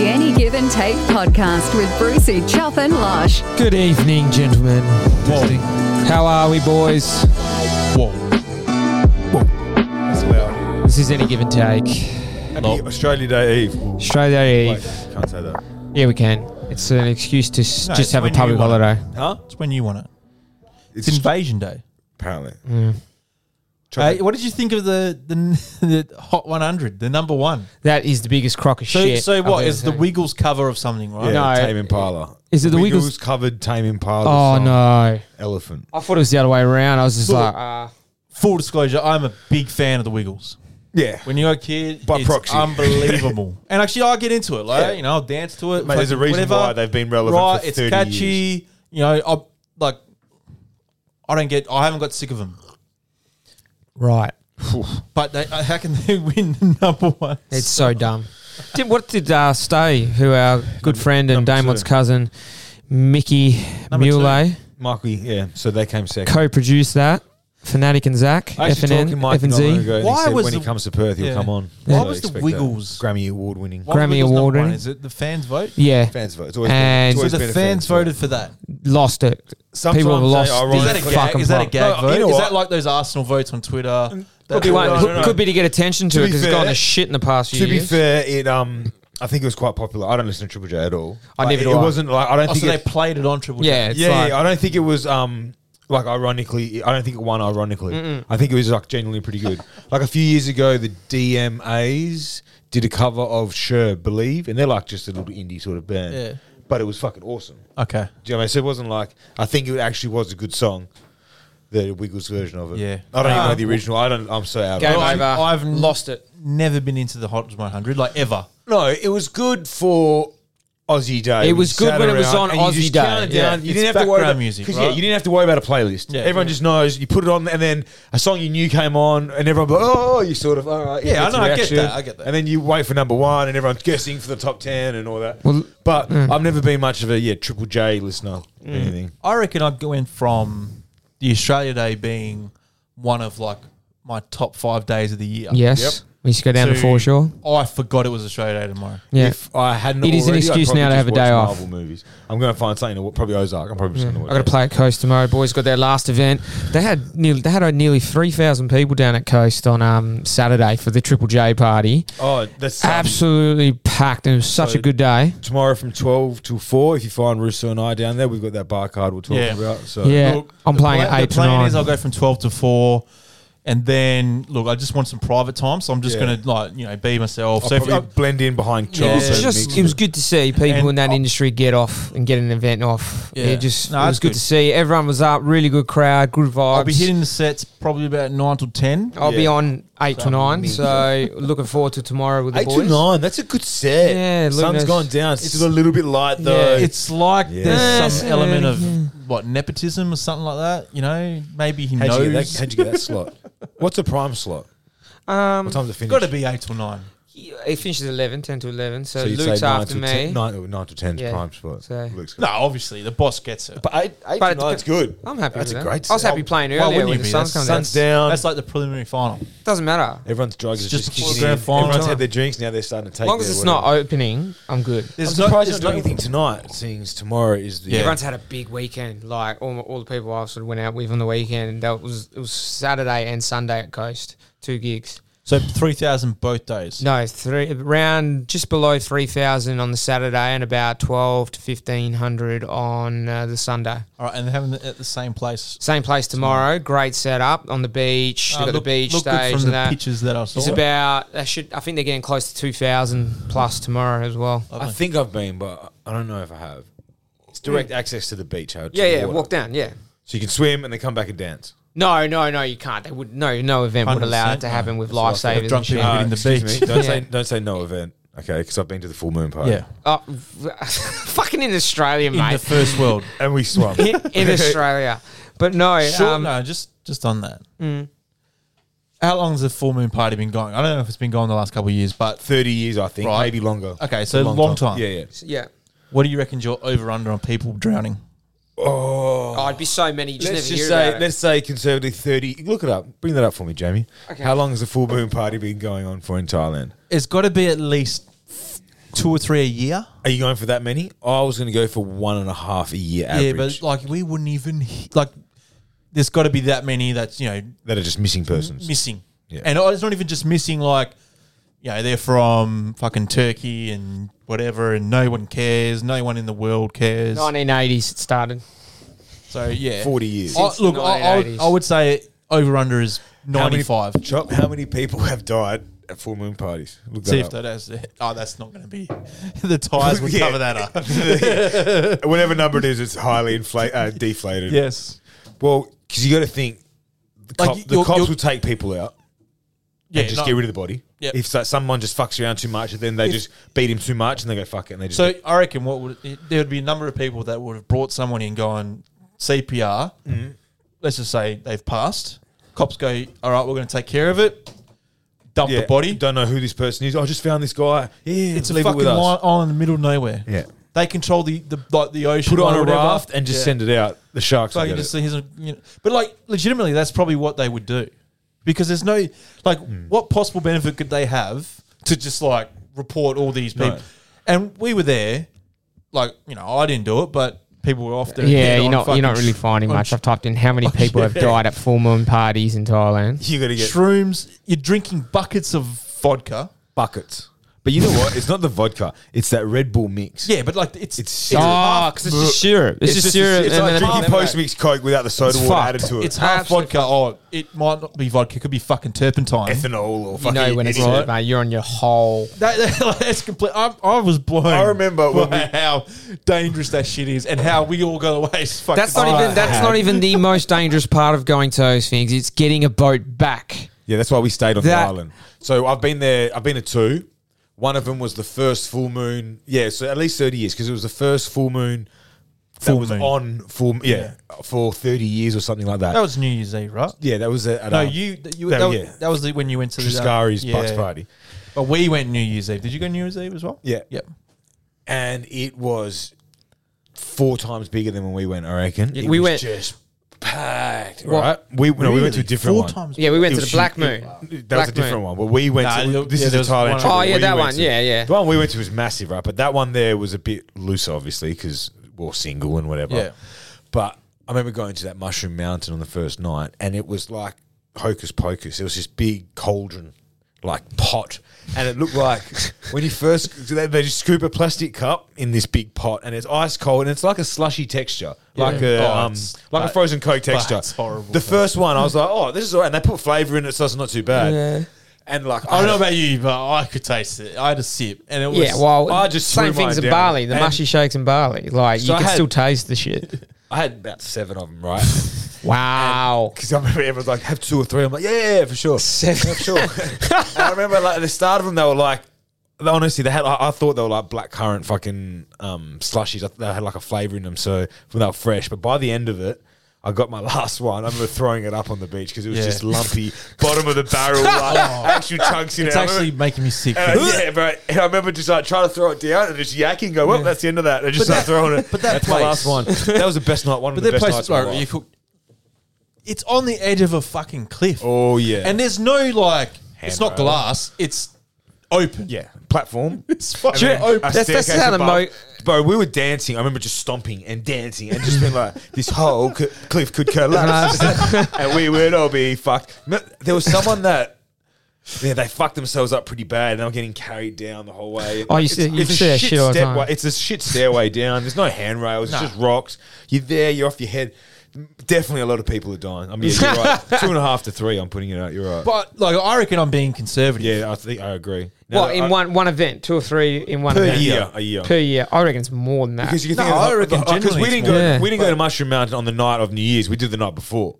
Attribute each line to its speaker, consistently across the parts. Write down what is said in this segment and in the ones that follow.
Speaker 1: and Take podcast with Brucey, Chuff, and Lush.
Speaker 2: Good evening, gentlemen.
Speaker 3: Whoa.
Speaker 2: How are we, boys?
Speaker 3: Whoa. That's loud.
Speaker 2: This is any give and take.
Speaker 3: Happy Australia Day Eve.
Speaker 2: Australia
Speaker 3: Wait,
Speaker 2: Eve.
Speaker 3: can't say that.
Speaker 2: Yeah, we can. It's an excuse to s-
Speaker 4: No,
Speaker 2: just
Speaker 4: it's
Speaker 2: have a
Speaker 4: when you
Speaker 2: public
Speaker 4: want it.
Speaker 2: holiday.
Speaker 3: Huh?
Speaker 4: It's when you want it.
Speaker 3: It's,
Speaker 4: It's Invasion Day.
Speaker 3: apparently.
Speaker 4: Hey,
Speaker 3: Chocolate-
Speaker 4: Mm. what did you think of the the, the Hot 100, the number one?
Speaker 2: That is the biggest crock of
Speaker 4: So,
Speaker 2: shit.
Speaker 4: so
Speaker 2: I've
Speaker 4: what
Speaker 2: ever
Speaker 4: is the
Speaker 2: seen.
Speaker 4: Wiggles cover of something, right?
Speaker 2: No.
Speaker 3: yeah, Tame Impala.
Speaker 2: Is it the Wiggles-
Speaker 3: covered Tame Impala?
Speaker 2: Oh
Speaker 3: song,
Speaker 2: no!
Speaker 3: Elephant.
Speaker 2: I thought it was the other way around. I was just
Speaker 4: Look.
Speaker 2: like, uh,
Speaker 4: Full disclosure, I'm a big fan of the Wiggles.
Speaker 3: Yeah.
Speaker 4: When you're a kid,
Speaker 3: By
Speaker 4: it's
Speaker 3: proxy.
Speaker 4: unbelievable. and actually, I get into it. Like,
Speaker 3: Yeah.
Speaker 4: you know, I'll dance to it.
Speaker 3: Mate, there's a
Speaker 4: fucking
Speaker 3: reason
Speaker 4: whatever.
Speaker 3: why they've been relevant
Speaker 4: Right,
Speaker 3: for
Speaker 4: it's
Speaker 3: 30
Speaker 4: catchy.
Speaker 3: years.
Speaker 4: You know, I like. I don't get. I haven't got sick of them.
Speaker 2: right?
Speaker 4: But they, uh, how can they win the number one?
Speaker 2: It's so dumb. Did, what did uh, Stay, who our good friend and
Speaker 3: number
Speaker 2: Damon's
Speaker 3: two.
Speaker 2: cousin, Mickey
Speaker 4: Number two.
Speaker 2: Muley,
Speaker 3: Mikey, yeah. So they came second.
Speaker 2: co-produced that? Fanatic and Zach,
Speaker 3: I actually
Speaker 2: FNN,
Speaker 3: talked to Mikey not long
Speaker 2: FNZ.
Speaker 3: ago, and he
Speaker 4: Why
Speaker 3: said
Speaker 4: was
Speaker 3: when he
Speaker 4: the-
Speaker 3: comes to Perth, he'll
Speaker 4: yeah.
Speaker 3: come on.
Speaker 4: Why
Speaker 3: So
Speaker 4: was the
Speaker 3: expect that.
Speaker 4: Wiggles-
Speaker 3: Grammy Award winning?
Speaker 4: Why
Speaker 2: Grammy
Speaker 4: was number
Speaker 2: Award
Speaker 4: one?
Speaker 2: winning.
Speaker 4: Is it the fans vote?
Speaker 2: Yeah,
Speaker 3: Fans vote. It's always
Speaker 2: And-
Speaker 3: been,
Speaker 2: So
Speaker 3: it's always
Speaker 4: So the
Speaker 3: been a
Speaker 4: fans
Speaker 3: vote.
Speaker 4: voted for that.
Speaker 2: lost it.
Speaker 3: Sometimes
Speaker 2: People have
Speaker 3: they
Speaker 2: lost
Speaker 3: ironically-
Speaker 2: the
Speaker 4: Is that a
Speaker 2: fucking
Speaker 4: gag? Is that a
Speaker 2: plot.
Speaker 4: gag
Speaker 3: No,
Speaker 4: vote?
Speaker 3: you know
Speaker 4: is
Speaker 3: what?
Speaker 4: that like those Arsenal votes on Twitter? That-
Speaker 3: Could be one.
Speaker 2: Well,
Speaker 3: No,
Speaker 2: who-
Speaker 3: no, no.
Speaker 2: Could be to get attention to,
Speaker 3: To
Speaker 2: it
Speaker 3: be
Speaker 2: because it's
Speaker 3: fair-
Speaker 2: gone to shit in the past few
Speaker 3: To be
Speaker 2: years.
Speaker 3: fair, it um, I think it was quite popular. I don't listen to Triple J at all.
Speaker 2: I
Speaker 3: Like,
Speaker 2: never
Speaker 3: It
Speaker 2: do I.
Speaker 3: wasn't like I don't
Speaker 4: Oh,
Speaker 3: think
Speaker 4: so they
Speaker 3: it-
Speaker 4: played it on Triple J.
Speaker 2: yeah, it's
Speaker 3: yeah,
Speaker 2: like,
Speaker 3: yeah, I don't think it was um like ironically. I don't think it won ironically. I think it was like genuinely pretty good. like a few years ago, the DMAs did a cover of Sure Believe, and they're like just a little indie sort of band.
Speaker 4: Yeah.
Speaker 3: But it was fucking awesome.
Speaker 4: Okay.
Speaker 3: Do you know what I mean? So it wasn't like I think it actually was a good song. The Wiggles version of it.
Speaker 4: Yeah.
Speaker 3: I don't even
Speaker 4: Um,
Speaker 3: know the original. I don't. I'm so out.
Speaker 2: Game
Speaker 3: of it.
Speaker 4: I've-
Speaker 2: over.
Speaker 4: I've-
Speaker 2: lost it.
Speaker 4: Never been into the Hot 100 like ever.
Speaker 3: No, it was good for Aussie Day.
Speaker 2: It
Speaker 3: We
Speaker 2: was good
Speaker 3: sat
Speaker 2: when it was
Speaker 3: around
Speaker 2: on
Speaker 3: and you
Speaker 2: Aussie
Speaker 3: just
Speaker 2: Day.
Speaker 3: counted
Speaker 2: Yeah.
Speaker 3: down. You
Speaker 4: It's
Speaker 3: didn't have to worry
Speaker 4: background
Speaker 3: about
Speaker 4: music,
Speaker 3: 'cause,
Speaker 4: right?
Speaker 3: Yeah, you didn't have to worry about a playlist.
Speaker 4: Yeah.
Speaker 3: everyone just knows you put it on, and then a song you knew came on, and everyone like, oh, you sort of all right.
Speaker 4: Yeah, I
Speaker 3: gets a
Speaker 4: know, I get
Speaker 3: reaction.
Speaker 4: that, I get that.
Speaker 3: And then you wait for number one, and everyone's guessing for the top ten and all that.
Speaker 2: Well, mm.
Speaker 3: but I've never been much of a yeah Triple J listener. or
Speaker 4: Mm.
Speaker 3: Anything.
Speaker 4: I reckon I went from the Australia Day being one of like my top five days of the year.
Speaker 2: Yes, we used to go down to
Speaker 4: To-
Speaker 2: foreshore.
Speaker 4: I forgot it was Australia Day tomorrow.
Speaker 2: Yeah,
Speaker 3: If I hadn't,
Speaker 2: It is an
Speaker 3: already, I'd
Speaker 2: excuse
Speaker 3: probably
Speaker 2: now to
Speaker 3: just
Speaker 2: have a
Speaker 3: watch
Speaker 2: day off.
Speaker 3: Marvel movies. I'm going to find something to wa- probably Ozark. I'm probably just going to
Speaker 2: I
Speaker 3: watch.
Speaker 2: got to
Speaker 3: that.
Speaker 2: play at Coast tomorrow. Boys got their last event. They had nearly they had uh, nearly three thousand people down at Coast on um, Saturday for the Triple J party.
Speaker 3: Oh, that's um,
Speaker 2: Absolutely packed, and it was such
Speaker 3: so-
Speaker 2: a good day.
Speaker 3: tomorrow from 12 till 4 if you find Russo and I down there we've got that bar card we're talking
Speaker 4: Yeah.
Speaker 3: about so
Speaker 2: Yeah, I'm
Speaker 4: the
Speaker 2: playing
Speaker 4: pla-
Speaker 2: at eight to
Speaker 4: The plan
Speaker 2: nine.
Speaker 4: is I'll go from twelve to four, and then look, I just want some private time, so I'm just
Speaker 3: Yeah.
Speaker 4: gonna like you know be myself.
Speaker 3: I'll
Speaker 4: so if
Speaker 3: probably
Speaker 4: you,
Speaker 3: blend in behind
Speaker 4: Yeah.
Speaker 3: Charles
Speaker 4: It's
Speaker 2: It's
Speaker 3: and
Speaker 2: just
Speaker 3: mix
Speaker 2: it was
Speaker 3: it.
Speaker 2: good to see people
Speaker 4: And
Speaker 2: in that
Speaker 4: I-
Speaker 2: industry get off and get an event off.
Speaker 4: Yeah.
Speaker 2: It just
Speaker 4: No,
Speaker 2: it
Speaker 4: that's
Speaker 2: was good,
Speaker 4: good.
Speaker 2: to see. Everyone was up, really good crowd, good vibes.
Speaker 4: I'll be hitting the sets probably about nine till ten.
Speaker 2: I'll be
Speaker 3: Yeah.
Speaker 2: on eight to
Speaker 4: Something
Speaker 2: nine,
Speaker 3: mean.
Speaker 2: so looking forward to tomorrow with the
Speaker 3: 8
Speaker 2: boys.
Speaker 3: to 9 that's a good set
Speaker 2: Yeah,
Speaker 3: sun's
Speaker 2: Luminous.
Speaker 3: gone down it's still a little bit light
Speaker 2: Yeah.
Speaker 3: though
Speaker 4: It's like
Speaker 3: Yeah.
Speaker 4: there's
Speaker 2: Yes,
Speaker 4: some element
Speaker 2: yeah,
Speaker 4: of
Speaker 2: yeah.
Speaker 4: what nepotism or something like that. You know, maybe he
Speaker 3: how'd, you get that,
Speaker 4: knows.
Speaker 3: how'd you get that slot what's a prime slot
Speaker 2: Um,
Speaker 3: what time's it finish
Speaker 4: Got to be eight till nine.
Speaker 2: it finishes 11, 10 to eleven. So,
Speaker 3: you'd
Speaker 2: Luke's
Speaker 3: say 9
Speaker 2: after
Speaker 3: to
Speaker 2: me.
Speaker 3: 10 9, or 9 to 10 's
Speaker 2: Yeah.
Speaker 3: prime spot
Speaker 2: So-
Speaker 3: Luke's got-
Speaker 4: No, obviously the boss gets it.
Speaker 3: but 8, eight
Speaker 2: But
Speaker 3: to
Speaker 2: it
Speaker 3: 9 's good
Speaker 2: I'm happy.
Speaker 3: that's
Speaker 2: with
Speaker 3: a
Speaker 2: that.
Speaker 3: great
Speaker 2: I was
Speaker 3: set
Speaker 2: happy playing
Speaker 4: Why
Speaker 2: earlier
Speaker 4: wouldn't
Speaker 2: when
Speaker 4: you
Speaker 2: the
Speaker 4: be?
Speaker 2: sun's
Speaker 4: That's-
Speaker 2: coming down.
Speaker 3: sun's down
Speaker 4: That's like the preliminary final.
Speaker 2: Doesn't matter.
Speaker 3: everyone's drugs are
Speaker 4: It's just
Speaker 3: just
Speaker 4: before
Speaker 3: kicking
Speaker 4: the
Speaker 3: in
Speaker 4: grand final.
Speaker 3: everyone's had their drinks now they're starting to take
Speaker 2: As long as
Speaker 3: their
Speaker 2: it's not
Speaker 3: whatever.
Speaker 2: opening, I'm good.
Speaker 3: I'm
Speaker 4: There's
Speaker 3: surprised you
Speaker 4: there's
Speaker 3: don't do anything tonight seeing as tomorrow is the
Speaker 4: Yeah.
Speaker 2: Everyone's had a big weekend. Like all, all the people I sort of went out with on the weekend, that was it was Saturday and Sunday at Coast, two gigs.
Speaker 4: So three thousand both days.
Speaker 2: No, three around just below three thousand on the Saturday and about twelve to fifteen hundred on uh, the Sunday.
Speaker 4: All right, and they're having it at the same place.
Speaker 2: Same place tomorrow. Great setup on the beach.
Speaker 4: Uh,
Speaker 2: They've got the beach
Speaker 4: look good
Speaker 2: stage
Speaker 4: from
Speaker 2: and
Speaker 4: the
Speaker 2: that.
Speaker 4: pictures that I saw.
Speaker 2: It's about. I should. I think they're getting close to two thousand plus tomorrow as well.
Speaker 4: Oh,
Speaker 3: I think I've been, but I don't know if I have. It's direct access to the beach. How to
Speaker 2: Yeah,
Speaker 3: the
Speaker 2: yeah.
Speaker 3: water.
Speaker 2: Walk down. Yeah.
Speaker 3: So you can swim and then come back and dance.
Speaker 2: No, no, no. You can't. They would. No, no event would allow it
Speaker 4: 100%,
Speaker 2: to happen
Speaker 4: no.
Speaker 2: with
Speaker 4: That's what I think.
Speaker 2: lifesavers.
Speaker 4: Drunk
Speaker 2: and shit.
Speaker 4: people Hitting the
Speaker 3: Uh, excuse
Speaker 4: beach.
Speaker 3: me, Don't
Speaker 2: Yeah.
Speaker 3: say don't say no event, okay? Because I've been to the full moon party.
Speaker 4: yeah,
Speaker 2: Oh, fucking in Australia,
Speaker 4: in the
Speaker 2: mate.
Speaker 4: first world.
Speaker 3: and we swam.
Speaker 2: in, in Australia, but no.
Speaker 4: Sure,
Speaker 2: um,
Speaker 4: no, just just on that.
Speaker 3: mm.
Speaker 4: How long has the full moon party been going? I don't know if it's been going the last couple of years, but
Speaker 3: Thirty years, I think,
Speaker 4: Right.
Speaker 3: maybe longer.
Speaker 4: okay, so long, time.
Speaker 3: Yeah, yeah.
Speaker 2: Yeah.
Speaker 4: What do you reckon your over under on people drowning?
Speaker 3: Oh,
Speaker 2: Oh, it'd be so many. You just
Speaker 3: let's
Speaker 2: never
Speaker 3: just
Speaker 2: hear
Speaker 3: say
Speaker 2: about it.
Speaker 3: let's say conservatively thirty. Look it up. Bring that up for me, Jamie.
Speaker 2: Okay.
Speaker 3: How long has the full moon party been going on for in Thailand?
Speaker 4: It's got to be at least two or three a year.
Speaker 3: Are you going for that many? I was going to go for one and a half a year average.
Speaker 4: Yeah, but like we wouldn't even he- like. There's got to be that many that's you know
Speaker 3: that are just missing persons.
Speaker 4: missing,
Speaker 3: Yeah.
Speaker 4: and oh, it's not even just missing like, you know, they're from fucking Turkey and whatever, and no one cares, no one in the world cares.
Speaker 2: 1980s it started.
Speaker 4: So yeah,
Speaker 3: 40 years.
Speaker 4: I, look, I, I, would,
Speaker 2: 1980s.
Speaker 4: I would say over under is
Speaker 3: How many-
Speaker 4: 95.
Speaker 3: Chop, how many people have died at full moon parties? Look
Speaker 4: See if
Speaker 3: that
Speaker 4: that has. Oh, that's not going to be. The tires would
Speaker 3: Yeah.
Speaker 4: cover that up.
Speaker 3: up. Whatever number it is, it's highly infla- uh, deflated.
Speaker 4: yes.
Speaker 3: Well, because you got to think the,
Speaker 4: Like,
Speaker 3: cop, the
Speaker 4: you're-
Speaker 3: cops
Speaker 4: you're-
Speaker 3: will take people out.
Speaker 4: Yeah.
Speaker 3: and just
Speaker 4: no.
Speaker 3: get rid of the body.
Speaker 4: Yep.
Speaker 3: If so- someone just fucks around too much, then they just beat him too much, and they go fuck it, and they just
Speaker 4: So I reckon what would there would be a number of people that would have brought someone in going CPR.
Speaker 3: Mm-hmm.
Speaker 4: Let's just say they've passed. Cops go, all right, we're going to take care of it. Dump
Speaker 3: Yeah,
Speaker 4: the body.
Speaker 3: Don't know who this person is. "Oh, I just found this guy. Yeah,
Speaker 4: It's a
Speaker 3: leave it
Speaker 4: fucking
Speaker 3: with us.
Speaker 4: line island in the middle of nowhere.
Speaker 3: Yeah.
Speaker 4: They control the, the like the ocean.
Speaker 3: Put it on
Speaker 4: or
Speaker 3: a
Speaker 4: whatever.
Speaker 3: raft and just
Speaker 4: Yeah.
Speaker 3: send it out. The sharks.
Speaker 4: So
Speaker 3: will
Speaker 4: you
Speaker 3: get
Speaker 4: just
Speaker 3: it.
Speaker 4: see his, you know, but like legitimately, that's probably what they would do, because there's no like what possible benefit could they have to just like report all these people?
Speaker 3: No.
Speaker 4: And we were there, like you know, I didn't do it, but people were off there.
Speaker 2: Yeah,
Speaker 4: dead
Speaker 2: you're
Speaker 4: on
Speaker 2: not you're not Oh,
Speaker 4: fucking
Speaker 2: really finding
Speaker 4: on
Speaker 2: much. I've typed in how many people have
Speaker 4: yeah.
Speaker 2: died at full moon parties in Thailand.
Speaker 3: You got to get
Speaker 4: Shrooms. You're drinking buckets of vodka.
Speaker 3: buckets. But you know what? It's not the vodka. It's that Red Bull mix.
Speaker 4: Yeah, but like it's
Speaker 3: It's
Speaker 4: it's,
Speaker 3: so-
Speaker 2: Oh, 'cause it's just syrup. It's, just,
Speaker 3: a-
Speaker 2: syrup.
Speaker 3: It's
Speaker 2: and
Speaker 3: like
Speaker 2: then
Speaker 3: drinking
Speaker 2: it's-
Speaker 3: post mix Coke without the soda
Speaker 2: It's
Speaker 3: water
Speaker 2: fucked.
Speaker 3: added to it.
Speaker 4: it's half
Speaker 2: absolutely
Speaker 4: vodka. Oh, it might not be vodka. It could be fucking turpentine.
Speaker 3: ethanol or
Speaker 2: You
Speaker 3: fucking.
Speaker 2: know when it's
Speaker 3: anything.
Speaker 2: right, mate. You're on your whole.
Speaker 4: That, that- like, that's complete. I, I was blown.
Speaker 3: I remember
Speaker 4: by
Speaker 3: when we-
Speaker 4: how dangerous that shit is, and how we all got away. Is fucking
Speaker 2: That's not even that's not even the most dangerous part of going to those things. It's getting a boat back.
Speaker 3: Yeah, that's why we stayed on
Speaker 2: That-
Speaker 3: the island. So I've been there. I've been to two. One of them was the first full moon. Yeah, so at least thirty years because it was the first full moon
Speaker 4: Full
Speaker 3: that was
Speaker 4: moon.
Speaker 3: on full. Yeah, for thirty years or something like that.
Speaker 4: That was New Year's Eve, right?
Speaker 3: yeah, that was at, at
Speaker 4: No,
Speaker 3: um,
Speaker 4: you. That, you,
Speaker 3: No,
Speaker 4: that, was-
Speaker 3: yeah.
Speaker 4: that was the, when you went to the uh,
Speaker 3: Triscari's
Speaker 4: yeah.
Speaker 3: Bucks party,
Speaker 4: But we went New Year's Eve. Did you go New Year's Eve as well?
Speaker 3: Yeah.
Speaker 4: Yep.
Speaker 3: and it was four times bigger than when we went. I reckon It
Speaker 2: we
Speaker 3: was
Speaker 2: went-
Speaker 3: just packed.
Speaker 2: What?
Speaker 3: Right? We no, we went to
Speaker 4: Really?
Speaker 3: a different
Speaker 4: Four
Speaker 3: one.
Speaker 4: times.
Speaker 2: Yeah, we went
Speaker 3: It
Speaker 2: to
Speaker 3: was
Speaker 2: the Black
Speaker 3: huge.
Speaker 2: Moon.
Speaker 3: It- that
Speaker 2: Black
Speaker 3: was a different
Speaker 2: Moon.
Speaker 3: one. But we went.
Speaker 4: Nah,
Speaker 3: to,
Speaker 4: look,
Speaker 3: this
Speaker 4: yeah,
Speaker 3: is
Speaker 4: there
Speaker 3: a
Speaker 4: was
Speaker 3: Thailand.
Speaker 4: one-
Speaker 3: trip,
Speaker 2: Oh,
Speaker 3: but
Speaker 2: yeah,
Speaker 3: we
Speaker 2: that
Speaker 3: went
Speaker 2: one,
Speaker 3: to-
Speaker 2: yeah, yeah.
Speaker 3: The one we went to was massive, right? But that one there was a bit loose, obviously, because we're single and whatever.
Speaker 4: Yeah.
Speaker 3: But I remember going to that Mushroom Mountain on the first night, and it was like hocus pocus. It was this big cauldron, like pot, and it looked like when you first they, they just scoop a plastic cup in this big pot, and it's ice cold, and it's like a slushy texture, like
Speaker 4: Yeah.
Speaker 3: a
Speaker 4: Oh,
Speaker 3: um,
Speaker 4: it's-
Speaker 3: like a
Speaker 4: but-
Speaker 3: frozen Coke texture.
Speaker 4: it's horrible,
Speaker 3: The
Speaker 4: mate.
Speaker 3: first one, I was like, oh, this is all right. And they put flavour in it, so it's not too bad.
Speaker 2: Yeah.
Speaker 3: And like,
Speaker 4: I
Speaker 3: had
Speaker 4: don't know
Speaker 3: a-
Speaker 4: about you, but I could taste it. I had a sip, and it was
Speaker 2: Yeah, well,
Speaker 3: I just
Speaker 2: same
Speaker 3: threw mine
Speaker 2: things in
Speaker 3: down.
Speaker 2: Bali. The
Speaker 3: And-
Speaker 2: mushy shakes in Bali. Like
Speaker 3: So
Speaker 2: you
Speaker 3: I
Speaker 2: can
Speaker 3: had-
Speaker 2: still taste the shit.
Speaker 3: I had about seven of them, right?
Speaker 2: Wow.
Speaker 3: Because I remember everyone's like, have two or three. I'm like, yeah, yeah, yeah for sure. Seven. for sure. and I remember like at the start of them, they were like, they- honestly, they had, I, I thought they were like black currant fucking um, slushies. I, they had like a flavour in them. So when they were fresh. But by the end of it, I got my last one. I remember throwing it up on the beach because it was
Speaker 4: Yeah. Oh.
Speaker 3: just lumpy, bottom of the barrel, like actual chunks in
Speaker 4: It's
Speaker 3: it. I
Speaker 4: actually
Speaker 3: remember-
Speaker 4: making me sick.
Speaker 3: and I- yeah, bro. And I remember just like trying to throw it down and just yakking, go, well, that's the end of that. And I just
Speaker 4: But
Speaker 3: start
Speaker 4: that-
Speaker 3: throwing it.
Speaker 4: but that
Speaker 3: that's my
Speaker 4: place-
Speaker 3: last one. That was the best night. One of
Speaker 4: But
Speaker 3: the
Speaker 4: their
Speaker 3: best
Speaker 4: place
Speaker 3: nights.
Speaker 4: is
Speaker 3: of my life.
Speaker 4: you cook. It's on the edge of a fucking cliff.
Speaker 3: Oh, yeah.
Speaker 4: and there's no like. it's not
Speaker 3: Handrail.
Speaker 4: glass. It's open.
Speaker 3: Yeah, platform.
Speaker 4: It's fucking
Speaker 3: And then
Speaker 4: open.
Speaker 3: a
Speaker 2: That's- that's
Speaker 3: staircase
Speaker 2: how the
Speaker 3: above.
Speaker 2: mo-
Speaker 3: Bro, we were dancing. I remember just stomping and dancing and just being like, this whole c- cliff could collapse and we would all be fucked. No, There was someone that. Yeah, they fucked themselves up pretty bad, and they were getting carried down the whole way. And
Speaker 2: Oh, you
Speaker 3: it's-
Speaker 2: see- you
Speaker 3: it's a
Speaker 2: see that shit all the time.
Speaker 3: stepway- It's a shit stairway down. There's no handrails. It's just rocks. You're there. You're off your head. Definitely a lot of people are dying. I mean, yeah, you're right. Two and a half to three. I'm putting it out. You're right.
Speaker 4: But like, I reckon I'm being conservative.
Speaker 3: yeah, I think I agree. No,
Speaker 2: Well, in
Speaker 3: I-
Speaker 2: one one event, two or three in one
Speaker 3: per
Speaker 2: event.
Speaker 3: year, a year.
Speaker 2: Per year, I reckon it's more than that.
Speaker 3: Because you
Speaker 4: No,
Speaker 3: can think of
Speaker 4: I
Speaker 3: the-
Speaker 4: reckon
Speaker 3: the- 'cause
Speaker 4: generally
Speaker 3: we
Speaker 4: it's
Speaker 3: didn't go
Speaker 4: more
Speaker 2: than-
Speaker 3: we didn't go to Mushroom Mountain on the night of New Year's. We did the night before.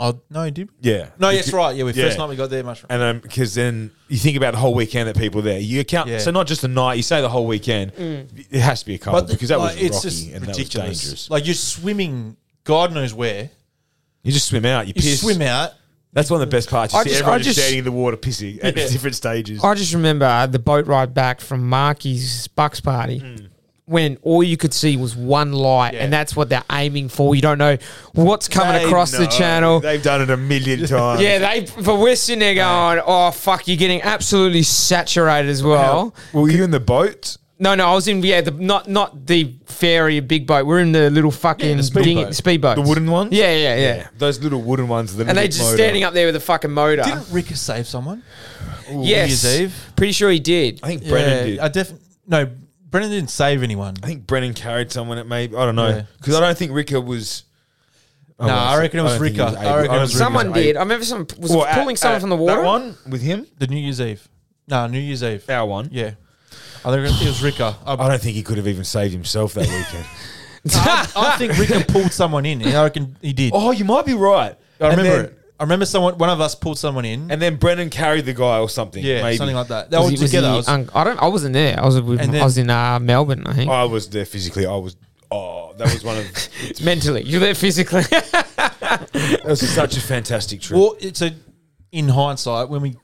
Speaker 4: Oh no, did we?
Speaker 3: Yeah.
Speaker 4: No,
Speaker 3: You
Speaker 4: that's
Speaker 3: could-
Speaker 4: right. Yeah, we
Speaker 3: yeah.
Speaker 4: first night we got there mushroom.
Speaker 3: And then because then you think about the whole weekend that people were there. You account
Speaker 4: Yeah.
Speaker 3: so not just the night. You say the whole weekend. It has to be a couple
Speaker 4: th-
Speaker 3: oh, because that
Speaker 4: like,
Speaker 3: was rocky and that was dangerous.
Speaker 4: Like you're swimming, God knows where.
Speaker 3: you just swim out. You,
Speaker 4: You
Speaker 3: piss.
Speaker 4: swim out.
Speaker 3: That's one of the best parts. You
Speaker 2: I
Speaker 3: see
Speaker 2: just-
Speaker 3: everyone
Speaker 2: I
Speaker 3: just,
Speaker 2: just-
Speaker 3: standing in the water pissing at
Speaker 4: Yeah.
Speaker 3: different stages.
Speaker 2: uh, I just remember the boat ride back from Marky's Bucks party when all you could see was one light,
Speaker 3: Mm. Yeah.
Speaker 2: and that's what they're aiming for. You don't know what's coming
Speaker 3: They
Speaker 2: across the
Speaker 3: know.
Speaker 2: channel.
Speaker 3: They've done it a million times.
Speaker 2: yeah, they. But we're sitting there going, "Oh fuck, you're getting absolutely saturated as well."
Speaker 3: Were you in the boat?
Speaker 2: No, no, I was in yeah, the, not not the ferry, big boat. We're in the little fucking
Speaker 3: the
Speaker 2: speedboat.
Speaker 3: speedboat.
Speaker 2: Dinghy, speedboats.
Speaker 3: The wooden ones?
Speaker 2: Yeah, yeah, yeah.
Speaker 3: Those little wooden ones. The
Speaker 2: And they just standing up there with a fucking motor.
Speaker 3: Ah.
Speaker 4: Didn't Ricker save someone?
Speaker 2: yes,
Speaker 4: New Year's Eve?
Speaker 2: pretty sure he did.
Speaker 3: I think Brennan did.
Speaker 4: I
Speaker 3: I,
Speaker 4: def- no, Brennan didn't save anyone.
Speaker 3: think Brennan carried someone. At maybe I don't know
Speaker 4: Yeah.
Speaker 3: because I don't think Ricker was.
Speaker 4: Nah, I reckon it was
Speaker 3: Oh, don't think he
Speaker 4: Ricker. I
Speaker 3: able-
Speaker 4: reckon it
Speaker 3: don't
Speaker 4: was
Speaker 3: think he
Speaker 2: Someone
Speaker 3: able-
Speaker 2: did. I remember someone was
Speaker 3: Well, at-
Speaker 2: pulling someone
Speaker 3: at
Speaker 2: from the water.
Speaker 3: That one with him.
Speaker 4: The New Year's Eve. No, New Year's Eve.
Speaker 3: Our one.
Speaker 4: Yeah. I think it was Ricker. I,
Speaker 3: I don't think he could have even saved himself that weekend.
Speaker 4: I, I think Ricker pulled someone in. and I reckon he did.
Speaker 3: oh, you might be right.
Speaker 4: I remember
Speaker 3: and then,
Speaker 4: it. I remember someone. One of us pulled someone in.
Speaker 3: And then Brennan carried the guy or something.
Speaker 4: yeah,
Speaker 3: maybe.
Speaker 4: something like that. They
Speaker 2: Was
Speaker 4: were
Speaker 2: he- was
Speaker 4: together.
Speaker 2: he
Speaker 4: I was-
Speaker 2: un- I don't. I wasn't there. I was. With,
Speaker 4: And then-
Speaker 2: I was in uh, Melbourne. I think
Speaker 3: I was there physically. I was. Oh, that was one of. that
Speaker 2: mentally. You're there physically.
Speaker 3: was such a fantastic trip
Speaker 4: well, it's a. In hindsight, when we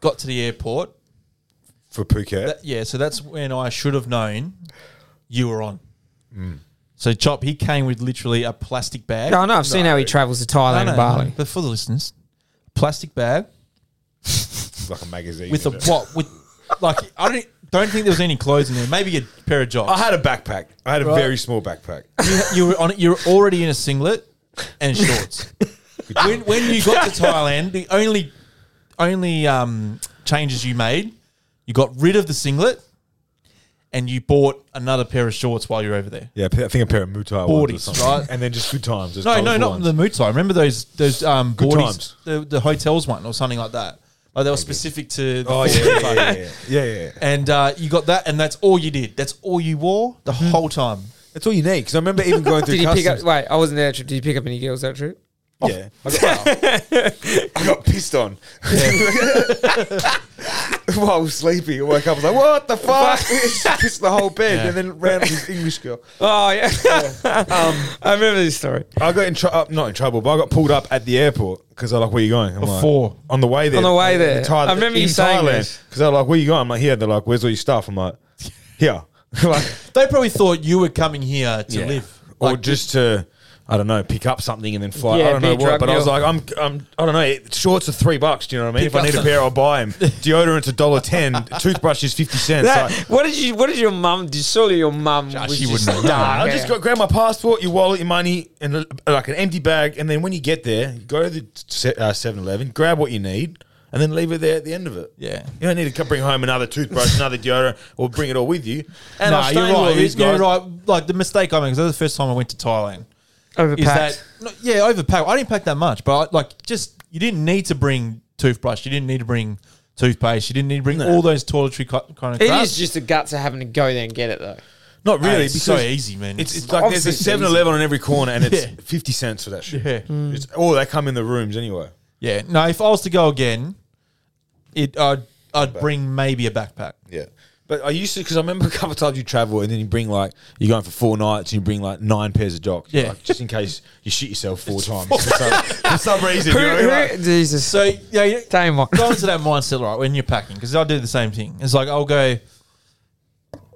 Speaker 4: got to the airport,
Speaker 3: for Phuket.
Speaker 4: that, yeah. So that's when I should have known you were on. So Chop, he came with literally a plastic bag.
Speaker 2: no, no. I've seen how he travels to Thailand and Bali.
Speaker 4: But for the listeners, plastic bag
Speaker 3: It's like a magazine
Speaker 4: with a
Speaker 3: in it.
Speaker 4: what? With like I don't don't think there was any clothes in there. Maybe a pair of jocks.
Speaker 3: I had a backpack. I had a very small backpack.
Speaker 4: you, you were on. You're already in a singlet and shorts. when, when you got to Thailand, the only only um, changes you made, you got rid of the singlet, and you bought another pair of shorts while you're over there.
Speaker 3: Yeah, I think a pair of Muay Thai ones or
Speaker 4: 40s,
Speaker 3: something.
Speaker 4: right?
Speaker 3: And then just good times. Just
Speaker 4: No, no,
Speaker 3: colourful
Speaker 4: not
Speaker 3: ones.
Speaker 4: the Muay Thai. Remember those those um,
Speaker 3: Good
Speaker 4: boardies-
Speaker 3: times.
Speaker 4: the, the hotels one or something like that. Like they were specific to. The
Speaker 3: Oh yeah, yeah, yeah, yeah, yeah, yeah, yeah.
Speaker 4: And uh, you got that, and that's all you did. That's all you wore the whole time.
Speaker 3: That's all you need. Because I remember even going through
Speaker 2: Did you
Speaker 3: customs.
Speaker 2: pick up? Oh, Wait, I wasn't there. That trip. Did you pick up any girls that trip?
Speaker 3: Yeah, I got, I got pissed on while I was sleeping. I woke up. I was like, "What the fuck?" pissed the whole bed, and then ran up this English girl.
Speaker 2: Oh yeah. I remember this story.
Speaker 3: I got in trouble, not in trouble, but I got pulled up at the airport because I like, where you going? I'm like,
Speaker 4: Before.
Speaker 3: on the way there,
Speaker 2: On the way
Speaker 3: In
Speaker 2: there.
Speaker 3: Thailand-
Speaker 2: I remember you
Speaker 3: in
Speaker 2: saying this.
Speaker 3: Thailand because they're like, where you going? I'm like, here. They're like, where's all your stuff? I'm like, here, like,
Speaker 4: They probably thought you were coming here to live,
Speaker 3: or
Speaker 4: Like,
Speaker 3: just to. I don't know, pick up something and then fly.
Speaker 2: Yeah,
Speaker 3: I don't
Speaker 2: be
Speaker 3: know
Speaker 2: a drug
Speaker 3: what, but I was
Speaker 2: dealer.
Speaker 3: like, I'm, I'm, I don't know. Shorts are three bucks. Do you know what I mean?
Speaker 4: Pick
Speaker 3: if I
Speaker 4: up
Speaker 3: need a
Speaker 4: some-
Speaker 3: pair, I'll buy them. Deodorant's a dollar ten. Toothbrush is fifty cents.
Speaker 2: That,
Speaker 3: like,
Speaker 2: what did you? What did your mum? do? Surely your mum.
Speaker 4: Ah,
Speaker 2: was
Speaker 4: she
Speaker 2: just
Speaker 4: wouldn't know.
Speaker 2: dark,
Speaker 3: I
Speaker 2: yeah.
Speaker 3: just got grab my passport, your wallet, your money, and uh, like an empty bag. And then when you get there, you go to the se- uh, 7-Eleven, grab what you need, and then leave it there at the end of it.
Speaker 4: Yeah.
Speaker 3: you don't need to co- bring home another toothbrush, another deodorant, or bring it all with you. And
Speaker 4: nah,
Speaker 3: I've
Speaker 4: you're
Speaker 3: stayed with all
Speaker 4: right.
Speaker 3: these
Speaker 4: You're
Speaker 3: guys.
Speaker 4: right. Like the mistake I made because that was the first time I went to Thailand.
Speaker 2: Overpacked.
Speaker 4: Is that no, yeah? Overpack. I didn't pack that much, but I, like just you didn't need to bring toothbrush. You didn't need to bring toothpaste. You didn't need to bring all those toiletry ki- kind of.
Speaker 2: It
Speaker 4: crap.
Speaker 2: is just the guts of having to go there and get it though.
Speaker 3: Not
Speaker 4: Hey,
Speaker 3: really.
Speaker 4: it's
Speaker 3: because
Speaker 4: so easy, man.
Speaker 3: It's, it's like there's a
Speaker 2: Obviously it's
Speaker 3: 7-Eleven on every corner, and it's
Speaker 4: Yeah.
Speaker 3: fifty cents for that shit.
Speaker 4: Yeah.
Speaker 3: It's, or they come in the rooms anyway.
Speaker 4: yeah. No, if I was to go again, it I'd I'd bring maybe a backpack.
Speaker 3: Yeah. But I used to because I remember a couple of times you travel and then you bring like you're going for four nights and you bring like nine pairs of jocks,
Speaker 4: Yeah.
Speaker 3: like, just in case you shit yourself four times for, some, for some reason.
Speaker 2: Who,
Speaker 3: you know,
Speaker 2: who,
Speaker 3: like-
Speaker 2: Jesus.
Speaker 4: So yeah, you-
Speaker 2: Damn what?
Speaker 4: go into that mindset right when you're packing because I do the same thing. It's like I'll go.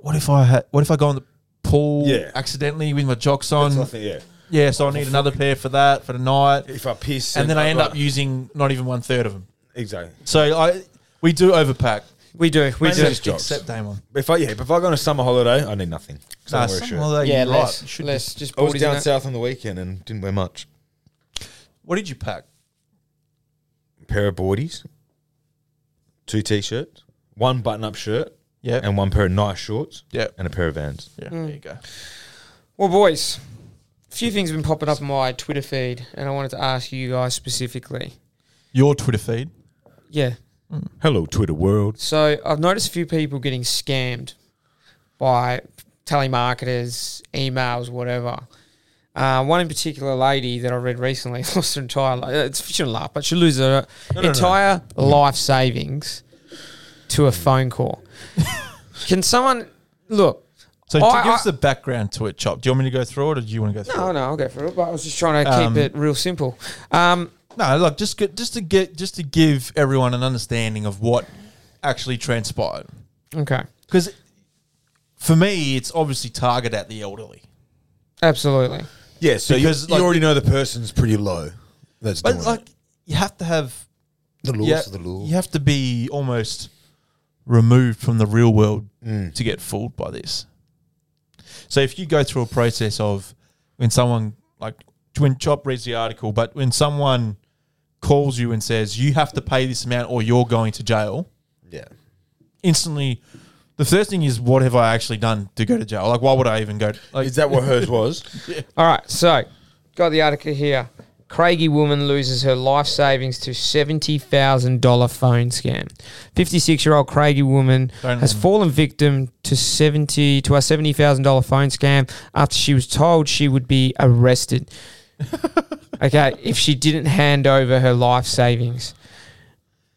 Speaker 4: What if I had? What if I go on the pool
Speaker 3: Yeah.
Speaker 4: accidentally with my jocks
Speaker 3: So I
Speaker 4: on?
Speaker 3: think, yeah.
Speaker 4: Yeah, so I need another pair for that for the night,
Speaker 3: If I piss,
Speaker 4: and then I end
Speaker 3: like-
Speaker 4: up using not even one third of them.
Speaker 3: exactly.
Speaker 4: So I we do overpack.
Speaker 2: we do. We
Speaker 3: Mainly
Speaker 2: do.
Speaker 3: just jocks.
Speaker 4: Except Damon.
Speaker 3: If I yeah, but if I go on a summer holiday, I need nothing. 'Cause I
Speaker 4: Nah,
Speaker 3: don't wear a shirt.
Speaker 4: some holiday,
Speaker 2: Yeah,
Speaker 4: you're
Speaker 2: less.
Speaker 4: right, you should
Speaker 2: less.
Speaker 4: be-
Speaker 2: Just
Speaker 3: I was
Speaker 2: boardies
Speaker 3: down
Speaker 2: and that.
Speaker 3: south on the weekend and didn't wear much.
Speaker 4: What did you pack?
Speaker 3: pair of boardies, two t-shirts, one button-up shirt,
Speaker 4: Yeah,
Speaker 3: and one pair of nice shorts,
Speaker 4: yeah,
Speaker 3: and a pair of Vans.
Speaker 2: Mm.
Speaker 4: yeah. There you go.
Speaker 2: Well, boys, a few things have been popping up on my Twitter feed, and I wanted to ask you guys specifically.
Speaker 4: Your Twitter feed.
Speaker 2: Yeah.
Speaker 3: Hello, Twitter world.
Speaker 2: So I've noticed a few people getting scammed by telemarketers, emails, whatever. Uh, one in particular lady that I read recently lost her entire life. It's she shouldn't laugh, but she loses her entire life savings to a phone call. Can someone look?
Speaker 4: So
Speaker 2: Oh, I-
Speaker 4: to give
Speaker 2: I-
Speaker 4: us the background to it, Chop. Do you want me to go through it, or do you want to go through?
Speaker 2: No,
Speaker 4: it?
Speaker 2: Oh, no, I'll go for it. But I was just trying to
Speaker 4: Um,
Speaker 2: keep it real simple. Um,
Speaker 4: No, look, just get, just to get just to give everyone an understanding of what actually transpired.
Speaker 2: okay.
Speaker 4: Because for me, it's obviously target at the elderly.
Speaker 2: Absolutely.
Speaker 3: Yeah, so you,
Speaker 4: Because, like-
Speaker 3: you already know the person's pretty low. That's
Speaker 4: But
Speaker 3: doing it.
Speaker 4: like, you have to have
Speaker 3: the laws
Speaker 4: yeah,
Speaker 3: of the law.
Speaker 4: you have to be almost removed from the real world to get fooled by this. So if you go through a process of when someone like when Chop reads the article, but when someone calls you and says you have to pay this amount or you're going to jail,
Speaker 3: Yeah,
Speaker 4: instantly the first thing is what have I actually done to go to jail? Like why would I even go? Like
Speaker 3: is that what hers was?
Speaker 2: All right, so got the article here. Craigie woman loses her life savings to seventy thousand dollar phone scam. Fifty six year old Craigie woman
Speaker 4: Don't-
Speaker 2: has fallen victim to seventy to a seventy thousand dollar phone scam after she was told she would be arrested. okay, if she didn't hand over her life savings.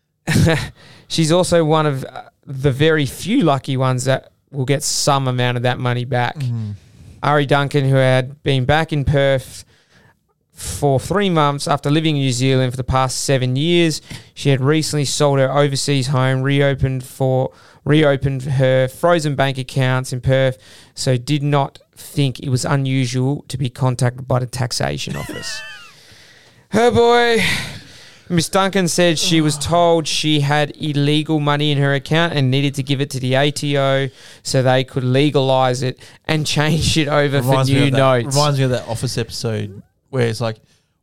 Speaker 2: She's also one of uh, the very few lucky ones that will get some amount of that money back. Ari Duncan, who had been back in Perth for three months after living in New Zealand for the past seven years, she had recently sold her overseas home, reopened for reopened her frozen bank accounts in Perth, so did not think it was unusual to be contacted by the taxation office. Her boy. Miss Duncan said she was told she had illegal money in her account and needed to give it to the ATO so they could legalize it and change it over for
Speaker 4: reminds me
Speaker 2: new
Speaker 4: of that-
Speaker 2: notes.
Speaker 4: Reminds me of that Office episode where it's like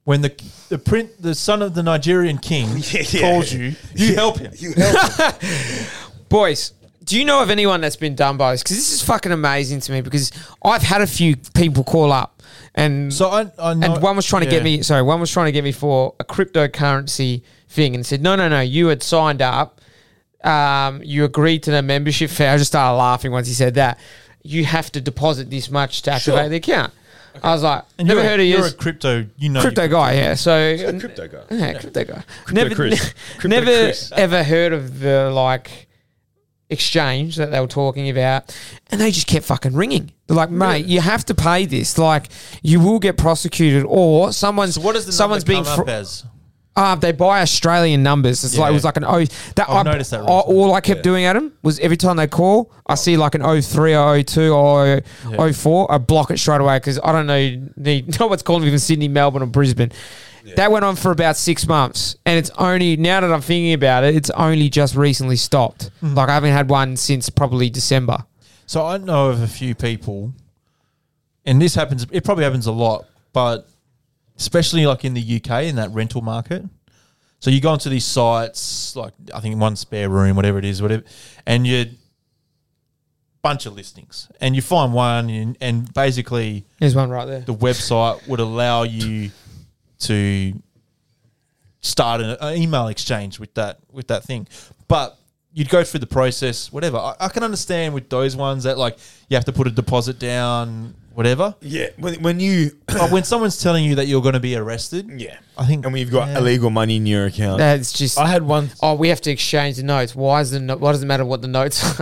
Speaker 4: when the the print the son of the Nigerian king calls you, you help him.
Speaker 2: Boys, do you know of anyone that's been done by this? Because this is fucking amazing to me because I've had a few people call up and
Speaker 4: So I, I know,
Speaker 2: and one was trying to
Speaker 4: yeah.
Speaker 2: get me sorry, one was trying to get me for a cryptocurrency thing and said, No, no, no, you had signed up. Um, you agreed to the membership fee. I just started laughing once he said that. You have to deposit this much to activate
Speaker 3: Sure.
Speaker 2: the account. I was like,
Speaker 4: And
Speaker 2: never
Speaker 4: you're a-
Speaker 2: heard of
Speaker 4: You're
Speaker 2: you.
Speaker 4: a crypto. You know,
Speaker 2: Crypto
Speaker 4: you-
Speaker 2: guy, yeah. So
Speaker 3: crypto guy.
Speaker 2: yeah, crypto guy.
Speaker 3: Crypto
Speaker 2: never,
Speaker 3: Chris. Crypto
Speaker 2: never
Speaker 3: Chris.
Speaker 2: ever heard of the like exchange that they were talking about, and they just kept fucking ringing. They're like, mate, you have to pay this. Like, you will get prosecuted, or someone's
Speaker 4: So what does the
Speaker 2: someone's being
Speaker 4: come up
Speaker 2: fr-
Speaker 4: as?
Speaker 2: uh, they buy Australian numbers. It's like it was
Speaker 4: Yeah.
Speaker 2: like an O. That
Speaker 4: I've
Speaker 2: I,
Speaker 4: noticed that
Speaker 2: I-
Speaker 4: recently.
Speaker 2: all I kept
Speaker 3: Yeah.
Speaker 2: doing at them was every time they call, I see like an 03 or 02 or
Speaker 4: Yeah.
Speaker 2: 04. I block it straight away because I don't know need, no one's calling me from Sydney, Melbourne, or Brisbane. That went on for about six months, and it's only now that I'm thinking about it, it's only just recently stopped.
Speaker 4: Mm-hmm.
Speaker 2: Like I haven't had one since probably December.
Speaker 4: So I know of a few people, and this happens. It probably happens a lot, but especially like in the UK in that rental market. So you go onto these sites, like I think one spare room, whatever it is, whatever, and you bunch of listings, and you find one, and, and basically
Speaker 2: There's one right there.
Speaker 4: the website would allow you to start an, an email exchange with that with that thing, but you'd go through the process, whatever. I, I can understand with those ones that like you have to put a deposit down, whatever.
Speaker 3: Yeah, when, when you
Speaker 4: But when someone's telling you that you're going to be arrested,
Speaker 3: yeah,
Speaker 4: I think-
Speaker 3: and we've got
Speaker 4: yeah.
Speaker 3: illegal money in your account.
Speaker 2: That's just.
Speaker 3: I had one.
Speaker 2: oh, we have to exchange the notes. Why is the no- why does it matter what the notes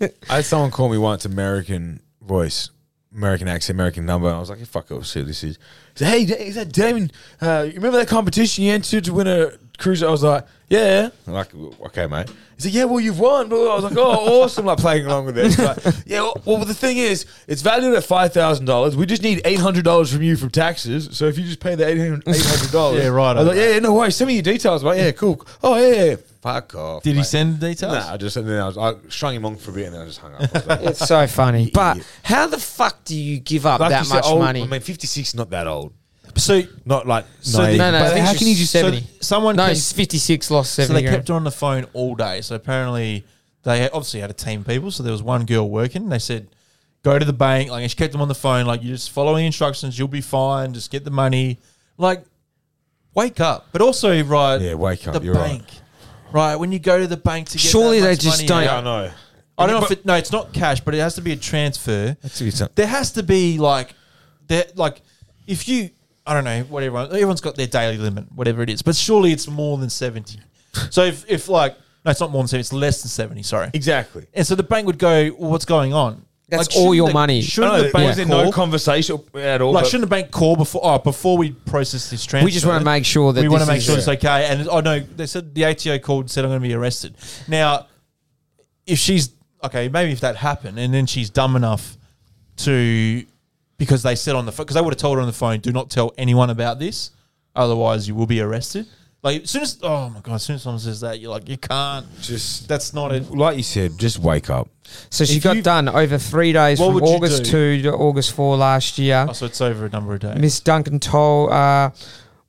Speaker 2: are?
Speaker 3: I had someone call me once, American voice, American accent, American number. And I was like, yeah, fuck, I'll see who this is. He said, hey, da- is that Damon? Uh, you remember that competition you entered to win a cruise? I was like, yeah. I'm like, "Well, okay, mate. He said, yeah, well, you've won. Bro. I was like, oh, awesome. Like playing along with it. He's like, yeah, well, well, the thing is, it's valued at $5,000. We just need $800 from you from taxes. So if you just pay the $800. $800
Speaker 4: Yeah, right,
Speaker 3: I was like,
Speaker 4: I know.
Speaker 3: yeah, yeah, no worries. Send me your details, mate. Yeah, cool. Oh, yeah, yeah. Fuck off.
Speaker 4: did he
Speaker 3: mate."
Speaker 4: send the details?
Speaker 3: Nah, I just and then I was I strung him on for a bit and then I just hung up. I was like,
Speaker 2: It's so funny. But
Speaker 3: idiot.
Speaker 2: how the fuck do you give up
Speaker 3: Like you
Speaker 2: that
Speaker 3: said,
Speaker 2: much
Speaker 4: oh,
Speaker 3: old-
Speaker 2: money?
Speaker 3: I mean, fifty six, not that old.
Speaker 4: So,
Speaker 3: Not like
Speaker 4: so
Speaker 3: naive.
Speaker 2: No, no, I
Speaker 4: but
Speaker 2: think
Speaker 4: how
Speaker 2: it's
Speaker 4: can you
Speaker 2: just
Speaker 4: just so
Speaker 2: 70.
Speaker 4: someone
Speaker 2: no,
Speaker 4: can-
Speaker 2: it's 56 lost 70
Speaker 4: So they
Speaker 2: grand.
Speaker 4: kept her on the phone all day. So apparently they had- obviously had a team of people. So there was one girl working. They said, go to the bank. Like, and she kept them on the phone. Like, you just follow the instructions. You'll be fine. Just get the money. Like, wake up. But also, right.
Speaker 3: Yeah, wake up,
Speaker 4: The
Speaker 3: you're right.
Speaker 4: bank. Right. When you go to the bank to get
Speaker 2: Surely
Speaker 4: that
Speaker 2: they
Speaker 4: much
Speaker 2: just
Speaker 4: money
Speaker 2: don't-
Speaker 4: out-
Speaker 3: I know.
Speaker 4: I don't know if it, no, it's not cash, but it has to be a transfer. There has to be like that like if you I don't know what everyone everyone's got their daily limit, whatever it is, but surely it's more than seventy. so if, if like no, it's not more than seventy, it's less than seventy, sorry.
Speaker 3: exactly.
Speaker 4: And so the bank would go, well, what's going on?
Speaker 2: That's all
Speaker 4: shouldn't
Speaker 2: your
Speaker 4: the-
Speaker 2: money.
Speaker 4: Shouldn't
Speaker 3: No,
Speaker 4: the
Speaker 3: was
Speaker 4: bank
Speaker 3: there
Speaker 4: call,
Speaker 3: no conversation at all?
Speaker 4: like
Speaker 3: but-
Speaker 4: shouldn't the bank call before oh, before we process this transfer?
Speaker 2: we just want to make sure that
Speaker 4: we want to
Speaker 2: this
Speaker 4: make
Speaker 2: is-
Speaker 4: sure it's okay. And oh no, they said the ATO called and said I'm going to be arrested. Now, if she's okay, maybe if that happened, and then she's dumb enough to because they said on the phone because they would have told her on the phone, do not tell anyone about this, otherwise you will be arrested. Like as soon as oh my god, as soon as someone says that, you're like you can't.
Speaker 3: Just
Speaker 4: That's not it.
Speaker 3: like you said, just wake up.
Speaker 2: So she
Speaker 3: If
Speaker 2: got
Speaker 3: you-
Speaker 2: done over three days
Speaker 4: What
Speaker 2: from
Speaker 4: would you
Speaker 2: August
Speaker 4: do?
Speaker 2: 2 to August 4 last year.
Speaker 4: Oh, so it's over a number of days.
Speaker 2: Miss Duncan told, uh,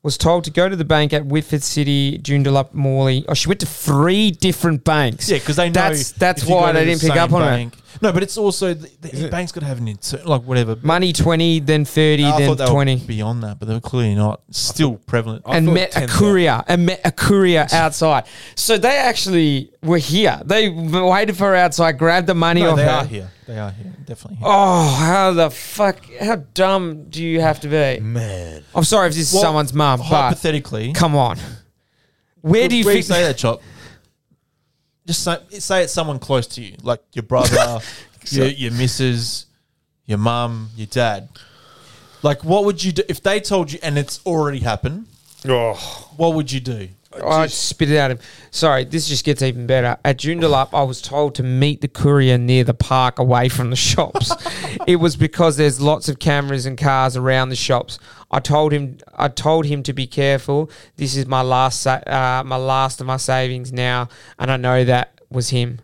Speaker 2: was told to go to the bank at Whitford City, Joondalup, Morley. Oh, she went to three different banks.
Speaker 4: Yeah, because they know
Speaker 2: That's- that's
Speaker 4: if you
Speaker 2: why
Speaker 4: go to
Speaker 2: they
Speaker 4: the
Speaker 2: didn't pick
Speaker 4: same
Speaker 2: up on it.
Speaker 4: bank- No, but it's also the, the
Speaker 3: it-
Speaker 4: bank's got to have an inter- like whatever.
Speaker 2: Money 20, then 30,
Speaker 4: I
Speaker 2: then
Speaker 4: thought they were
Speaker 2: 20.
Speaker 4: beyond that, but they're clearly not. It's Still prevalent.
Speaker 3: I
Speaker 2: and
Speaker 3: thought
Speaker 2: met a
Speaker 3: 10,000.
Speaker 2: courier and met a courier outside. So they actually were here. They waited for her outside, grabbed the money
Speaker 4: No,
Speaker 2: off
Speaker 4: they
Speaker 2: her.
Speaker 4: are here. They are here. Definitely. Here.
Speaker 2: Oh, how the fuck? How dumb do you have to be?
Speaker 3: Man,
Speaker 2: I'm sorry if this is
Speaker 4: Mm. Well,
Speaker 2: someone's mum, but
Speaker 4: hypothetically,
Speaker 2: come on. Where do you
Speaker 4: where
Speaker 2: think?
Speaker 4: say that, Chop? Just say, say it's someone close to you, like your brother, your, your missus, your mum, your dad. Like, what would you do if they told you, and it's already happened?
Speaker 3: oh,
Speaker 4: What would you do?
Speaker 2: I spit it at him. Sorry, this just gets even better. At Joondalup, I was told to meet the courier near the park away from the shops. it was because there's lots of cameras and cars around the shops. I told him I told him to be careful. This is my last sa- uh, my last of my savings now, and I know that was him.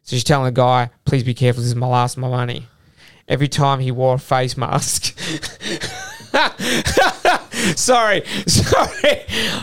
Speaker 2: So she's telling the guy, please be careful, this is my last of my money. Every time he wore a face mask. sorry, sorry.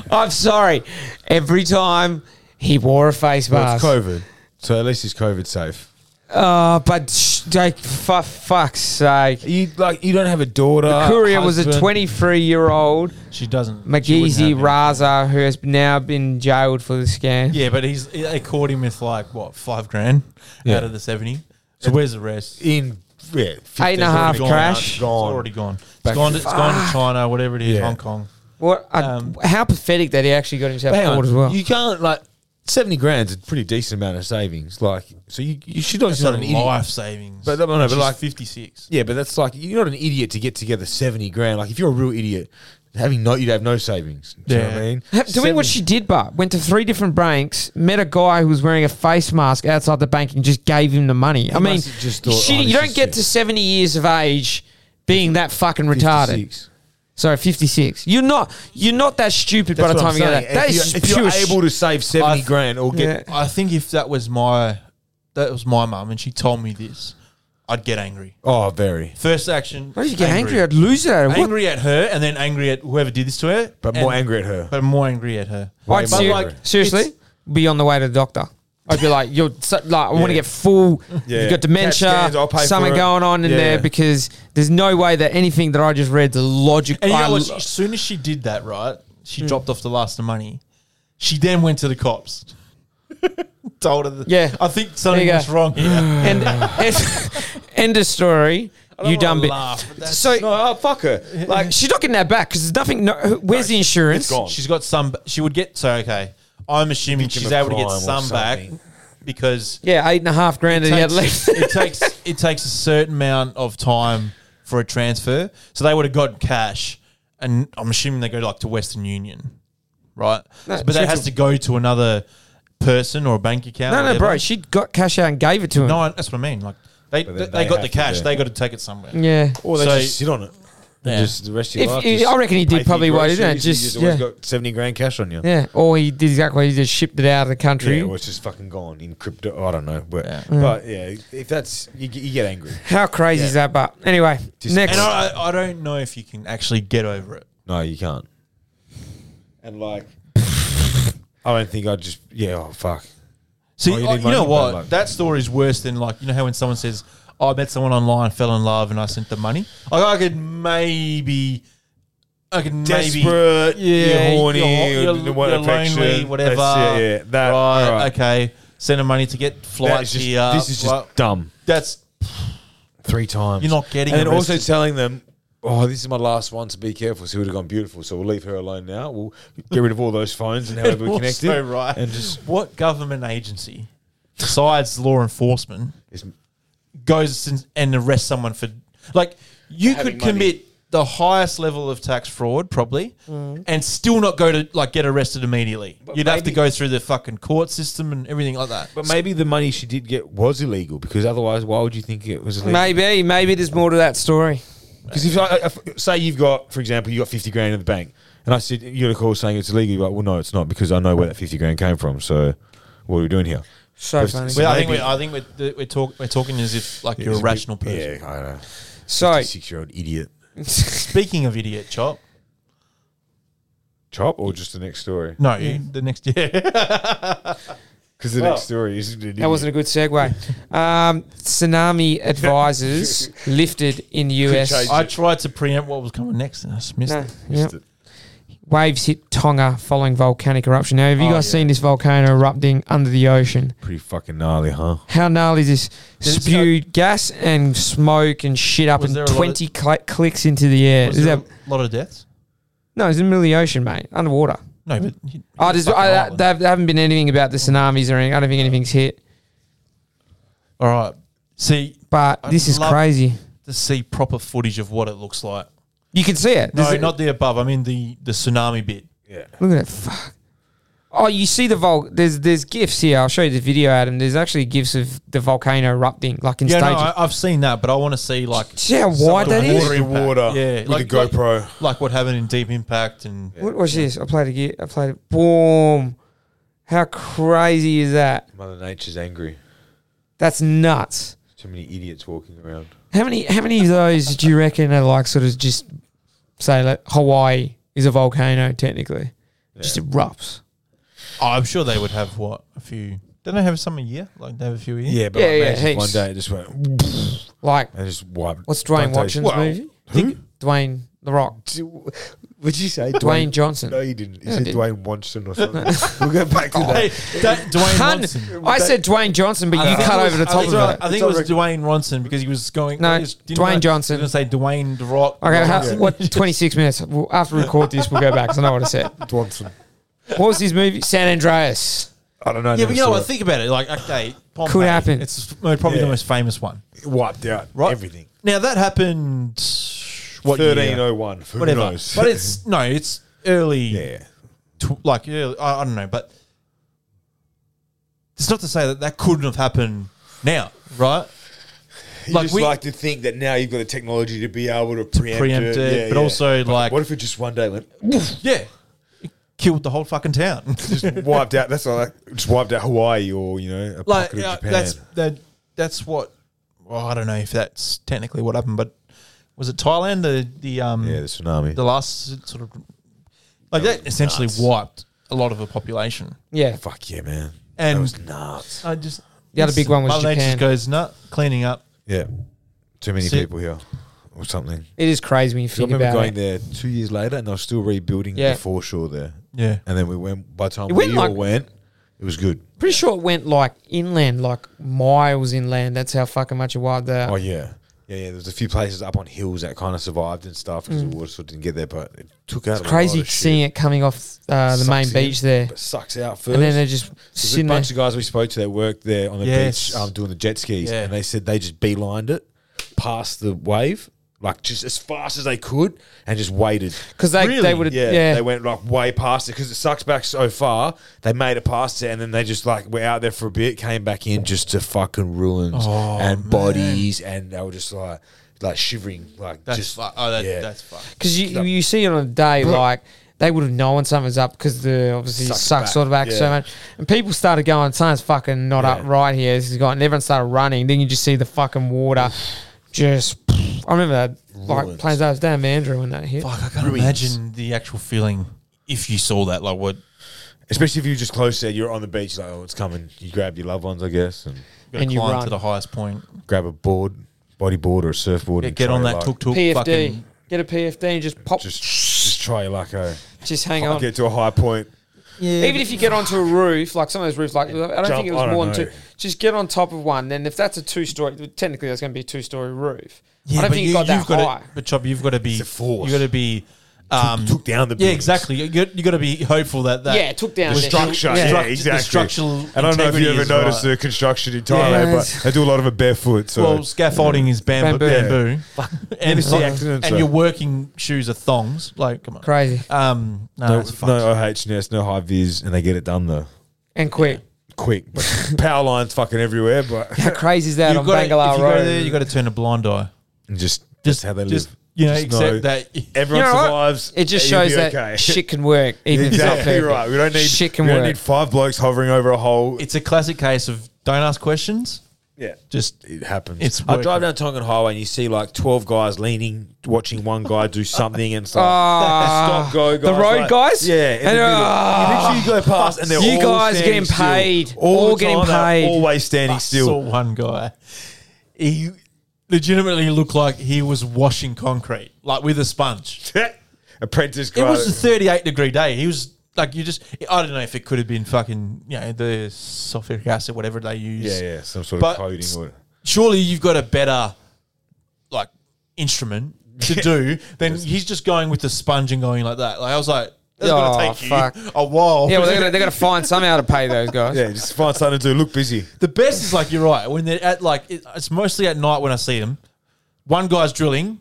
Speaker 2: I'm sorry. Every time he wore a face
Speaker 3: well, it's
Speaker 2: mask.
Speaker 3: COVID, so at least it's COVID safe.
Speaker 2: Uh, but sh- like, for fuck's sake.
Speaker 3: You like you don't have a daughter.
Speaker 2: The courier was a
Speaker 3: Uh, husband.
Speaker 2: 23 year old
Speaker 4: She doesn't. she wouldn't
Speaker 2: Magizi
Speaker 4: have him.
Speaker 2: Raza who has now been jailed for the scam.
Speaker 4: Yeah, but he's they caught him with like what five grand
Speaker 3: Yeah.
Speaker 4: out of the seventy. So where's the rest?
Speaker 3: in yeah, 15,
Speaker 2: Eight and a half
Speaker 4: Gone,
Speaker 2: crash.
Speaker 4: It's already gone. It's
Speaker 3: Back
Speaker 4: gone,
Speaker 3: to-
Speaker 4: to, it's gone to China, whatever it is,
Speaker 3: Yeah.
Speaker 4: Hong Kong.
Speaker 2: What? a-
Speaker 4: Um,
Speaker 2: how pathetic that he actually got himself
Speaker 3: Hang
Speaker 2: caught
Speaker 3: on,
Speaker 2: as well.
Speaker 3: You can't like seventy grand's a pretty decent amount of savings. Like, so you you should not
Speaker 4: It's
Speaker 3: she's not
Speaker 4: not
Speaker 3: an
Speaker 4: life
Speaker 3: idiot.
Speaker 4: savings.
Speaker 3: But, no, no,
Speaker 4: And
Speaker 3: but
Speaker 4: she's
Speaker 3: like-
Speaker 4: 56.
Speaker 3: Yeah, but that's like you're not an idiot to get together seventy grand. Like, if you're a real idiot, having no you'd have no savings. Do you know what
Speaker 4: Yeah.
Speaker 3: I mean?
Speaker 2: Ha- Doing what
Speaker 3: Seven-
Speaker 2: she did, but went to three different banks, met a guy who was wearing a face mask outside the bank, and just gave him the money. I mean,
Speaker 3: must have just thought,
Speaker 2: she,
Speaker 3: "Oh,
Speaker 2: you
Speaker 3: this
Speaker 2: don't
Speaker 3: is
Speaker 2: get
Speaker 3: it."
Speaker 2: to seventy years of age being that fucking retarded.
Speaker 3: 56.
Speaker 2: Sorry, fifty-six. You're not. You're not that stupid
Speaker 3: That's
Speaker 2: by the
Speaker 3: what
Speaker 2: time
Speaker 3: I'm
Speaker 2: you get
Speaker 3: saying.
Speaker 2: that. That
Speaker 3: if
Speaker 2: is
Speaker 3: you're,
Speaker 2: just pure.
Speaker 3: if you're
Speaker 2: sh-
Speaker 3: able to save seventy
Speaker 4: I've-
Speaker 3: grand or get
Speaker 2: Yeah.
Speaker 4: I think if that was my that was my mum and she told me this, I'd get angry.
Speaker 3: oh very,
Speaker 4: First action.
Speaker 2: Why did you get angry? I'd lose it. What?
Speaker 4: Angry at her, and then angry at whoever did this to her.
Speaker 3: but
Speaker 4: and-
Speaker 3: more angry at her.
Speaker 4: But more angry at her.
Speaker 3: Way
Speaker 2: I'd
Speaker 3: more
Speaker 2: ser-
Speaker 3: angry.
Speaker 2: seriously be on the way to the doctor. I'd be like, you're so, like, I want to
Speaker 3: Yeah.
Speaker 2: get full.
Speaker 3: Yeah.
Speaker 2: You've got
Speaker 3: Cat
Speaker 2: dementia,
Speaker 3: scans, I'll pay
Speaker 2: something
Speaker 3: for it.
Speaker 2: going on in
Speaker 3: Yeah.
Speaker 2: there because there's no way that anything that I just read, the logic.
Speaker 4: And you
Speaker 2: I
Speaker 4: know what?
Speaker 2: l-
Speaker 4: As soon as she did that, right,
Speaker 2: Hmm.
Speaker 4: she dropped off the last of money. She then went to the cops. Told her. That
Speaker 2: Yeah.
Speaker 4: I think
Speaker 2: There
Speaker 4: something
Speaker 2: you go.
Speaker 4: was wrong here.
Speaker 2: and end of story. You dumb bitch. So
Speaker 3: No, oh fuck her. Like,
Speaker 2: like she's not getting that back because there's nothing. No, where's the insurance?
Speaker 3: it's gone.
Speaker 4: She's got some. She would get. So okay, I'm assuming
Speaker 3: Victim
Speaker 4: she's
Speaker 3: of
Speaker 4: able to get
Speaker 3: crime or
Speaker 4: some back
Speaker 3: something.
Speaker 4: because
Speaker 2: Yeah, eight and a half grand that he had
Speaker 4: takes-
Speaker 2: left.
Speaker 4: it takes it takes a certain amount of time for a transfer. So they would have gotten cash, and I'm assuming they go like to Western Union, right?
Speaker 2: No,
Speaker 4: but that
Speaker 2: Central-
Speaker 4: has to go to another person or a bank account.
Speaker 2: No, no,
Speaker 4: whatever.
Speaker 2: bro. She got cash out and gave it to him.
Speaker 4: No, I- that's what I mean. Like they
Speaker 3: But
Speaker 4: they,
Speaker 3: then
Speaker 4: they
Speaker 3: they
Speaker 4: got the
Speaker 3: have to,
Speaker 4: cash.
Speaker 3: yeah.
Speaker 4: They got to take it somewhere.
Speaker 2: yeah.
Speaker 3: or they
Speaker 4: So-
Speaker 3: just sit on it.
Speaker 4: Yeah.
Speaker 3: Just the rest of your
Speaker 2: If,
Speaker 3: life.
Speaker 2: if-
Speaker 3: just
Speaker 2: I reckon he did
Speaker 3: pay for your
Speaker 2: probably what he did.
Speaker 3: groceries, you
Speaker 2: Just,
Speaker 3: always
Speaker 2: yeah.
Speaker 3: got seventy grand cash on you.
Speaker 2: yeah. Or he did exactly. He just shipped it out of the country.
Speaker 3: Yeah, or it's just fucking gone in crypto. I don't know, but
Speaker 4: Yeah.
Speaker 3: but yeah, if that's you, get- you get angry.
Speaker 2: How crazy is that? But anyway,
Speaker 3: Just-
Speaker 2: next.
Speaker 4: And I, I don't know if you can actually get over it.
Speaker 3: No, you can't. And like, I don't think I would just yeah. Oh fuck.
Speaker 4: See,
Speaker 3: Oh, you
Speaker 4: I-
Speaker 3: need
Speaker 4: you know
Speaker 3: money,
Speaker 4: what?
Speaker 3: bad luck.
Speaker 4: That story is worse than like you know how when someone says, oh, "I met someone online, fell in love, and I sent the money." Like I could maybe, I could maybe,
Speaker 3: Desperate.
Speaker 4: yeah,
Speaker 3: you're horny.
Speaker 4: you're,
Speaker 3: you
Speaker 4: you're,
Speaker 3: don't want
Speaker 4: you're
Speaker 3: affection.
Speaker 4: lonely, whatever.
Speaker 3: That's, yeah, yeah. That,
Speaker 4: right,
Speaker 3: all right.
Speaker 4: Okay. Send the money to get
Speaker 3: That
Speaker 4: flights
Speaker 3: is just,
Speaker 4: here.
Speaker 3: this is just
Speaker 4: Like,
Speaker 3: dumb.
Speaker 4: that's
Speaker 3: Three times.
Speaker 4: You're not getting
Speaker 3: And then also
Speaker 4: arrested.
Speaker 3: telling them, oh, this is my last one, so be careful. So it would have gone beautiful. So we'll leave her alone now. We'll get rid of all those phones and however we connect
Speaker 4: also
Speaker 3: it.
Speaker 4: right.
Speaker 3: And just
Speaker 4: what government agency, besides law enforcement,
Speaker 3: it's-
Speaker 4: goes and, and arrests someone for like you
Speaker 3: Having
Speaker 4: could
Speaker 3: money.
Speaker 4: commit the highest level of tax fraud probably, and still not go to like get arrested immediately. You'd have to
Speaker 3: Mm. maybe-
Speaker 4: go through the fucking court system and everything like that.
Speaker 3: But maybe the money she did get was illegal because otherwise, why would you think it was illegal?
Speaker 2: Maybe, maybe there's more to that story.
Speaker 3: Because if I, if, say you've got, for example, you got fifty grand in the bank, and I said you got a call saying it's illegal, you're like, well, no, it's not because I know where that fifty grand came from. So, what are we doing here?
Speaker 2: So
Speaker 3: There's-
Speaker 2: funny.
Speaker 3: so
Speaker 4: Well, I think
Speaker 3: maybe-
Speaker 4: we're, I think we're, we're, talk, we're talking as if like you're a
Speaker 3: It's
Speaker 4: rational
Speaker 3: bit-
Speaker 4: person.
Speaker 3: Yeah, I don't know.
Speaker 2: So,
Speaker 3: Six-year-old idiot.
Speaker 4: Speaking of idiot, chop.
Speaker 3: Chop or just the next story?
Speaker 4: No, the next year.
Speaker 3: Because the next story is an idiot.
Speaker 2: That wasn't a good segue. Um, tsunami advisors lifted in US.
Speaker 3: change
Speaker 4: I tried to preempt what was coming next, and I just missed
Speaker 2: No,
Speaker 4: it.
Speaker 2: yeah.
Speaker 3: it.
Speaker 2: Waves hit Tonga following volcanic eruption. Now, have you
Speaker 4: Oh,
Speaker 2: guys
Speaker 4: yeah.
Speaker 2: seen this volcano erupting under the ocean?
Speaker 3: pretty fucking gnarly, huh?
Speaker 2: How gnarly is this?
Speaker 4: Did it
Speaker 2: Spewed gas and smoke and shit up
Speaker 4: Was
Speaker 2: in
Speaker 4: there a lot of-
Speaker 2: 20 cl- clicks into the air.
Speaker 4: Was
Speaker 2: Is
Speaker 4: there
Speaker 2: that-
Speaker 4: a lot of deaths?
Speaker 2: no, it's in the middle of the ocean, mate, underwater.
Speaker 4: No, but you-
Speaker 2: Oh, there's,
Speaker 4: fucking
Speaker 2: I,
Speaker 4: island.
Speaker 2: there haven't been anything about the tsunamis or anything. I don't think anything's hit.
Speaker 4: all right. See,
Speaker 2: But
Speaker 4: I'd
Speaker 2: this is
Speaker 4: love-
Speaker 2: crazy.
Speaker 4: to see proper footage of what it looks like.
Speaker 2: You can see it.
Speaker 4: No,
Speaker 2: There's a-
Speaker 4: not the above. I mean the the tsunami bit.
Speaker 3: Yeah.
Speaker 2: Look at that. Fuck. Oh, you see the vol? There's there's gifs here. I'll show you the video, Adam. There's actually gifs of the volcano erupting, like in
Speaker 4: Yeah, no,
Speaker 2: stages.
Speaker 4: I, I've seen that, but I want to see like
Speaker 2: See how
Speaker 4: some of
Speaker 2: wide
Speaker 4: the
Speaker 2: that is?
Speaker 4: water
Speaker 3: Watery
Speaker 4: impact.
Speaker 3: water
Speaker 4: Yeah,
Speaker 3: with a GoPro.
Speaker 4: like what happened in Deep Impact and
Speaker 2: What was this? I played a gif. I played it. Boom. How crazy is that?
Speaker 3: Mother Nature's angry.
Speaker 2: That's nuts.
Speaker 3: Too many idiots walking around.
Speaker 2: How many how many of those do you reckon are like sort of just say like Hawaii is a volcano technically? Just erupts.
Speaker 4: Oh, I'm sure they would have what a few. Don't they have some a year? Like they have a few a year.
Speaker 3: Yeah, but
Speaker 2: Yeah,
Speaker 3: like,
Speaker 2: yeah,
Speaker 3: imagine if one
Speaker 2: heaps.
Speaker 3: day it just went
Speaker 2: Like
Speaker 3: and just wiped.
Speaker 2: what's Dwayne
Speaker 3: Dante's-
Speaker 2: Watson's
Speaker 3: Well,
Speaker 2: movie? Think Dwayne The Rock.
Speaker 3: Would you say
Speaker 2: Dwayne Johnson.
Speaker 3: No, you didn't. You
Speaker 2: Yeah, I
Speaker 3: said
Speaker 2: did. Oh,
Speaker 3: Dwayne Watson or something. we'll go back to
Speaker 4: Hey,
Speaker 3: that.
Speaker 4: Da- Dwayne
Speaker 2: Hun-
Speaker 4: Ronson.
Speaker 2: I said Dwayne Johnson, but you cut over the
Speaker 4: I
Speaker 2: top
Speaker 4: think,
Speaker 2: of it.
Speaker 4: I think it was Dwayne Ronson because he was going.
Speaker 2: No,
Speaker 4: he was- didn't
Speaker 2: Dwayne
Speaker 4: know-
Speaker 2: Johnson.
Speaker 4: Didn't say Dwayne the Rock.
Speaker 2: Okay, how,
Speaker 4: Johnson.
Speaker 2: what? Twenty six minutes. Well, after we record this, we'll go back. 'cause I know what I said.
Speaker 3: Watson.
Speaker 2: What was his movie? San Andreas.
Speaker 3: I don't know.
Speaker 4: Yeah, but you know what?
Speaker 3: think
Speaker 4: Think about it. Like, okay, Pompeii,
Speaker 2: Could happen.
Speaker 4: It's probably
Speaker 3: Yeah.
Speaker 4: the most famous one.
Speaker 3: it wiped out
Speaker 4: Right.
Speaker 3: everything.
Speaker 4: Now that happened. What
Speaker 3: Thirteen
Speaker 4: year?
Speaker 3: oh one. Who
Speaker 4: whatever.
Speaker 3: knows?
Speaker 4: But it's no, it's early.
Speaker 3: yeah.
Speaker 4: tw- like early, I, I don't know, but it's not to say that that couldn't have happened now, right?
Speaker 3: You
Speaker 4: Like
Speaker 3: just
Speaker 4: we-
Speaker 3: like to think that now you've got the technology to be able to preempt,
Speaker 4: preempt
Speaker 3: it,
Speaker 4: it,
Speaker 3: Yeah,
Speaker 4: but
Speaker 3: yeah.
Speaker 4: also, like-
Speaker 3: what if it just one day went
Speaker 4: Yeah, it killed the whole fucking town.
Speaker 3: just wiped out? That's like just wiped out Hawaii or you know a
Speaker 4: like
Speaker 3: pocket of
Speaker 4: uh,
Speaker 3: Japan.
Speaker 4: that's that. That's what. Well, I don't know if that's technically what happened, but was it Thailand the the um
Speaker 3: yeah, the tsunami.
Speaker 4: the last sort of like that, essentially wiped a lot of the population
Speaker 2: Yeah,
Speaker 3: Fuck yeah, man.
Speaker 4: and.
Speaker 3: that was nuts.
Speaker 4: I just
Speaker 2: The other big one was
Speaker 4: Mother Nature
Speaker 2: Japan.
Speaker 4: just goes nut cleaning up.
Speaker 3: Yeah, too many
Speaker 4: See-
Speaker 3: people here or something.
Speaker 2: it is crazy when you
Speaker 3: 'Cause I
Speaker 2: think
Speaker 3: remember
Speaker 2: about
Speaker 3: going
Speaker 2: it.
Speaker 3: there two years later, and they were still rebuilding
Speaker 2: Yeah.
Speaker 3: the foreshore there.
Speaker 4: Yeah,
Speaker 3: And then we went. By the time
Speaker 2: It
Speaker 3: we
Speaker 2: went
Speaker 3: all
Speaker 2: like-
Speaker 3: went, it was good.
Speaker 2: Pretty sure it went like inland, like miles inland. That's how fucking much it wiped out.
Speaker 3: Oh yeah, yeah, yeah. There's a few places up on hills that kind of survived and stuff because the water sort of didn't get there, but it took out.
Speaker 2: Mm. it's crazy seeing it coming off uh, the main
Speaker 3: Sucks in,
Speaker 2: beach there,
Speaker 3: But sucks out first.
Speaker 2: and then they're just
Speaker 3: There's a
Speaker 2: sitting there.
Speaker 3: bunch of guys we spoke to that worked there on the
Speaker 4: Yes.
Speaker 3: beach um, doing the jet skis,
Speaker 4: Yeah.
Speaker 3: and they said they just beelined it past the wave, like just as fast as they could, and just waited.
Speaker 2: Because they
Speaker 4: Really?
Speaker 2: they would have
Speaker 3: Yeah,
Speaker 2: yeah,
Speaker 3: they went like way past it because it sucks back so far. They made it past it, and then they just like were out there for a bit, came back in just to fucking ruins
Speaker 4: Oh,
Speaker 3: and
Speaker 4: man.
Speaker 3: bodies, and they were just like like shivering, like
Speaker 4: that's
Speaker 3: just
Speaker 4: fu- oh, that,
Speaker 3: yeah.
Speaker 4: that's fuck.
Speaker 2: because you you see it on a day like. They would have known something's up because the obviously
Speaker 3: Sucks
Speaker 2: sucks, sort of
Speaker 3: back,
Speaker 2: back so
Speaker 3: yeah.
Speaker 2: much, and people started going, "Something's fucking not
Speaker 3: Yeah.
Speaker 2: up right here." This is going, and everyone started running. Then you just see the fucking water, just. I remember that like
Speaker 3: Ruins.
Speaker 2: planes. I was down Mandra when that hit.
Speaker 4: Fuck, I can't
Speaker 3: Ruins.
Speaker 4: imagine the actual feeling if you saw that. Like what?
Speaker 3: especially if you're just close there, you're on the beach, like oh, it's coming. You grab your loved ones, I guess, and
Speaker 4: gotta
Speaker 2: And you
Speaker 4: climb
Speaker 2: run.
Speaker 4: to the highest point.
Speaker 3: grab a board, bodyboard or a surfboard,
Speaker 4: Yeah,
Speaker 3: and
Speaker 4: get
Speaker 3: try
Speaker 4: on
Speaker 3: your
Speaker 4: that
Speaker 3: luck.
Speaker 4: tuk tuk.
Speaker 2: PFD.
Speaker 4: Fucking,
Speaker 2: Get a PFD and just pop.
Speaker 3: Just,
Speaker 2: Just,
Speaker 3: just try your luck, oh.
Speaker 2: hang on.
Speaker 3: Get to a high point.
Speaker 2: Even if you get onto a roof, like some of those roofs, like I don't
Speaker 3: Jump,
Speaker 2: think it
Speaker 3: I
Speaker 2: was
Speaker 3: don't
Speaker 2: more than two.
Speaker 3: know.
Speaker 2: Just get on top of one. Then if that's a two story, technically that's going to be a two story roof. I don't
Speaker 4: but
Speaker 2: think it got that
Speaker 4: you've gotta-
Speaker 2: high.
Speaker 4: but Chob, you've got to be.
Speaker 3: It's a force.
Speaker 4: You've got to be Um,
Speaker 3: took down the
Speaker 4: yeah,
Speaker 3: buildings.
Speaker 4: exactly. You got, you got to be hopeful that that
Speaker 2: yeah, it took down
Speaker 4: the
Speaker 2: the-
Speaker 4: structure.
Speaker 3: Structure,
Speaker 4: Yeah.
Speaker 3: yeah,
Speaker 4: Struct- the
Speaker 3: exactly.
Speaker 4: structural
Speaker 3: and I don't know if
Speaker 4: integrity
Speaker 3: you ever
Speaker 4: is
Speaker 3: noticed
Speaker 4: right.
Speaker 3: the construction in
Speaker 2: Yeah,
Speaker 3: Thailand,
Speaker 2: it's-
Speaker 3: but they do a lot of it barefoot. So
Speaker 4: Well, scaffolding is bamboo.
Speaker 2: Bamboo.
Speaker 3: Yeah.
Speaker 4: bamboo. And,
Speaker 3: it's the accident,
Speaker 4: and
Speaker 3: so.
Speaker 4: your working shoes are thongs. Like, come on.
Speaker 2: Crazy
Speaker 4: Um, no,
Speaker 3: no,
Speaker 4: it's fucked.
Speaker 3: no OHS, no high vis, and they get it done though.
Speaker 2: and quick.
Speaker 3: Quick, but power lines fucking everywhere, but
Speaker 2: How crazy is that
Speaker 4: You've
Speaker 2: on
Speaker 4: got to-
Speaker 2: Bangalore
Speaker 4: if you
Speaker 2: Road?
Speaker 4: go there, you got to turn a blind eye.
Speaker 3: And just
Speaker 4: Just
Speaker 3: that's how they
Speaker 4: just,
Speaker 3: live.
Speaker 4: You know,
Speaker 3: Just
Speaker 4: except
Speaker 3: know
Speaker 4: that
Speaker 3: everyone
Speaker 2: You know what?
Speaker 3: survives.
Speaker 2: It just
Speaker 3: and you'll
Speaker 2: shows
Speaker 3: be
Speaker 2: that
Speaker 3: okay.
Speaker 2: shit can work, even if it's not
Speaker 3: exactly
Speaker 2: perfect.
Speaker 3: right. We don't need
Speaker 2: shit can
Speaker 3: we don't
Speaker 2: work.
Speaker 3: need five blokes hovering over a hole.
Speaker 4: it's a classic case of don't ask questions.
Speaker 3: yeah.
Speaker 4: Just
Speaker 3: it happens.
Speaker 4: It's
Speaker 3: I
Speaker 4: working.
Speaker 3: drive down Tongan Highway and you see like twelve guys leaning, watching one guy do something, and it's like,
Speaker 2: Ah,
Speaker 3: stop, go, guys.
Speaker 2: the road
Speaker 3: like-
Speaker 2: guys?
Speaker 3: yeah. in
Speaker 2: And,
Speaker 3: the middle.
Speaker 2: ah,
Speaker 3: you literally go past, and they're
Speaker 2: You
Speaker 3: all
Speaker 2: guys
Speaker 3: standing
Speaker 2: getting
Speaker 3: still.
Speaker 2: paid.
Speaker 3: all,
Speaker 2: All
Speaker 3: the
Speaker 2: getting
Speaker 3: time, they're
Speaker 2: paid.
Speaker 3: always standing still.
Speaker 4: saw one guy. He legitimately looked like he was washing concrete, like with a sponge.
Speaker 3: Apprentice
Speaker 4: It
Speaker 3: guy.
Speaker 4: was a 38 degree day. He was like, you just, I don't know if it could have been fucking, you know, the sulfuric acid, whatever they use.
Speaker 3: yeah, yeah, some sort
Speaker 4: But-
Speaker 3: of coding. Or,
Speaker 4: surely you've got a better like instrument to do than he's just going with the sponge and going like that. Like I was like, that's
Speaker 2: Oh,
Speaker 4: gonna take
Speaker 2: fuck.
Speaker 4: you a while.
Speaker 2: Yeah, well, they're gonna, they're gonna find somehow to pay those guys.
Speaker 3: yeah, just find something to do. Look busy.
Speaker 4: the best is like you're right when they're at like it, it's mostly at night when I see them. One guy's drilling,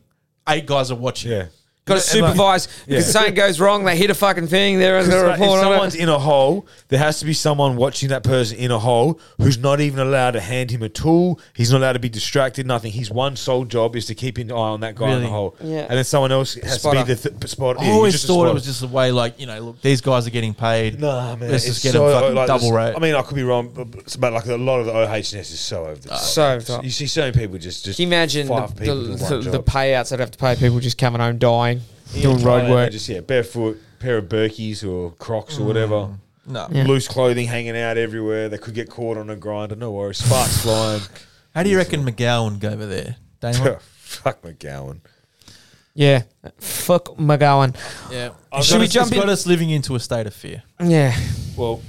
Speaker 4: eight guys are watching.
Speaker 3: Yeah.
Speaker 2: Got to
Speaker 3: And, like,
Speaker 2: supervise. If something goes wrong, they hit a fucking thing. They're going to
Speaker 3: It's like
Speaker 2: report
Speaker 3: if
Speaker 2: on
Speaker 3: someone's
Speaker 2: it.
Speaker 3: in a hole, there has to be someone watching that person in a hole who's not even allowed to hand him a tool. He's not allowed to be distracted. Nothing. His one sole job is to keep an eye on that guy in the
Speaker 4: Really?
Speaker 3: hole.
Speaker 2: Yeah.
Speaker 3: And then someone else has to be
Speaker 2: Spotter.
Speaker 3: the th- spot.
Speaker 4: I always thought it was just a way like you know, look, these guys are getting paid.
Speaker 3: Nah, man.
Speaker 4: let's
Speaker 3: it's
Speaker 4: just get
Speaker 3: so, uh,
Speaker 4: them fucking
Speaker 3: like,
Speaker 4: double
Speaker 3: there's-
Speaker 4: rate.
Speaker 3: I mean, I could be wrong, but, but like a lot of the OHS is so over the top.
Speaker 2: So over the top.
Speaker 3: You see so many people just just.
Speaker 2: Can you imagine the,
Speaker 3: five people
Speaker 2: the,
Speaker 3: do one
Speaker 2: the, the
Speaker 3: job.
Speaker 2: payouts that have to pay people just coming home dying,
Speaker 3: Yeah,
Speaker 2: doing
Speaker 3: Thailand,
Speaker 2: road
Speaker 3: they
Speaker 2: work?
Speaker 3: Just yeah, barefoot, pair of Birkis or Crocs
Speaker 2: Mm.
Speaker 3: or whatever.
Speaker 4: no,
Speaker 3: Loose clothing hanging out everywhere. They could get caught on a grinder. No worries. Sparks flying.
Speaker 4: how do you reckon McGowan go over there? Damon?
Speaker 3: Fuck McGowan.
Speaker 2: Yeah. Fuck McGowan.
Speaker 4: yeah,
Speaker 3: I've
Speaker 4: should
Speaker 3: got
Speaker 4: we
Speaker 3: us-
Speaker 4: jump?
Speaker 2: it's
Speaker 4: Got
Speaker 2: got
Speaker 4: us living into a state of fear.
Speaker 2: Yeah.
Speaker 3: Well,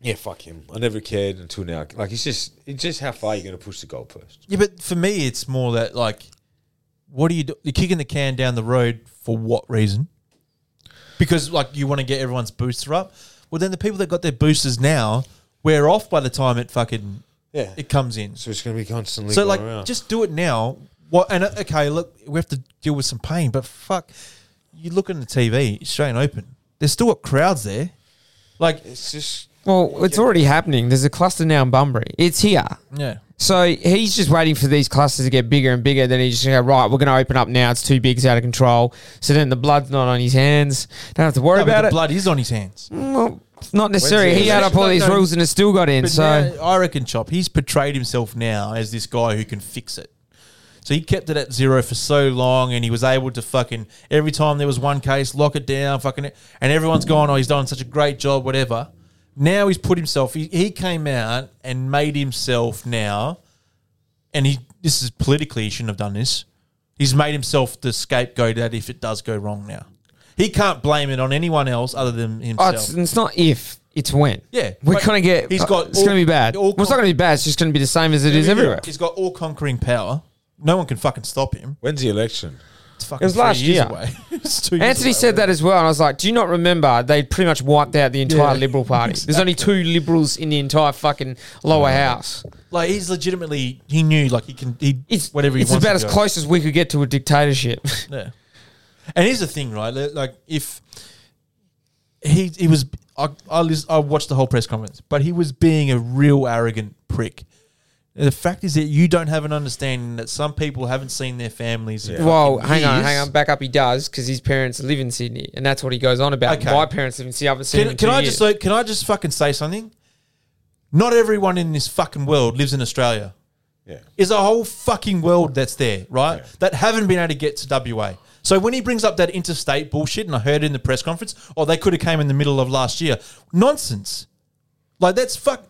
Speaker 3: yeah, fuck him. I never cared until now. Like it's just, it's just how far you're going to push the goalpost.
Speaker 4: Yeah, but for me, it's more that like, what are you do- you're kicking the can down the road for what reason? Because like you want to get everyone's booster up. Well, then the people that got their boosters now wear off by the time it fucking
Speaker 3: Yeah.
Speaker 4: it comes in.
Speaker 3: So it's going to be constantly.
Speaker 4: So
Speaker 3: going
Speaker 4: like,
Speaker 3: around.
Speaker 4: just do it now. What and uh, okay, look, we have to deal with some pain, but fuck, you look on the TV, Australian Open. There's still got crowds there. Like,
Speaker 3: it's just.
Speaker 2: Well, it's already happening. There's a cluster now in Bunbury. It's here.
Speaker 4: yeah,
Speaker 2: So he's just waiting for these clusters to get bigger and bigger. Then he's just going to go, right, we're going to open up now. It's too big. It's out of control. So then the blood's not on his hands. Don't have to worry
Speaker 4: no, but
Speaker 2: about
Speaker 4: the
Speaker 2: it.
Speaker 4: blood is on his hands.
Speaker 2: Well, it's not necessarily.
Speaker 3: When's it-
Speaker 2: He had up all these
Speaker 4: No, no.
Speaker 2: rules and it still got in.
Speaker 4: But
Speaker 2: So. oh,
Speaker 4: now, I reckon Chop, he's portrayed himself now as this guy who can fix it. So he kept it at zero for so long, and he was able to fucking every time there was one case, lock it down, fucking it, and everyone's gone. Oh, he's done such a great job, whatever. Now he's put himself. He, he came out and made himself now, and he this is politically he shouldn't have done this. He's made himself the scapegoat that if it does go wrong now, he can't blame it on anyone else other than
Speaker 2: Oh,
Speaker 4: himself.
Speaker 2: it's, it's not if, it's when.
Speaker 4: Yeah,
Speaker 2: We're
Speaker 4: but
Speaker 2: going to get.
Speaker 4: he's
Speaker 2: He's
Speaker 4: got
Speaker 2: got it's
Speaker 4: all-
Speaker 2: going to be bad.
Speaker 4: all
Speaker 2: well, it's not
Speaker 4: con-
Speaker 2: going to be bad. It's just going to be the same as it is everywhere.
Speaker 4: He's got all conquering power. No one can fucking stop him.
Speaker 3: When's the election?
Speaker 4: It's fucking
Speaker 2: was
Speaker 4: three
Speaker 2: last
Speaker 4: years
Speaker 2: year.
Speaker 4: away. it's two years
Speaker 2: Anthony
Speaker 4: away.
Speaker 2: said that as well. And I was like, do you not remember? They pretty much wiped out the entire
Speaker 4: Yeah,
Speaker 2: Liberal Party. There's only two Liberals in the entire fucking lower house.
Speaker 4: Like he's legitimately, he knew like he can, he
Speaker 2: It's,
Speaker 4: whatever he
Speaker 2: it's
Speaker 4: wants.
Speaker 2: about
Speaker 4: to
Speaker 2: as
Speaker 4: go.
Speaker 2: close as we could get to a dictatorship.
Speaker 4: Yeah. And here's the thing, right? Li- Like if he he was, I I, lis- I watched the whole press conference, but he was being a real arrogant prick. The fact is that you don't have an understanding that some people haven't seen their families. in
Speaker 2: well,
Speaker 4: fucking
Speaker 2: hang on,
Speaker 4: years.
Speaker 2: hang on. Back up he does because his parents live in Sydney. And that's what he goes on about.
Speaker 4: Okay.
Speaker 2: My parents live in Sydney. I haven't seen them
Speaker 4: Can,
Speaker 2: in
Speaker 4: can
Speaker 2: two
Speaker 4: I
Speaker 2: years.
Speaker 4: just like, can I just fucking say something? Not everyone in this fucking world lives in Australia.
Speaker 3: Yeah.
Speaker 4: Is a whole fucking world that's there, right? That haven't been able to get to WA. So when he brings up that interstate bullshit, and I heard it in the press conference, oh, they could have came in the middle of last year. Nonsense. Like that's fuck.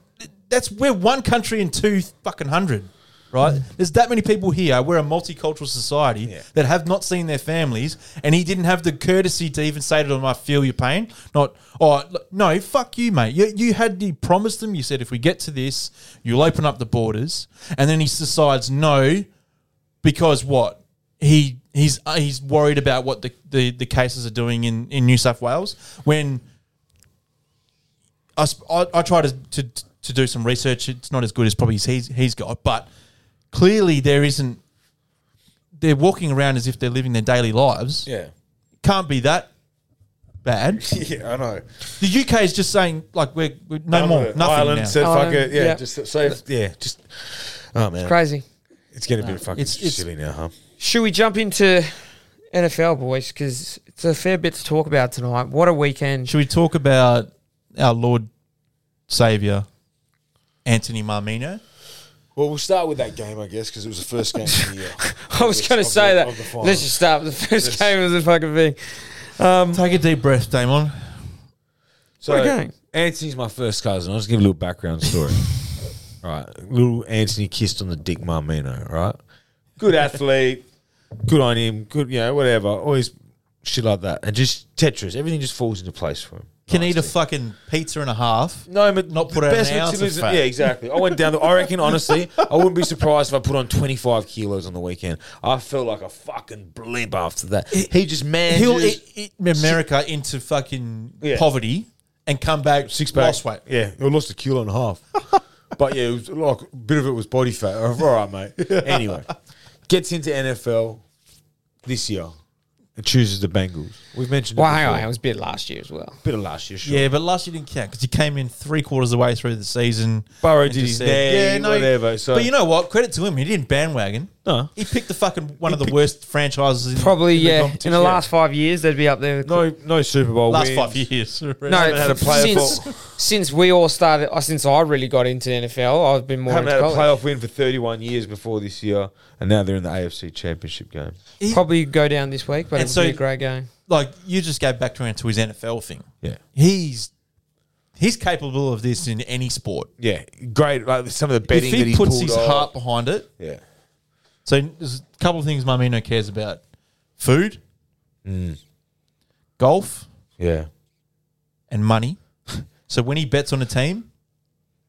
Speaker 4: That's we're one country and two fucking hundred, right? There's that many people here. We're a multicultural society that have not seen their families, and he didn't have the courtesy to even say to them, "I feel your pain." Not, oh look, no, fuck you, mate. You you had you promised them. You said if we get to this, you'll open up the borders, and then he decides no, because what he he's uh, he's worried about what the, the, the cases are doing in, in New South Wales. When I sp- I, I try to, to to do some research, it's not as good as probably he's he's got, but clearly there isn't. They're walking around as if they're living their daily lives.
Speaker 3: Yeah.
Speaker 4: Can't be that bad.
Speaker 3: Yeah, I know.
Speaker 4: The UK is just saying like we're, we're no more nothing
Speaker 3: Ireland
Speaker 4: now.
Speaker 3: said fuck
Speaker 2: Ireland,
Speaker 3: it. Yeah,
Speaker 2: yeah.
Speaker 3: just so if- yeah, just oh man,
Speaker 2: Crazy.
Speaker 3: it's getting a bit fucking
Speaker 4: it's- it's-
Speaker 3: silly now, huh?
Speaker 2: Should we jump into NFL, boys? Because it's a fair bit to talk about tonight. What a weekend.
Speaker 4: Should we talk about our Lord Savior Anthony Marmino?
Speaker 3: Well, we'll start with that game, I guess, because it was the first game of the year.
Speaker 2: I was going to say that. Let's just start with the first game of the fucking thing.
Speaker 3: Um,
Speaker 4: Take a deep breath, Damon.
Speaker 3: So,
Speaker 2: What a game.
Speaker 3: Anthony's my first cousin. I'll just give a little background story. all right. Little Anthony kissed on the dick Marmino, all right? Good athlete. good on him. Good, you know, whatever. Always shit like that. And just Tetris. Everything just falls into place for him.
Speaker 4: Can eat a fucking pizza and a half.
Speaker 3: No, but
Speaker 4: Not put
Speaker 3: the
Speaker 4: out an
Speaker 3: best
Speaker 4: ounce of
Speaker 3: materialism-
Speaker 4: fat.
Speaker 3: Yeah, exactly. I went down. The, I reckon, honestly, I wouldn't be surprised if I put on 25 kilos on the weekend. I felt like a fucking blimp after that. He just man.
Speaker 4: He'll
Speaker 3: just-
Speaker 4: eat, eat America into fucking
Speaker 3: Yeah.
Speaker 4: poverty and come back
Speaker 3: six pack.
Speaker 4: lost weight.
Speaker 3: Yeah, I lost a kilo and a half. but yeah, it was like a bit of it was body fat. All right, mate. Anyway, gets into NFL this year and chooses the Bengals. We've mentioned
Speaker 2: Well,
Speaker 3: it
Speaker 2: hang
Speaker 3: before.
Speaker 2: on. It was a bit last year as well.
Speaker 3: bit of last year, sure.
Speaker 4: Yeah, but last year didn't count because he came in three quarters of the way through the season.
Speaker 3: Burrow
Speaker 4: and
Speaker 3: did
Speaker 4: just
Speaker 3: his thing, whatever, so-
Speaker 4: but you know what? Credit to him, he didn't bandwagon.
Speaker 3: No.
Speaker 4: he picked the fucking one of the worst franchises. In,
Speaker 2: Probably,
Speaker 4: in
Speaker 2: yeah.
Speaker 4: competition.
Speaker 2: In the last five years, they'd be up there. with-
Speaker 3: No, no Super Bowl.
Speaker 4: last
Speaker 3: wins.
Speaker 4: five years.
Speaker 2: No,
Speaker 3: had a playoff
Speaker 2: since, since we all started, uh, since I really got into NFL, I've been more
Speaker 3: Haven't
Speaker 2: into
Speaker 3: had a
Speaker 2: college.
Speaker 3: playoff win for 31 years before this year, and now they're in the AFC Championship game.
Speaker 4: He-
Speaker 2: Probably go down this week, but
Speaker 4: And
Speaker 2: it's
Speaker 4: so-
Speaker 2: be a great game.
Speaker 4: like you just go back to him to his NFL thing.
Speaker 3: Yeah.
Speaker 4: He's he's capable of this in any sport.
Speaker 3: Yeah, great. Like some of the betting
Speaker 4: if he
Speaker 3: that he
Speaker 4: puts
Speaker 3: pulled
Speaker 4: his
Speaker 3: off.
Speaker 4: heart behind it.
Speaker 3: Yeah.
Speaker 4: So there's a couple of things Marmino cares about: food,
Speaker 3: Mm.
Speaker 4: golf,
Speaker 3: Yeah.
Speaker 4: and money. so when he bets on a team,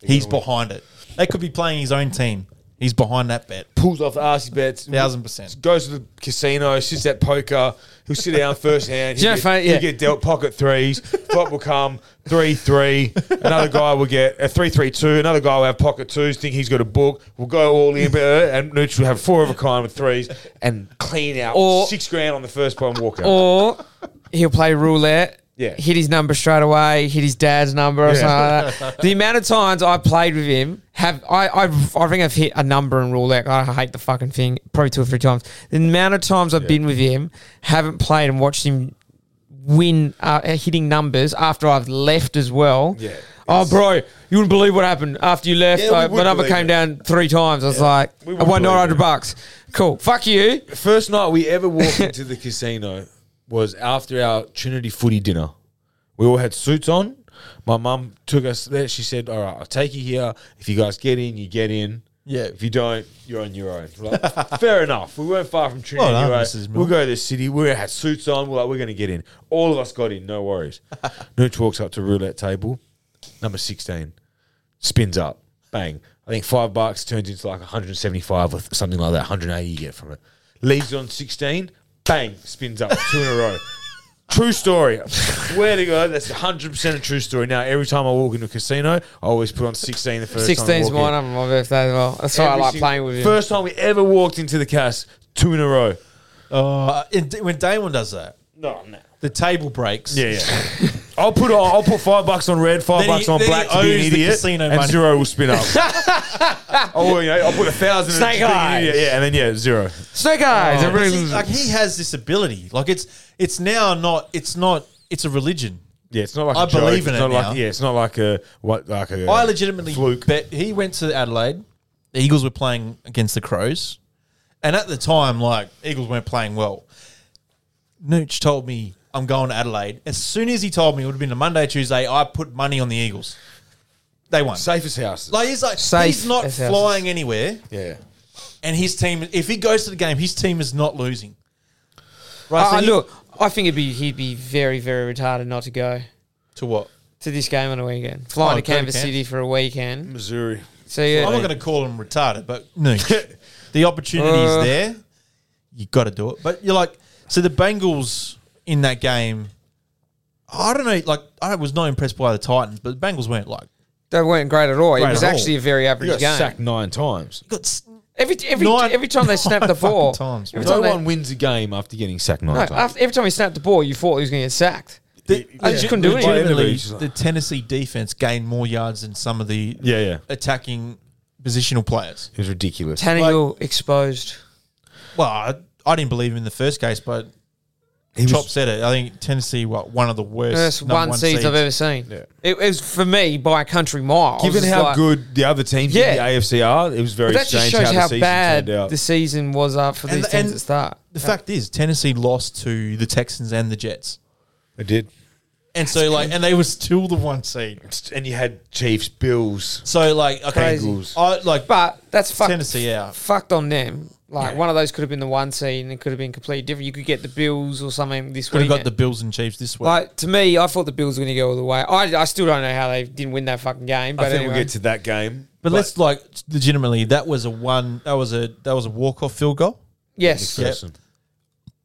Speaker 4: he's behind it. They could be playing his own team. He's behind that bet,
Speaker 3: Pulls off the arsey bets.
Speaker 4: thousand percent.
Speaker 3: goes to the casino, sits at poker. He'll sit down first hand.
Speaker 2: Do you
Speaker 3: He'll
Speaker 2: know
Speaker 3: get,
Speaker 2: funny-
Speaker 3: he'll
Speaker 2: yeah.
Speaker 3: get dealt pocket threes. Flop will come three three. Another guy will get a three three two. Another guy will have pocket twos. Think he's got a book. We'll go all in, but, uh, and Nooch will have four of a kind with threes and clean out
Speaker 2: Or-
Speaker 3: six grand on the first bomb walkout.
Speaker 2: Or he'll play roulette.
Speaker 3: Yeah.
Speaker 2: Hit his number straight away. Hit his dad's number or something like that. The amount of times I played with him, have I? I, I think I've hit a number in roulette. I hate the fucking thing. Probably two or three times. The amount of times I've been with him, haven't played and watched him win uh, hitting numbers after I've left as well.
Speaker 3: Yeah.
Speaker 2: Oh, bro, you wouldn't believe what happened after you left.
Speaker 3: Yeah, we
Speaker 2: I,
Speaker 3: would
Speaker 2: my number
Speaker 3: believe
Speaker 2: came
Speaker 3: it.
Speaker 2: down three times. I was like,
Speaker 3: We
Speaker 2: I
Speaker 3: would
Speaker 2: won
Speaker 3: believe
Speaker 2: nine hundred
Speaker 3: it.
Speaker 2: bucks. Cool. Fuck you.
Speaker 3: first night we ever walked into the casino was after our Trinity footy dinner. We all had suits on. My mum took us there. She said, "All right, I'll take you here. If you guys get in, you get in.
Speaker 4: Yeah.
Speaker 3: If you don't, you're on your own." We're like, Fair enough. We weren't far from Trinity.
Speaker 4: Well done,
Speaker 3: right?
Speaker 4: Mrs. Moore.
Speaker 3: We'll go to the city. We had suits on. We're like, "We're going to get in." All of us got in. No worries. Nooch walks up to roulette table, number sixteen spins up, bang. I think five bucks turns into like 175 or th- something like that, 180 you get from it. Leaves on 16, bang, spins up, two in a row. True story. Where to go? That's 100% a true story. Now, every time I walk into a casino, I always put on 16 the first time. I
Speaker 2: 16's
Speaker 3: walk
Speaker 2: my
Speaker 3: in.
Speaker 2: number, my birthday as well. That's why I
Speaker 3: Every
Speaker 2: like
Speaker 3: sing-
Speaker 2: playing with him.
Speaker 3: First time we ever walked into the cast, two in a row.
Speaker 4: Oh, and d- when Damon does that,
Speaker 3: No, no.
Speaker 4: the table breaks.
Speaker 3: Yeah, yeah. I'll put on, I'll put five bucks on red, five
Speaker 4: Then he-
Speaker 3: bucks on
Speaker 4: then he
Speaker 3: black to be an
Speaker 4: owes the
Speaker 3: idiot,
Speaker 4: casino
Speaker 3: and
Speaker 4: money.
Speaker 3: zero will spin up. oh, you know, I'll put a thousand. in
Speaker 2: Snake
Speaker 3: to be an
Speaker 2: eyes.
Speaker 3: idiot, Yeah, and then yeah, zero.
Speaker 2: Snake eyes.
Speaker 4: Oh,
Speaker 2: everybody-
Speaker 4: because he- like he has this ability. Like it's it's now not it's not it's a religion.
Speaker 3: Yeah, it's not like
Speaker 4: I
Speaker 3: a joke.
Speaker 4: believe in
Speaker 3: it's
Speaker 4: it
Speaker 3: not
Speaker 4: now.
Speaker 3: Like, yeah, it's not like a what like a.
Speaker 4: I legitimately
Speaker 3: fluke.
Speaker 4: bet he went to Adelaide. The Eagles were playing against the Crows, and at the time, like Eagles weren't playing well. Nooch told me I'm going to Adelaide. As soon as he told me it would have been a Monday, Tuesday, I put money on the Eagles. They won.
Speaker 3: safest house.
Speaker 4: Like he's like
Speaker 2: Safe
Speaker 4: he's not
Speaker 2: as houses.
Speaker 4: flying anywhere,
Speaker 3: yeah,
Speaker 4: and his team. If he goes to the game, his team is not losing. Right?
Speaker 2: Uh,
Speaker 4: so he-
Speaker 2: look, I think it'd be he'd be very very retarded not to go
Speaker 4: to what?
Speaker 2: to this game on a weekend. Flying to
Speaker 4: Oh, go to
Speaker 2: Kansas
Speaker 4: Cairns.
Speaker 2: City for a
Speaker 3: Mm.
Speaker 2: weekend.
Speaker 3: Missouri.
Speaker 2: So yeah,
Speaker 4: I'm not going to call him retarded, but no, the opportunity
Speaker 2: Uh,
Speaker 4: is there. you got to do it. But you're like, so the Bengals in that game, I don't know. Like, I was not impressed by the Titans, but the Bengals weren't like
Speaker 2: They weren't great at all. it
Speaker 4: Great
Speaker 2: was
Speaker 4: at all.
Speaker 2: actually a very
Speaker 3: You
Speaker 2: average
Speaker 3: got
Speaker 2: game.
Speaker 3: sacked nine times.
Speaker 4: got s-
Speaker 2: Every every
Speaker 4: Nine-
Speaker 2: every time they snapped the
Speaker 4: nine fucking
Speaker 2: ball,
Speaker 4: times,
Speaker 2: every
Speaker 4: man.
Speaker 3: No
Speaker 2: time they,
Speaker 3: one wins a game after getting sacked nine
Speaker 2: no,
Speaker 3: times.
Speaker 2: after, every time he snapped the ball, you thought he was going to get sacked. I just couldn't do anything.
Speaker 4: legitimately,
Speaker 3: Just-
Speaker 4: the Tennessee defense gained more yards than some of the
Speaker 3: yeah, yeah.
Speaker 4: attacking positional players.
Speaker 3: It was ridiculous.
Speaker 2: Tannehill exposed.
Speaker 4: Well, I, I didn't believe him in the first case, but
Speaker 3: He was-
Speaker 4: Chop said it. I think Tennessee were one of the worst
Speaker 2: First
Speaker 4: number
Speaker 2: one seeds I've
Speaker 4: seeds.
Speaker 2: ever seen. It, it was for me by a country mile. I was
Speaker 3: Given
Speaker 2: just
Speaker 3: how
Speaker 2: like-
Speaker 3: good the other teams
Speaker 2: Yeah.
Speaker 3: in the AFC are, it was very
Speaker 2: but that just
Speaker 3: strange
Speaker 2: shows
Speaker 3: how,
Speaker 2: how,
Speaker 3: the season
Speaker 2: bad
Speaker 3: turned out.
Speaker 2: the season was uh, for
Speaker 4: And-
Speaker 2: these teams
Speaker 4: and-
Speaker 2: at start.
Speaker 4: The fact is, Tennessee lost to the Texans and the Jets,
Speaker 3: it did.
Speaker 4: and so like, and they were still the one seed.
Speaker 3: And you had Chiefs, Bills.
Speaker 4: So like, okay,
Speaker 3: Bengals.
Speaker 4: I like,
Speaker 2: But that's fucked,
Speaker 4: Tennessee out.
Speaker 2: fucked on them. Like one of those could have been the one seed, and it could have been completely different. You could get the Bills or something this
Speaker 4: could
Speaker 2: week.
Speaker 4: have got the Bills and Chiefs this week.
Speaker 2: Like to me, I thought the Bills were going to go all the way. I, I still don't know how they didn't win that fucking game. But
Speaker 3: I think
Speaker 2: anyway.
Speaker 3: we'll get to that game.
Speaker 4: but let's like legitimately, that was a one. That was a that was a walk off field goal.
Speaker 2: yes,
Speaker 4: Yeah.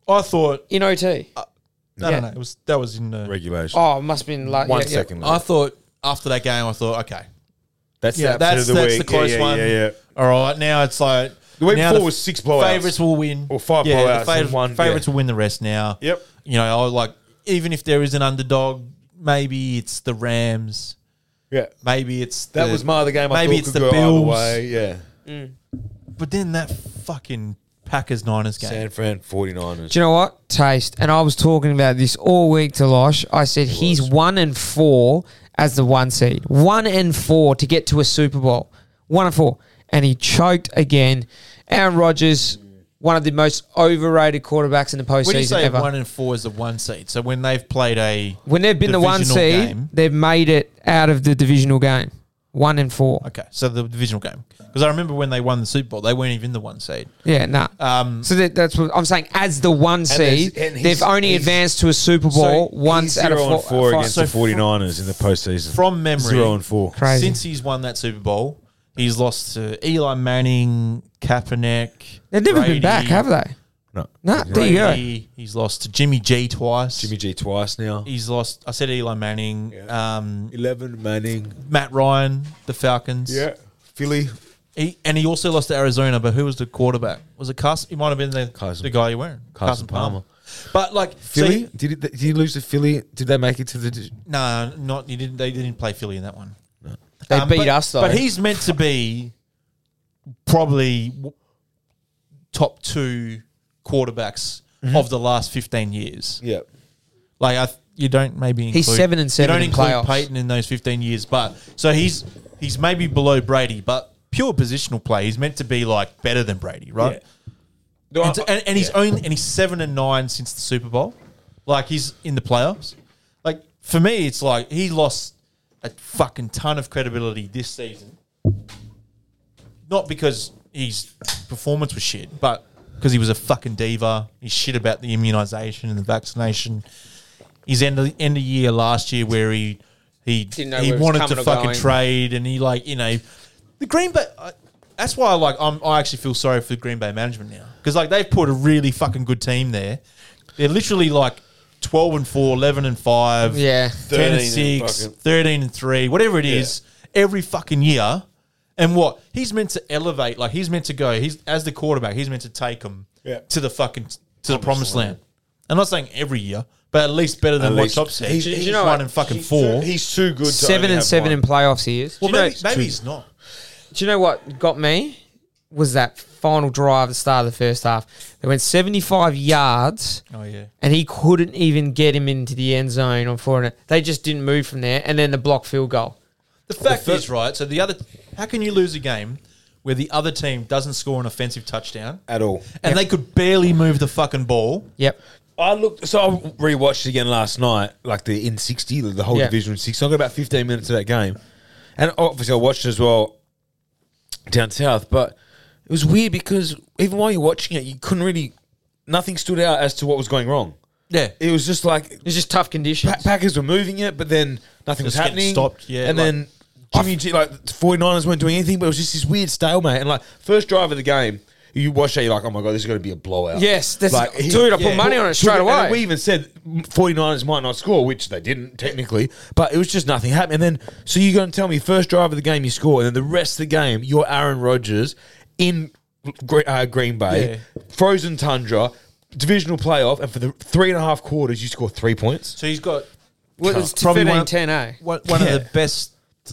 Speaker 4: I thought
Speaker 2: in OT.
Speaker 3: Uh,
Speaker 4: no,
Speaker 2: Yeah.
Speaker 4: no, no. It was that was in the.
Speaker 3: regulation.
Speaker 2: Oh, it must have been like
Speaker 3: One
Speaker 2: yeah, yeah.
Speaker 3: second.
Speaker 4: I thought after that game, I thought, okay,
Speaker 3: That's
Speaker 4: yeah,
Speaker 3: the
Speaker 4: that's
Speaker 3: upset of the
Speaker 4: that's
Speaker 3: week.
Speaker 4: the close
Speaker 3: yeah, yeah,
Speaker 4: one.
Speaker 3: Yeah, yeah.
Speaker 4: All right, now it's like
Speaker 3: The week
Speaker 4: now
Speaker 3: before was six blowouts.
Speaker 4: Favorites will win,
Speaker 3: Or five
Speaker 4: yeah,
Speaker 3: blowouts and
Speaker 4: The favorites,
Speaker 3: one-
Speaker 4: favorites
Speaker 3: yeah.
Speaker 4: will win the rest now.
Speaker 3: Yep.
Speaker 4: You know, I like even if there is an underdog, maybe it's the Rams,
Speaker 3: Yeah.
Speaker 4: maybe it's
Speaker 3: That
Speaker 4: the-
Speaker 3: was my other game. I
Speaker 4: maybe
Speaker 3: thought
Speaker 4: it's
Speaker 3: could
Speaker 4: the
Speaker 3: go either
Speaker 4: Bills.
Speaker 3: way. Yeah.
Speaker 4: But then that fucking Packers Niners game.
Speaker 3: San Fran 49ers.
Speaker 2: Do you know what? Taste. And I was talking about this all week to Losh. I said he's one and four as the one seed. One and four to get to a Super Bowl. One and four. And he choked again. Aaron Rodgers, one of the most overrated quarterbacks in the
Speaker 4: When you
Speaker 2: postseason
Speaker 4: say
Speaker 2: ever.
Speaker 4: one and four is the one seed, so when they've played a
Speaker 2: when they've been the one
Speaker 4: divisional
Speaker 2: seed,
Speaker 4: game-
Speaker 2: they've made it out of the divisional game. One and four.
Speaker 4: okay, so the divisional game because I remember when they won the Super Bowl, they weren't even the one seed.
Speaker 2: Yeah, nah.
Speaker 4: Um,
Speaker 2: so that, that's what I'm saying. As the one seed,
Speaker 3: there's- and he's-
Speaker 2: they've only
Speaker 3: he's-
Speaker 2: advanced to a Super Bowl once out of
Speaker 3: zero
Speaker 2: four.
Speaker 3: and four
Speaker 2: five-
Speaker 3: against
Speaker 4: So
Speaker 3: the 49ers in the postseason.
Speaker 4: From memory,
Speaker 3: zero and four.
Speaker 2: Crazy.
Speaker 4: since he's won that Super Bowl, he's lost to Eli Manning, Kaepernick.
Speaker 2: They've never
Speaker 4: Brady,
Speaker 2: been back, have they?
Speaker 3: No.
Speaker 2: No, there you go.
Speaker 4: Brady. He's lost to Jimmy G twice.
Speaker 3: Jimmy G twice now.
Speaker 4: He's lost. I said Eli Manning,
Speaker 3: Yeah.
Speaker 4: um,
Speaker 3: Eleven Manning.
Speaker 4: Matt Ryan, the Falcons.
Speaker 3: Philly.
Speaker 4: He, and he also lost to Arizona, but who was the quarterback? Was it Carson? He might have been the,
Speaker 3: Carson.
Speaker 4: the guy you're wearing.
Speaker 3: Carson Palmer.
Speaker 4: But like so
Speaker 3: Philly?
Speaker 4: he-
Speaker 3: did, it, did you lose to Philly? Did they make it to the?
Speaker 4: no, not he didn't. They didn't play Philly in that one.
Speaker 2: They
Speaker 4: Um,
Speaker 2: beat
Speaker 4: but-
Speaker 2: us though.
Speaker 4: But he's meant to be probably w- top two quarterbacks
Speaker 2: Mm-hmm.
Speaker 4: of the last fifteen years.
Speaker 3: Yeah.
Speaker 4: Like I, th- you don't maybe include,
Speaker 2: He's seven and seven
Speaker 4: You don't
Speaker 2: in
Speaker 4: include
Speaker 2: playoffs.
Speaker 4: Peyton in those fifteen years, but so he's he's maybe below Brady, but pure positional play. He's meant to be like better than Brady, right? And, so- and, and he's only and he's seven and nine since the Super Bowl. Like he's in the playoffs. Like for me, it's like he lost a fucking ton of credibility this season. Not because his performance was shit, but because he was a fucking diva. He's shit about the immunization and the vaccination. His end of, end of year last year where he he
Speaker 2: Didn't know
Speaker 4: he
Speaker 2: where it was
Speaker 4: wanted
Speaker 2: coming
Speaker 4: to
Speaker 2: or
Speaker 4: fucking
Speaker 2: going.
Speaker 4: trade and he like you know the Green Bay. I, that's why I like I'm, I actually feel sorry for the Green Bay management now because like they've put a really fucking good team there. They're literally like. 12 and 4, 11 and 5,
Speaker 2: Yeah.
Speaker 4: 10 and
Speaker 3: 13 and
Speaker 4: 6,
Speaker 3: fucking-
Speaker 4: 13 and 3, whatever it is, every fucking year. And what? He's meant to elevate, like he's meant to go, he's as the quarterback, he's meant to take them
Speaker 3: Yeah.
Speaker 4: to the fucking to the promised land. I'm not saying every year, but at least better than
Speaker 3: At
Speaker 4: what
Speaker 3: least-
Speaker 4: Chop said.
Speaker 3: he's-
Speaker 4: He's,
Speaker 3: he's
Speaker 2: not-
Speaker 4: one and fucking four.
Speaker 3: He's too good. To
Speaker 2: seven
Speaker 3: only
Speaker 2: and
Speaker 3: have
Speaker 2: seven
Speaker 3: one.
Speaker 2: in playoffs. He is.
Speaker 4: well,
Speaker 2: do, you know,
Speaker 4: maybe, maybe he's not.
Speaker 2: do you know what got me? Was that final drive at the start of the first half? They went seventy-five yards,
Speaker 4: Oh yeah.
Speaker 2: and he couldn't even get him into the end zone on four. And they just didn't move from there. And then the block field goal.
Speaker 4: The fact is, right? So the other, how can you lose a game where the other team doesn't score an offensive touchdown
Speaker 3: at all.
Speaker 4: and they could barely move the fucking ball?
Speaker 2: Yep.
Speaker 3: I looked. So I rewatched it again last night, like the in sixty, the the whole
Speaker 2: Yeah.
Speaker 3: division in sixty. I got about fifteen minutes of that game, and obviously I watched it as well down south. But it was weird because even while you're watching it, you couldn't really. Nothing stood out as to what was going wrong.
Speaker 4: Yeah.
Speaker 3: It was just like
Speaker 2: It's just tough conditions.
Speaker 3: Pa- Packers were moving it, but then nothing
Speaker 4: Just
Speaker 3: was
Speaker 4: getting
Speaker 3: happening.
Speaker 4: stopped, yeah,
Speaker 3: And
Speaker 4: like-
Speaker 3: then Jimmy G, like the 49ers weren't doing anything, but it was just this weird stalemate. And like first drive of the game, you watch that, you're like, oh my god, this is going to be a blowout.
Speaker 2: Yes, that's- dude, I put money on it straight
Speaker 3: And
Speaker 2: away.
Speaker 3: we even said 49ers might not score, which they didn't technically, but it was just nothing happened. And then, so you're going to tell me first drive of the game you score, and then the rest of the game you're Aaron Rodgers in Gre- uh, Green Bay, frozen tundra, divisional playoff, and for the three and a half quarters you score three points.
Speaker 4: So he's got
Speaker 2: Well, it's
Speaker 4: Probably one-
Speaker 2: 15 10 eh?
Speaker 4: one, one
Speaker 3: Yeah.
Speaker 4: of the best,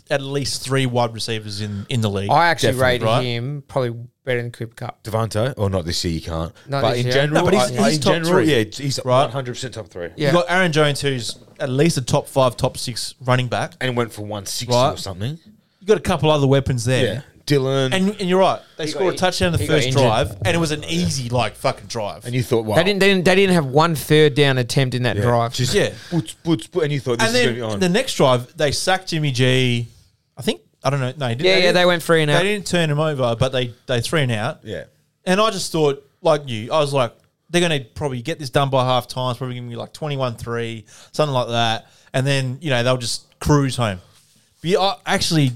Speaker 4: at least three wide receivers in, in the league.
Speaker 2: I actually
Speaker 3: Definitely,
Speaker 2: rated
Speaker 4: right?
Speaker 2: him probably better than Cooper Cup.
Speaker 3: Devante, or not this year, you can't.
Speaker 2: Not
Speaker 3: but
Speaker 2: this
Speaker 3: in
Speaker 2: year.
Speaker 3: general,
Speaker 4: No, but he's-
Speaker 3: I- I-
Speaker 4: he's
Speaker 3: in
Speaker 4: top
Speaker 3: general,
Speaker 4: three.
Speaker 3: yeah, he's
Speaker 4: Right.
Speaker 3: 100% top three.
Speaker 2: Yeah.
Speaker 4: You've got Aaron Jones, who's at least a top five, top six running back.
Speaker 3: And went for 160 or
Speaker 4: Right.
Speaker 3: something.
Speaker 4: You've got a couple other weapons there.
Speaker 3: Yeah. Dylan.
Speaker 4: And, and you're right. They scored a
Speaker 2: got-
Speaker 4: touchdown in the
Speaker 2: he got
Speaker 4: first
Speaker 2: injured.
Speaker 4: drive, and it was an easy, like, fucking drive.
Speaker 3: And you thought, wow.
Speaker 2: They didn't, they didn't. They didn't have one third down attempt in that
Speaker 3: Oh. yeah,
Speaker 2: drive.
Speaker 3: Just
Speaker 4: Yeah.
Speaker 3: boots, boots, boots, and you thought this
Speaker 4: and
Speaker 3: is going to be
Speaker 4: then
Speaker 3: on.
Speaker 4: the next drive, they sacked Jimmy G. I think I don't know. No, he didn't,
Speaker 2: yeah, yeah.
Speaker 4: didn't-
Speaker 2: They went free and
Speaker 4: They
Speaker 2: out.
Speaker 4: didn't turn him over, but they they threw him out.
Speaker 3: yeah.
Speaker 4: And I just thought, like you, I was like, they're going to probably get this done by half time. It's probably going to be like 21 3, something like that. And then, you know, they'll just cruise home. But yeah, I actually,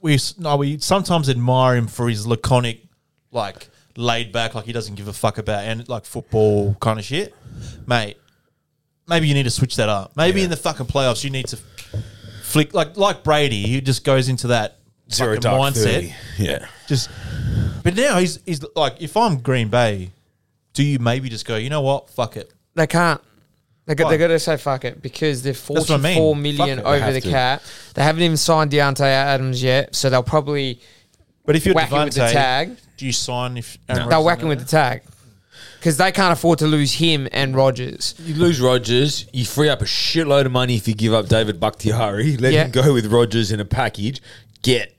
Speaker 4: we, no, we sometimes admire him for his laconic, like, laid back, like he doesn't give a fuck about and like football kind of shit. Mate, maybe you need to switch that up. Maybe in the fucking playoffs, you need to flick, like, like Brady, who just goes into that
Speaker 3: Zero
Speaker 4: fucking
Speaker 3: dark
Speaker 4: mindset
Speaker 3: 30. Yeah.
Speaker 4: just but now he's he's like if I'm Green Bay, do you maybe just go, you know what? Fuck it.
Speaker 2: They can't. They got,
Speaker 4: Why?
Speaker 2: they got to say fuck it because they're
Speaker 4: what I mean.
Speaker 2: forty-four million
Speaker 3: Fuck it, they
Speaker 2: over
Speaker 3: have
Speaker 2: the
Speaker 3: to.
Speaker 2: cap. They haven't even signed Deontay Adams yet, so they'll probably
Speaker 4: But if you're
Speaker 2: whack him with the
Speaker 4: Devante,
Speaker 2: tag.
Speaker 4: do you sign if
Speaker 2: they'll whack him with the tag because they can't afford to lose him and Rogers.
Speaker 3: You lose Rogers. You free up a shitload of money if you give up David Bakhtiari. Let
Speaker 2: Yeah.
Speaker 3: him go with Rogers in a package. Get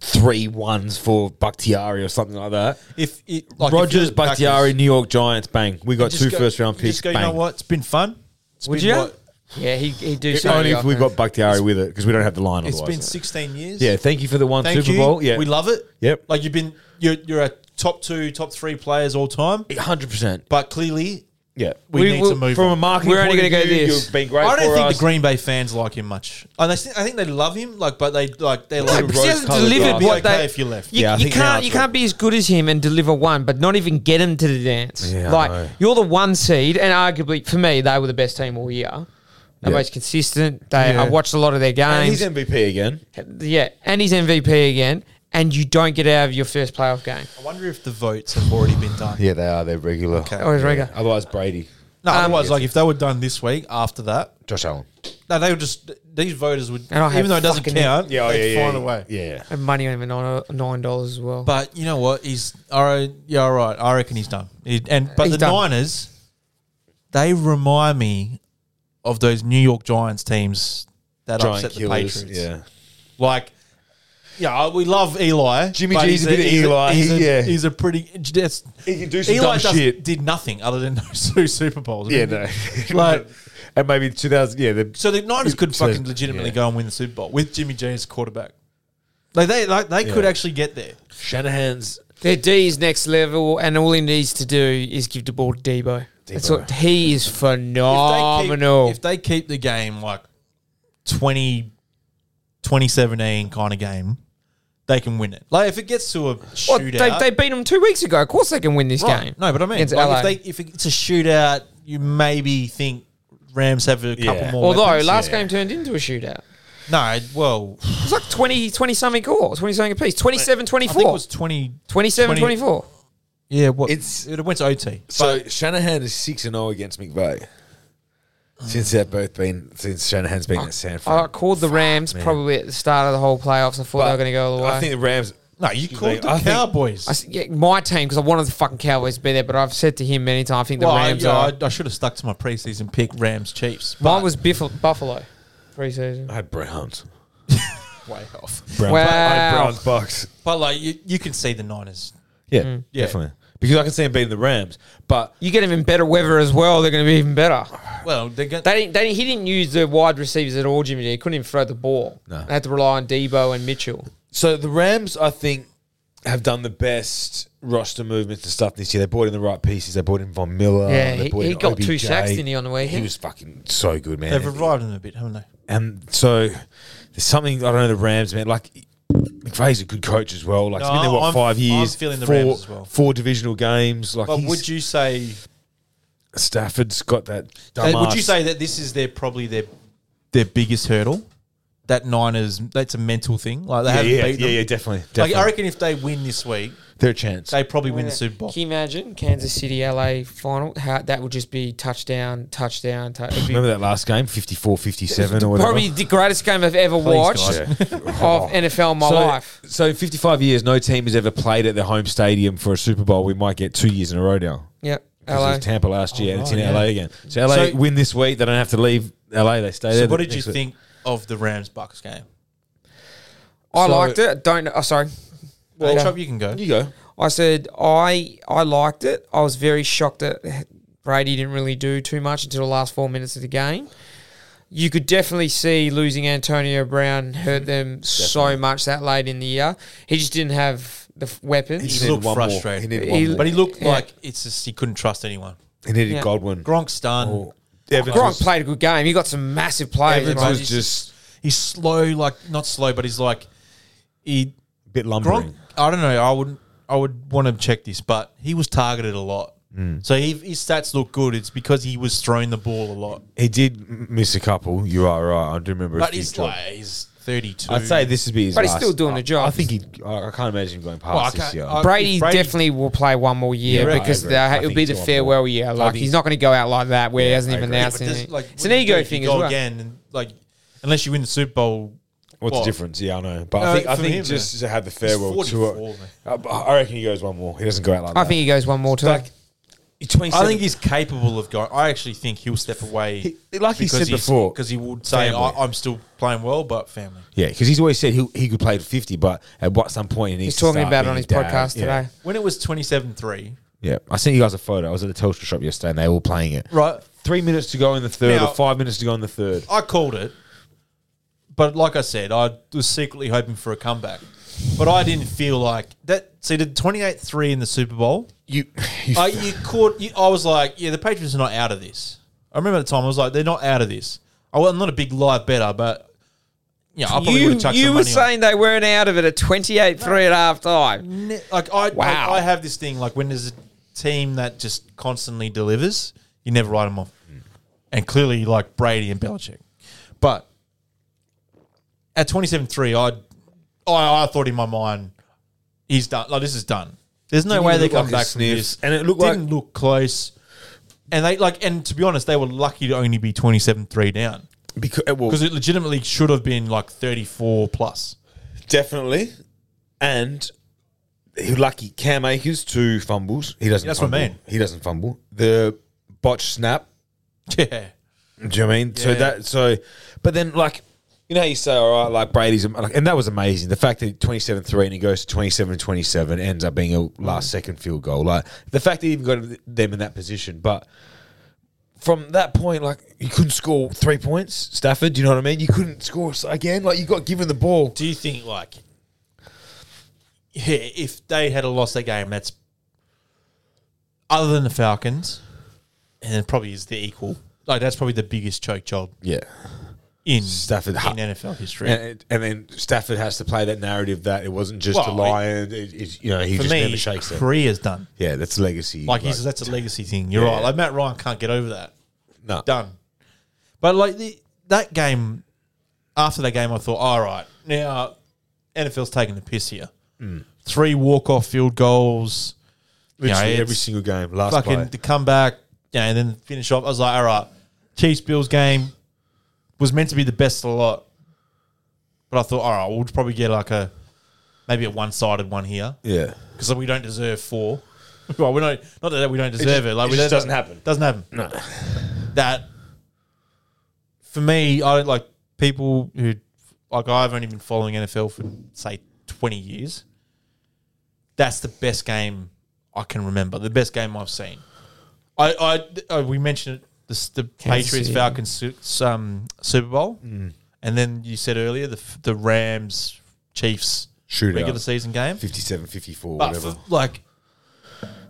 Speaker 3: three ones for Bakhtiari or something like that.
Speaker 4: if it, like
Speaker 3: Rogers, Bakhtiari, New York Giants, bang. We got two
Speaker 4: two
Speaker 3: first round picks.
Speaker 4: Just go, you
Speaker 3: bang.
Speaker 4: know what? It's been fun. It's
Speaker 2: Would
Speaker 4: been
Speaker 2: you?
Speaker 4: what-
Speaker 2: Yeah, he he do.
Speaker 3: If
Speaker 2: something
Speaker 3: only if we
Speaker 2: offense.
Speaker 3: got Bakhtiari with it because we don't have the line.
Speaker 4: It's
Speaker 3: otherwise.
Speaker 4: been 16 years.
Speaker 3: yeah, thank you for the one
Speaker 4: Thank
Speaker 3: Super
Speaker 4: you.
Speaker 3: Bowl. Yeah,
Speaker 4: We love it.
Speaker 3: Yep.
Speaker 4: Like you've been you're you're a top 2, top 3 players all time,
Speaker 3: hundred percent.
Speaker 4: but clearly
Speaker 3: Yeah,
Speaker 4: we,
Speaker 2: We
Speaker 4: need
Speaker 2: will-
Speaker 4: to move
Speaker 3: from
Speaker 4: on.
Speaker 3: a marketing.
Speaker 2: We're only
Speaker 3: point of
Speaker 2: gonna go
Speaker 3: view,
Speaker 2: this.
Speaker 3: You've been great.
Speaker 4: I don't
Speaker 3: for
Speaker 4: think
Speaker 3: us.
Speaker 4: the Green Bay fans like him much. And I, think- I think they love him, like, but they like they
Speaker 2: No,
Speaker 4: like
Speaker 2: but he hasn't
Speaker 3: rose-coloured
Speaker 2: delivered what
Speaker 3: glass.
Speaker 4: It'd be okay
Speaker 2: they.
Speaker 4: if you left.
Speaker 2: You,
Speaker 3: Yeah, I
Speaker 2: you
Speaker 3: think now
Speaker 2: can't
Speaker 3: it's
Speaker 2: you
Speaker 3: right.
Speaker 2: can't be as good as him and deliver one, but not even get him to the dance.
Speaker 3: Yeah, I know.
Speaker 2: like you're the one seed, and arguably for me, they were the best team all year. They're
Speaker 3: Yeah.
Speaker 2: most consistent. They
Speaker 3: Yeah.
Speaker 2: I watched a lot of their
Speaker 3: And
Speaker 2: games.
Speaker 3: he's MVP again.
Speaker 2: yeah, and he's MVP again, and you don't get out of your first playoff game.
Speaker 4: I wonder if the votes have already been done.
Speaker 3: Yeah, they are. They're regular.
Speaker 4: Okay.
Speaker 2: Oh, he's regular.
Speaker 3: Otherwise, Brady,
Speaker 4: No,
Speaker 3: Um,
Speaker 4: otherwise, like if they were done this week after that,
Speaker 3: Josh Allen.
Speaker 4: no, they would just these voters would,
Speaker 2: And I have
Speaker 4: even though it doesn't
Speaker 2: fucking-
Speaker 4: count,
Speaker 3: oh,
Speaker 4: they'd find a way.
Speaker 3: Yeah.
Speaker 2: And money on him at nine dollars as well.
Speaker 4: But you know what? He's all right. Yeah, all right. I reckon he's done. He- and but
Speaker 2: He's
Speaker 4: the
Speaker 2: done.
Speaker 4: Niners, they remind me of those New York Giants teams that
Speaker 3: Giant
Speaker 4: upset the
Speaker 3: killers.
Speaker 4: Patriots.
Speaker 3: Yeah.
Speaker 4: Like, yeah, I- we love Eli.
Speaker 3: Jimmy
Speaker 4: but
Speaker 3: G's a bit of
Speaker 4: he's
Speaker 3: Eli,
Speaker 4: he's a,
Speaker 3: yeah.
Speaker 4: he's a pretty. That's,
Speaker 3: He can do some dumb
Speaker 4: does-
Speaker 3: shit.
Speaker 4: Did nothing other than those two Super Bowls.
Speaker 3: Yeah, no.
Speaker 4: Like-
Speaker 3: and maybe 2000. Yeah, the,
Speaker 4: So the Niners could
Speaker 3: So,
Speaker 4: fucking legitimately
Speaker 3: yeah.
Speaker 4: go and win the Super Bowl with Jimmy G as quarterback. Like they, like they could
Speaker 3: Yeah.
Speaker 4: actually get there.
Speaker 3: Shanahan's.
Speaker 2: Their D is next level, and all he needs to do is give the ball to Debo. That's what he is
Speaker 3: Oh,
Speaker 2: phenomenal.
Speaker 4: If they keep, if they keep the game like 20, 2017 kind of game, they can win it. Like if it gets to a
Speaker 2: Well,
Speaker 4: shootout,
Speaker 2: they, they beat him two weeks ago. Of course, they can win this
Speaker 4: Right.
Speaker 2: game.
Speaker 4: No, but I mean,
Speaker 2: Against
Speaker 4: like,
Speaker 2: LA.
Speaker 4: if they if it's a shootout, you maybe think Rams have a couple
Speaker 3: Yeah.
Speaker 4: more.
Speaker 2: Although
Speaker 4: weapons.
Speaker 2: last
Speaker 3: yeah.
Speaker 2: game turned into a shootout.
Speaker 4: no, well,
Speaker 2: It was like 20, 20 something goals, 20 something apiece, 27
Speaker 4: I think it
Speaker 2: 24.
Speaker 4: was 20,
Speaker 2: 27
Speaker 4: 20
Speaker 2: 24.
Speaker 4: Yeah, what
Speaker 3: It's-
Speaker 4: it went to OT.
Speaker 3: So Shanahan is 6 and 0 against McVay. Since they've both been, since Shanahan's been at San Fran.
Speaker 2: I called the Rams
Speaker 3: man.
Speaker 2: probably at the start of the whole playoffs. I thought they were going to go all the way.
Speaker 3: I think the Rams.
Speaker 4: No, you
Speaker 3: Excuse
Speaker 4: called
Speaker 3: me,
Speaker 4: the
Speaker 3: I think-
Speaker 4: Cowboys.
Speaker 2: I s- yeah, my team, because I wanted the fucking Cowboys to be there, but I've said to him many times, I think the
Speaker 4: well, I,
Speaker 2: Rams
Speaker 4: yeah,
Speaker 2: are.
Speaker 4: I, I should have stuck to my preseason pick, Rams, Chiefs. But
Speaker 2: Mine was Biff- Buffalo preseason.
Speaker 3: I had Browns.
Speaker 4: way off.
Speaker 3: Browns.
Speaker 2: Wow.
Speaker 3: I had Browns Bucks.
Speaker 4: But like you, you can see the Niners.
Speaker 3: Yeah,
Speaker 2: Mm.
Speaker 4: Yeah.
Speaker 3: definitely. Because I can see him beating the Rams, but
Speaker 2: You get even better weather as well, they're going to be even better.
Speaker 4: Well, they get
Speaker 2: They didn't, they didn't, he didn't use the wide receivers at all, Jimmy. G. He couldn't even throw the ball.
Speaker 3: No.
Speaker 2: They had to rely on Debo and Mitchell.
Speaker 3: So the Rams, I think, have done the best roster movements and stuff this year. They brought in the right pieces. They brought in Von Miller.
Speaker 2: Yeah,
Speaker 3: they
Speaker 2: he-
Speaker 3: brought
Speaker 2: he
Speaker 3: in
Speaker 2: got two sacks, didn't he, on the weekend?
Speaker 3: He was fucking so good, man.
Speaker 4: they've revived them a bit, haven't they?
Speaker 3: and so there's something I don't know the Rams, man. Like Fraser, good coach as well. Like he's
Speaker 4: No,
Speaker 3: been there what
Speaker 4: I'm-
Speaker 3: 5
Speaker 4: I'm
Speaker 3: years.
Speaker 4: feeling the
Speaker 3: four,
Speaker 4: Rams as well.
Speaker 3: Four divisional games. Like
Speaker 4: But
Speaker 3: he's-
Speaker 4: would you say?
Speaker 3: Stafford's got that.
Speaker 4: uh,
Speaker 3: Dumbass.
Speaker 4: would you say that this is their probably their their biggest hurdle? That Niners, that's a mental thing. Like they
Speaker 3: Yeah,
Speaker 4: haven't
Speaker 3: yeah,
Speaker 4: beat
Speaker 3: yeah,
Speaker 4: them.
Speaker 3: yeah, definitely.
Speaker 4: Like
Speaker 3: definitely.
Speaker 4: I reckon if they win this week,
Speaker 3: they're a chance.
Speaker 4: they probably win the Super Bowl.
Speaker 2: Can you imagine Kansas City LA final? How, that would just be touchdown, touchdown, touchdown.
Speaker 3: Remember that last game, 54-57 or whatever.
Speaker 2: Probably the greatest game I've ever watched
Speaker 3: God.
Speaker 2: of NFL in my
Speaker 3: so,
Speaker 2: life.
Speaker 3: So in 55 years, no team has ever played at their home stadium for a Super Bowl. We might get two years in a row now.
Speaker 2: Yep.
Speaker 3: 'Cause
Speaker 2: LA.
Speaker 3: It was Tampa last year, and it's in
Speaker 4: right,
Speaker 3: LA
Speaker 4: yeah.
Speaker 3: again. So LA
Speaker 4: So-
Speaker 3: win this week. They don't have to leave LA. They stay
Speaker 4: So
Speaker 3: there.
Speaker 4: what
Speaker 3: the
Speaker 4: did you
Speaker 3: next week.
Speaker 4: think of the Rams Bucks game?
Speaker 2: I
Speaker 3: so-
Speaker 2: liked it. Don't. Oh, sorry.
Speaker 4: Well,
Speaker 2: Okay.
Speaker 4: Chop, you can go.
Speaker 3: You go.
Speaker 2: I said I I liked it. I was very shocked that Brady didn't really do too much until the last four minutes of the game. You could definitely see losing Antonio Brown
Speaker 3: Mm-hmm.
Speaker 2: hurt them so much that late in the year. He just didn't have the f- weapons.
Speaker 4: He looked
Speaker 3: one more.
Speaker 4: frustrated.
Speaker 3: He needed,
Speaker 2: He-
Speaker 3: one more.
Speaker 4: But he looked
Speaker 2: Yeah.
Speaker 4: like it's just he couldn't trust anyone.
Speaker 3: He needed
Speaker 2: Yeah.
Speaker 3: Godwin.
Speaker 4: Gronk's done.
Speaker 3: Oh. Evans
Speaker 2: Gronk
Speaker 3: was-
Speaker 2: played a good game. He got some massive plays.
Speaker 3: Evans
Speaker 2: right?
Speaker 3: was just
Speaker 4: He's slow, like not slow, but he's like he
Speaker 3: a bit lumbering.
Speaker 4: Gronk. I don't know. I would I would want to check this, but he was targeted a lot.
Speaker 3: Mm.
Speaker 4: So he, his stats look good. It's because he was throwing the ball a lot.
Speaker 3: He did m- miss a couple. You are right. I do remember. a
Speaker 4: But
Speaker 3: few
Speaker 4: he's
Speaker 3: drops.
Speaker 4: like he's thirty two.
Speaker 3: I'd say this would be his.
Speaker 2: But he's
Speaker 3: last-
Speaker 2: still doing the job.
Speaker 3: I think he. I I can't imagine him going past
Speaker 4: Well, I
Speaker 3: this
Speaker 4: can't-
Speaker 3: year.
Speaker 4: I-
Speaker 2: Brady,
Speaker 4: If Brady-
Speaker 2: definitely will play one more year
Speaker 3: Yeah, I
Speaker 2: because
Speaker 3: agree.
Speaker 2: the-
Speaker 3: I
Speaker 2: it'll
Speaker 3: think
Speaker 2: be the
Speaker 3: he's on
Speaker 2: farewell year. Like
Speaker 3: think-
Speaker 2: he's not going to go out like that where he hasn't
Speaker 3: I
Speaker 2: even
Speaker 3: agree.
Speaker 2: announced
Speaker 4: But
Speaker 2: anything.
Speaker 4: this- like,
Speaker 2: it's an
Speaker 4: what do you do
Speaker 2: ego
Speaker 4: if you
Speaker 2: thing as
Speaker 4: go
Speaker 2: well.
Speaker 4: again, and like unless you win the Super Bowl.
Speaker 3: What's
Speaker 4: What?
Speaker 3: the difference? Yeah, I know. But
Speaker 4: No,
Speaker 3: I think I
Speaker 4: for
Speaker 3: think
Speaker 4: him,
Speaker 3: just
Speaker 4: though.
Speaker 3: to have the
Speaker 4: He's
Speaker 3: farewell
Speaker 4: 44,
Speaker 3: tour.
Speaker 4: man.
Speaker 3: I, I reckon he goes one more. He doesn't go out like
Speaker 2: I
Speaker 3: that.
Speaker 2: think he goes one more time.
Speaker 3: like
Speaker 4: I think he's capable of going. I actually think he'll step away.
Speaker 3: He- like he said before,
Speaker 4: because he would say,
Speaker 3: family.
Speaker 4: I, "I'm still playing well, but family."
Speaker 3: yeah, because he's always said he he could play to fifty, but at what some point he needs
Speaker 2: he's
Speaker 3: to
Speaker 2: talking
Speaker 3: start
Speaker 2: about it
Speaker 3: being
Speaker 2: on his
Speaker 3: dad.
Speaker 2: podcast
Speaker 3: Yeah.
Speaker 2: today.
Speaker 4: When it was twenty-seven-three,
Speaker 3: Yeah, I sent you guys a photo. I was at the Telstra shop yesterday, and they were playing it.
Speaker 4: right?
Speaker 3: Three minutes to go in the third,
Speaker 4: Now-
Speaker 3: or five minutes to go in the third.
Speaker 4: I called it, but like I said, I was secretly hoping for a comeback, but I didn't feel like that. See, the twenty-eight-three in the Super Bowl,
Speaker 3: You, you
Speaker 4: I, you caught. You, I was like, "Yeah, the Patriots are not out of this." I remember at the time, I was like, "They're not out of this." I, am not a big live better, but yeah, I probably would
Speaker 2: You,
Speaker 4: have chucked
Speaker 2: you
Speaker 4: some
Speaker 2: were
Speaker 4: money on it.
Speaker 2: saying they weren't out of it at 28 3 at half time.
Speaker 4: Ne- like I,
Speaker 2: Wow.
Speaker 4: I, I have this thing like when there's a team that just constantly delivers, you never write them off. And clearly, like Brady and Belichick, but at twenty seven three, I, I I thought in my mind, he's done. Like this is done. There's no
Speaker 3: Didn't
Speaker 4: way
Speaker 3: even
Speaker 4: they
Speaker 3: look
Speaker 4: come
Speaker 3: like a
Speaker 4: back from
Speaker 3: sniff.
Speaker 4: this.
Speaker 3: And it looked
Speaker 4: didn't look close. And they like, and to be honest, they were lucky to only be twenty seven three down
Speaker 3: because well,
Speaker 4: because eh, it legitimately should have been like thirty four plus.
Speaker 3: Definitely. And he lucky Cam Akers two fumbles. He doesn't.
Speaker 4: That's what I
Speaker 3: fumble.
Speaker 4: mean.
Speaker 3: He doesn't fumble. The botch snap.
Speaker 4: Yeah,
Speaker 3: Do you know what I mean? So
Speaker 4: Yeah.
Speaker 3: that so, but then like. You know how you say, all right, like Brady's, like, and that was amazing. The fact that 27 3 and he goes to 27 27 ends up being a last second field goal. Like, the fact that he even got them in that position. But from that point, like, you couldn't score three points, Stafford. Do you know what I mean? You couldn't score again. Like, you got given the ball.
Speaker 4: Do you think like yeah, if they had a lost that game, that's other than the Falcons, and it probably is the equal. Like that's probably the biggest choke job
Speaker 3: Yeah.
Speaker 4: in
Speaker 3: Stafford
Speaker 4: in
Speaker 3: Hut.
Speaker 4: NFL history.
Speaker 3: And, and then Stafford has to play that narrative that it wasn't just
Speaker 4: Well,
Speaker 3: a lion. It, it, you know, he
Speaker 4: For
Speaker 3: just
Speaker 4: me,
Speaker 3: never shakes it.
Speaker 4: career's done.
Speaker 3: Yeah, that's legacy.
Speaker 4: Like he's that's a legacy thing. You're
Speaker 3: Yeah.
Speaker 4: right. Like Matt Ryan can't get over that.
Speaker 3: no.
Speaker 4: Done. But like the, that game, after that game, I thought, all right, now NFL's taking the piss here.
Speaker 3: Mm.
Speaker 4: Three walk off field goals. you know,
Speaker 3: Literally every
Speaker 4: it's-
Speaker 3: single game, last
Speaker 4: fucking
Speaker 3: play.
Speaker 4: to come back, you know, and then finish off. I was like, all right, Chiefs Bills game was meant to be the best of the lot, but I thought, all right, we'll probably get like a maybe a one sided one here
Speaker 3: yeah,
Speaker 4: because we don't deserve four. well, we don't. Not that we don't deserve it.
Speaker 3: just-
Speaker 4: like
Speaker 3: it
Speaker 4: we
Speaker 3: just
Speaker 4: don't-
Speaker 3: doesn't happen.
Speaker 4: Doesn't happen. No. That for me, I don't like people who like I haven't been following NFL for say twenty years. That's the best game I can remember. The best game I've seen. I, I, uh we mentioned it, this, the
Speaker 2: Kansas
Speaker 4: Patriots
Speaker 2: City.
Speaker 4: Falcons su- um, Super Bowl,
Speaker 3: Mm.
Speaker 4: and then you said earlier the f- the Rams Chiefs
Speaker 3: Shootout.
Speaker 4: regular season game.
Speaker 3: 57, 54,
Speaker 4: But
Speaker 3: whatever.
Speaker 4: for, like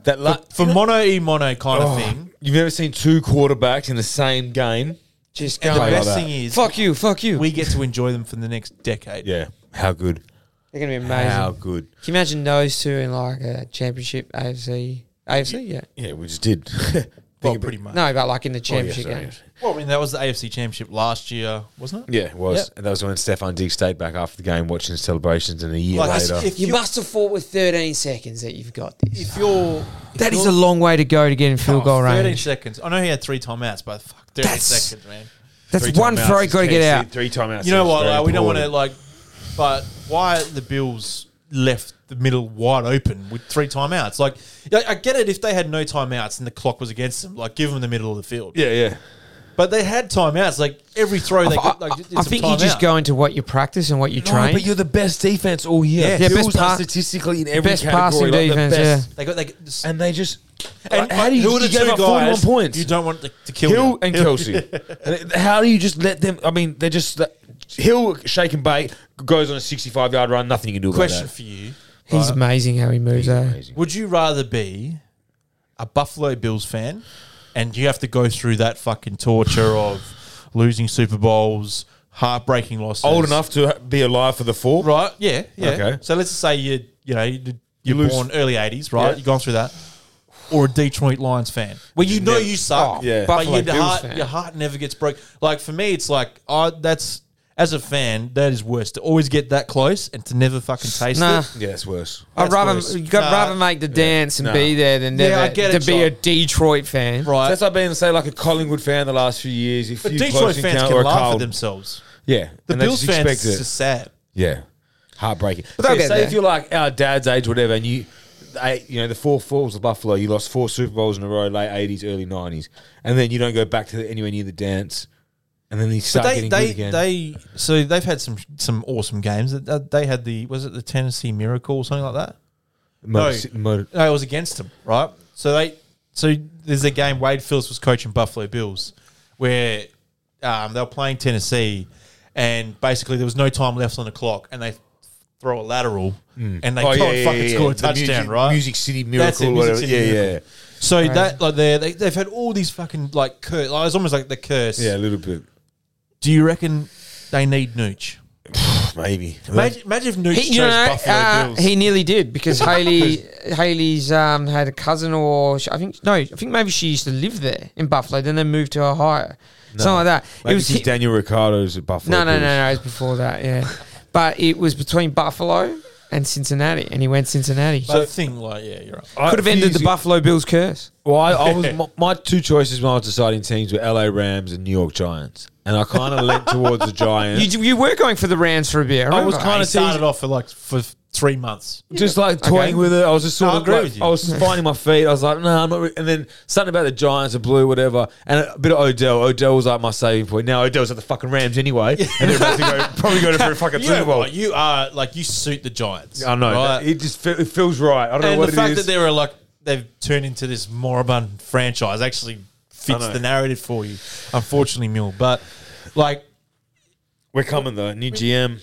Speaker 3: that la- Oh,
Speaker 4: for mono e mono kind of thing.
Speaker 3: you've never seen two quarterbacks in the same game.
Speaker 2: Just
Speaker 4: And
Speaker 2: going,
Speaker 4: the
Speaker 3: like
Speaker 4: best
Speaker 3: that.
Speaker 4: thing is,
Speaker 2: fuck you, fuck you.
Speaker 4: we get to enjoy them for the next decade.
Speaker 3: Yeah, how good?
Speaker 2: They're going to be amazing.
Speaker 3: How good.
Speaker 2: Can you imagine those two in like a championship AFC? AFC, yeah.
Speaker 3: Yeah, we just did.
Speaker 4: Well, pretty much.
Speaker 2: No, but like in the
Speaker 3: Oh, yeah,
Speaker 2: championship
Speaker 3: sorry.
Speaker 2: game.
Speaker 4: Well, I mean, that was the AFC Championship last year, wasn't it?
Speaker 3: Yeah, it was. And that was when Stefan Diggs stayed back after the game watching celebrations, and a year
Speaker 4: Like,
Speaker 3: later.
Speaker 4: if
Speaker 2: You
Speaker 4: you're-
Speaker 2: must have fought with 13 seconds that you've got this.
Speaker 4: if you're
Speaker 2: That is a long way to go to get in field goal
Speaker 4: 13
Speaker 2: range.
Speaker 4: seconds. I know he had three timeouts, but fuck, 13
Speaker 2: That's-
Speaker 4: seconds, man.
Speaker 2: That's
Speaker 3: Three
Speaker 2: one
Speaker 3: timeouts
Speaker 2: throw
Speaker 3: is
Speaker 2: got to get
Speaker 3: key.
Speaker 2: out.
Speaker 3: Three timeouts.
Speaker 4: You know
Speaker 3: is
Speaker 4: what?
Speaker 3: very
Speaker 4: Like, we don't want to,
Speaker 3: important.
Speaker 4: like, but why the Bills left the middle wide open with three timeouts? Like, I I get it if they had no timeouts and the clock was against them, like, give them the middle of the field.
Speaker 3: Yeah, yeah.
Speaker 4: But they had timeouts. Like, every throw they got, like,
Speaker 2: I-
Speaker 4: it's
Speaker 2: I
Speaker 4: a
Speaker 2: think you just
Speaker 4: timeout.
Speaker 2: go into what you practice and what you train.
Speaker 3: but you're the best defense all year.
Speaker 4: Yeah.
Speaker 2: Yeah,
Speaker 3: Bills
Speaker 2: best
Speaker 3: are
Speaker 2: pa-
Speaker 3: statistically in every
Speaker 2: best
Speaker 3: category,
Speaker 2: passing
Speaker 3: like the
Speaker 2: defense,
Speaker 3: best.
Speaker 4: They got, they got,
Speaker 3: And they just.
Speaker 4: And
Speaker 3: how do you,
Speaker 4: who are the
Speaker 3: you gave
Speaker 4: two
Speaker 3: up 41
Speaker 4: guys
Speaker 3: points?
Speaker 4: You don't want to, to kill
Speaker 3: Hill
Speaker 4: you?
Speaker 3: and Kelsey. And how do you just let them? I mean, they're just Hill shake and bait goes on a sixty-five yard run. Nothing you can do about
Speaker 4: Question
Speaker 3: that.
Speaker 4: for you:
Speaker 2: He's amazing how he moves. eh? though.
Speaker 3: Amazing.
Speaker 4: Would you rather be a Buffalo Bills fan, and you have to go through that fucking torture of losing Super Bowls, heartbreaking losses,
Speaker 3: Old enough to be alive for the four,
Speaker 4: right? Yeah, yeah.
Speaker 3: Okay.
Speaker 4: So let's just say you, you know, you,
Speaker 3: You
Speaker 4: you're
Speaker 3: lose-
Speaker 4: born early '80s, right?
Speaker 3: Yeah.
Speaker 4: You've gone through that, or a Detroit Lions fan, where you know
Speaker 3: never-
Speaker 4: you suck,
Speaker 3: Oh, yeah.
Speaker 4: but
Speaker 2: Buffalo
Speaker 4: your
Speaker 2: Bills
Speaker 4: heart,
Speaker 2: fan.
Speaker 4: your heart never gets broke. Like for me, it's like, oh, that's as a fan, that is worse to always get that close and to never fucking taste
Speaker 2: Nah.
Speaker 4: it.
Speaker 3: Yeah, it's worse.
Speaker 2: I'd
Speaker 4: That's
Speaker 2: rather
Speaker 4: worse.
Speaker 2: you got
Speaker 4: Nah.
Speaker 2: rather make the dance and
Speaker 3: Nah.
Speaker 2: be there than
Speaker 4: Yeah,
Speaker 2: never
Speaker 4: I get
Speaker 2: to
Speaker 4: it,
Speaker 2: be
Speaker 4: John.
Speaker 2: a Detroit fan.
Speaker 4: Right.
Speaker 3: That's like being, say, like a Collingwood fan the last few years. If
Speaker 4: But
Speaker 3: you
Speaker 4: Detroit
Speaker 3: close
Speaker 4: fans
Speaker 3: encounter
Speaker 4: can
Speaker 3: or a
Speaker 4: laugh at
Speaker 3: cold-
Speaker 4: themselves.
Speaker 3: Yeah,
Speaker 4: The
Speaker 3: and they
Speaker 4: Bills
Speaker 3: just
Speaker 4: fans
Speaker 3: expect
Speaker 4: is
Speaker 3: it.
Speaker 4: just sad.
Speaker 3: Yeah, heartbreaking.
Speaker 2: But they'll
Speaker 3: So
Speaker 2: get
Speaker 3: say
Speaker 2: there.
Speaker 3: if you're like our dad's age, whatever, and you, I, you know, the four falls of Buffalo, you lost four Super Bowls in a row, late eighties, early nineties, and then you don't go back to the, anywhere near the dance, and then you
Speaker 4: But
Speaker 3: start
Speaker 4: they,
Speaker 3: getting
Speaker 4: they,
Speaker 3: good again.
Speaker 4: they, so they've had some some awesome games. Uh, They had the was it the Tennessee Miracle or something like that?
Speaker 3: Motor-
Speaker 4: no.
Speaker 3: motor-
Speaker 4: No, it was against them, right? So they, so there's a game Wade Phillips was coaching Buffalo Bills, where um, they were playing Tennessee, and basically there was no time left on the clock, and they throw a lateral, and they
Speaker 3: Oh,
Speaker 4: can't
Speaker 3: yeah, yeah,
Speaker 4: fucking
Speaker 3: yeah,
Speaker 4: score
Speaker 3: yeah.
Speaker 4: a
Speaker 3: The
Speaker 4: touchdown,
Speaker 3: Music-
Speaker 4: right?
Speaker 3: Music City
Speaker 4: That's it,
Speaker 3: Miracle,
Speaker 4: Music
Speaker 3: whatever.
Speaker 4: City
Speaker 3: yeah,
Speaker 4: Miracle.
Speaker 3: yeah,
Speaker 4: So that like they they they've had all these fucking like curse. Like, it's almost like the curse.
Speaker 3: yeah, a little bit,
Speaker 4: Do you reckon they need Nooch?
Speaker 3: maybe.
Speaker 4: Imagine, imagine if Nooch
Speaker 2: He,
Speaker 4: chose
Speaker 2: you know,
Speaker 4: Buffalo
Speaker 2: uh,
Speaker 4: Bills.
Speaker 2: he nearly did because Haley Haley's um, had a cousin or sh- I think no, I think maybe she used to live there in Buffalo. Then they moved to Ohio, something like that.
Speaker 3: Maybe
Speaker 2: it was
Speaker 3: it's
Speaker 2: hi-
Speaker 3: Daniel Ricardo's at Buffalo.
Speaker 2: no, no, no,
Speaker 3: Bills.
Speaker 2: no. It was before that, yeah. but it was between Buffalo and Cincinnati, and he went Cincinnati.
Speaker 4: But I think like yeah, you're right.
Speaker 3: I-
Speaker 2: Could have
Speaker 3: a few
Speaker 2: ended
Speaker 3: years
Speaker 2: the
Speaker 3: ago-
Speaker 2: Buffalo Bills curse.
Speaker 3: Well, I, I was my, my two choices when I was deciding teams were LA Rams and New York Giants, and I kind of leant towards the Giants.
Speaker 2: You, you were going for the Rams for a beer.
Speaker 3: I was
Speaker 2: remember?
Speaker 3: kinda
Speaker 4: He started
Speaker 3: sees-
Speaker 4: off for like for three months.
Speaker 3: just like toying
Speaker 2: Okay.
Speaker 3: with it. I was just sort
Speaker 4: No, I
Speaker 3: of
Speaker 4: agree
Speaker 3: like-
Speaker 4: with you.
Speaker 3: I was just finding my feet. I was like, no, I'm not. Re-. And then something about the Giants, the blue, whatever, and a bit of Odell. Odell was like my saving point. Now Odell's at the fucking Rams anyway, and they're about to go, probably going for a fucking
Speaker 4: You,
Speaker 3: Super
Speaker 4: know
Speaker 3: Bowl.
Speaker 4: what? you are like you suit the Giants.
Speaker 3: I know.
Speaker 4: right?
Speaker 3: It just fe- it feels right. I don't know
Speaker 4: and
Speaker 3: what
Speaker 4: the fact
Speaker 3: it is.
Speaker 4: that they were like they've turned into this moribund franchise actually fits
Speaker 3: know.
Speaker 4: the narrative for you. Unfortunately, Mule, but like
Speaker 3: We're coming though. New GM,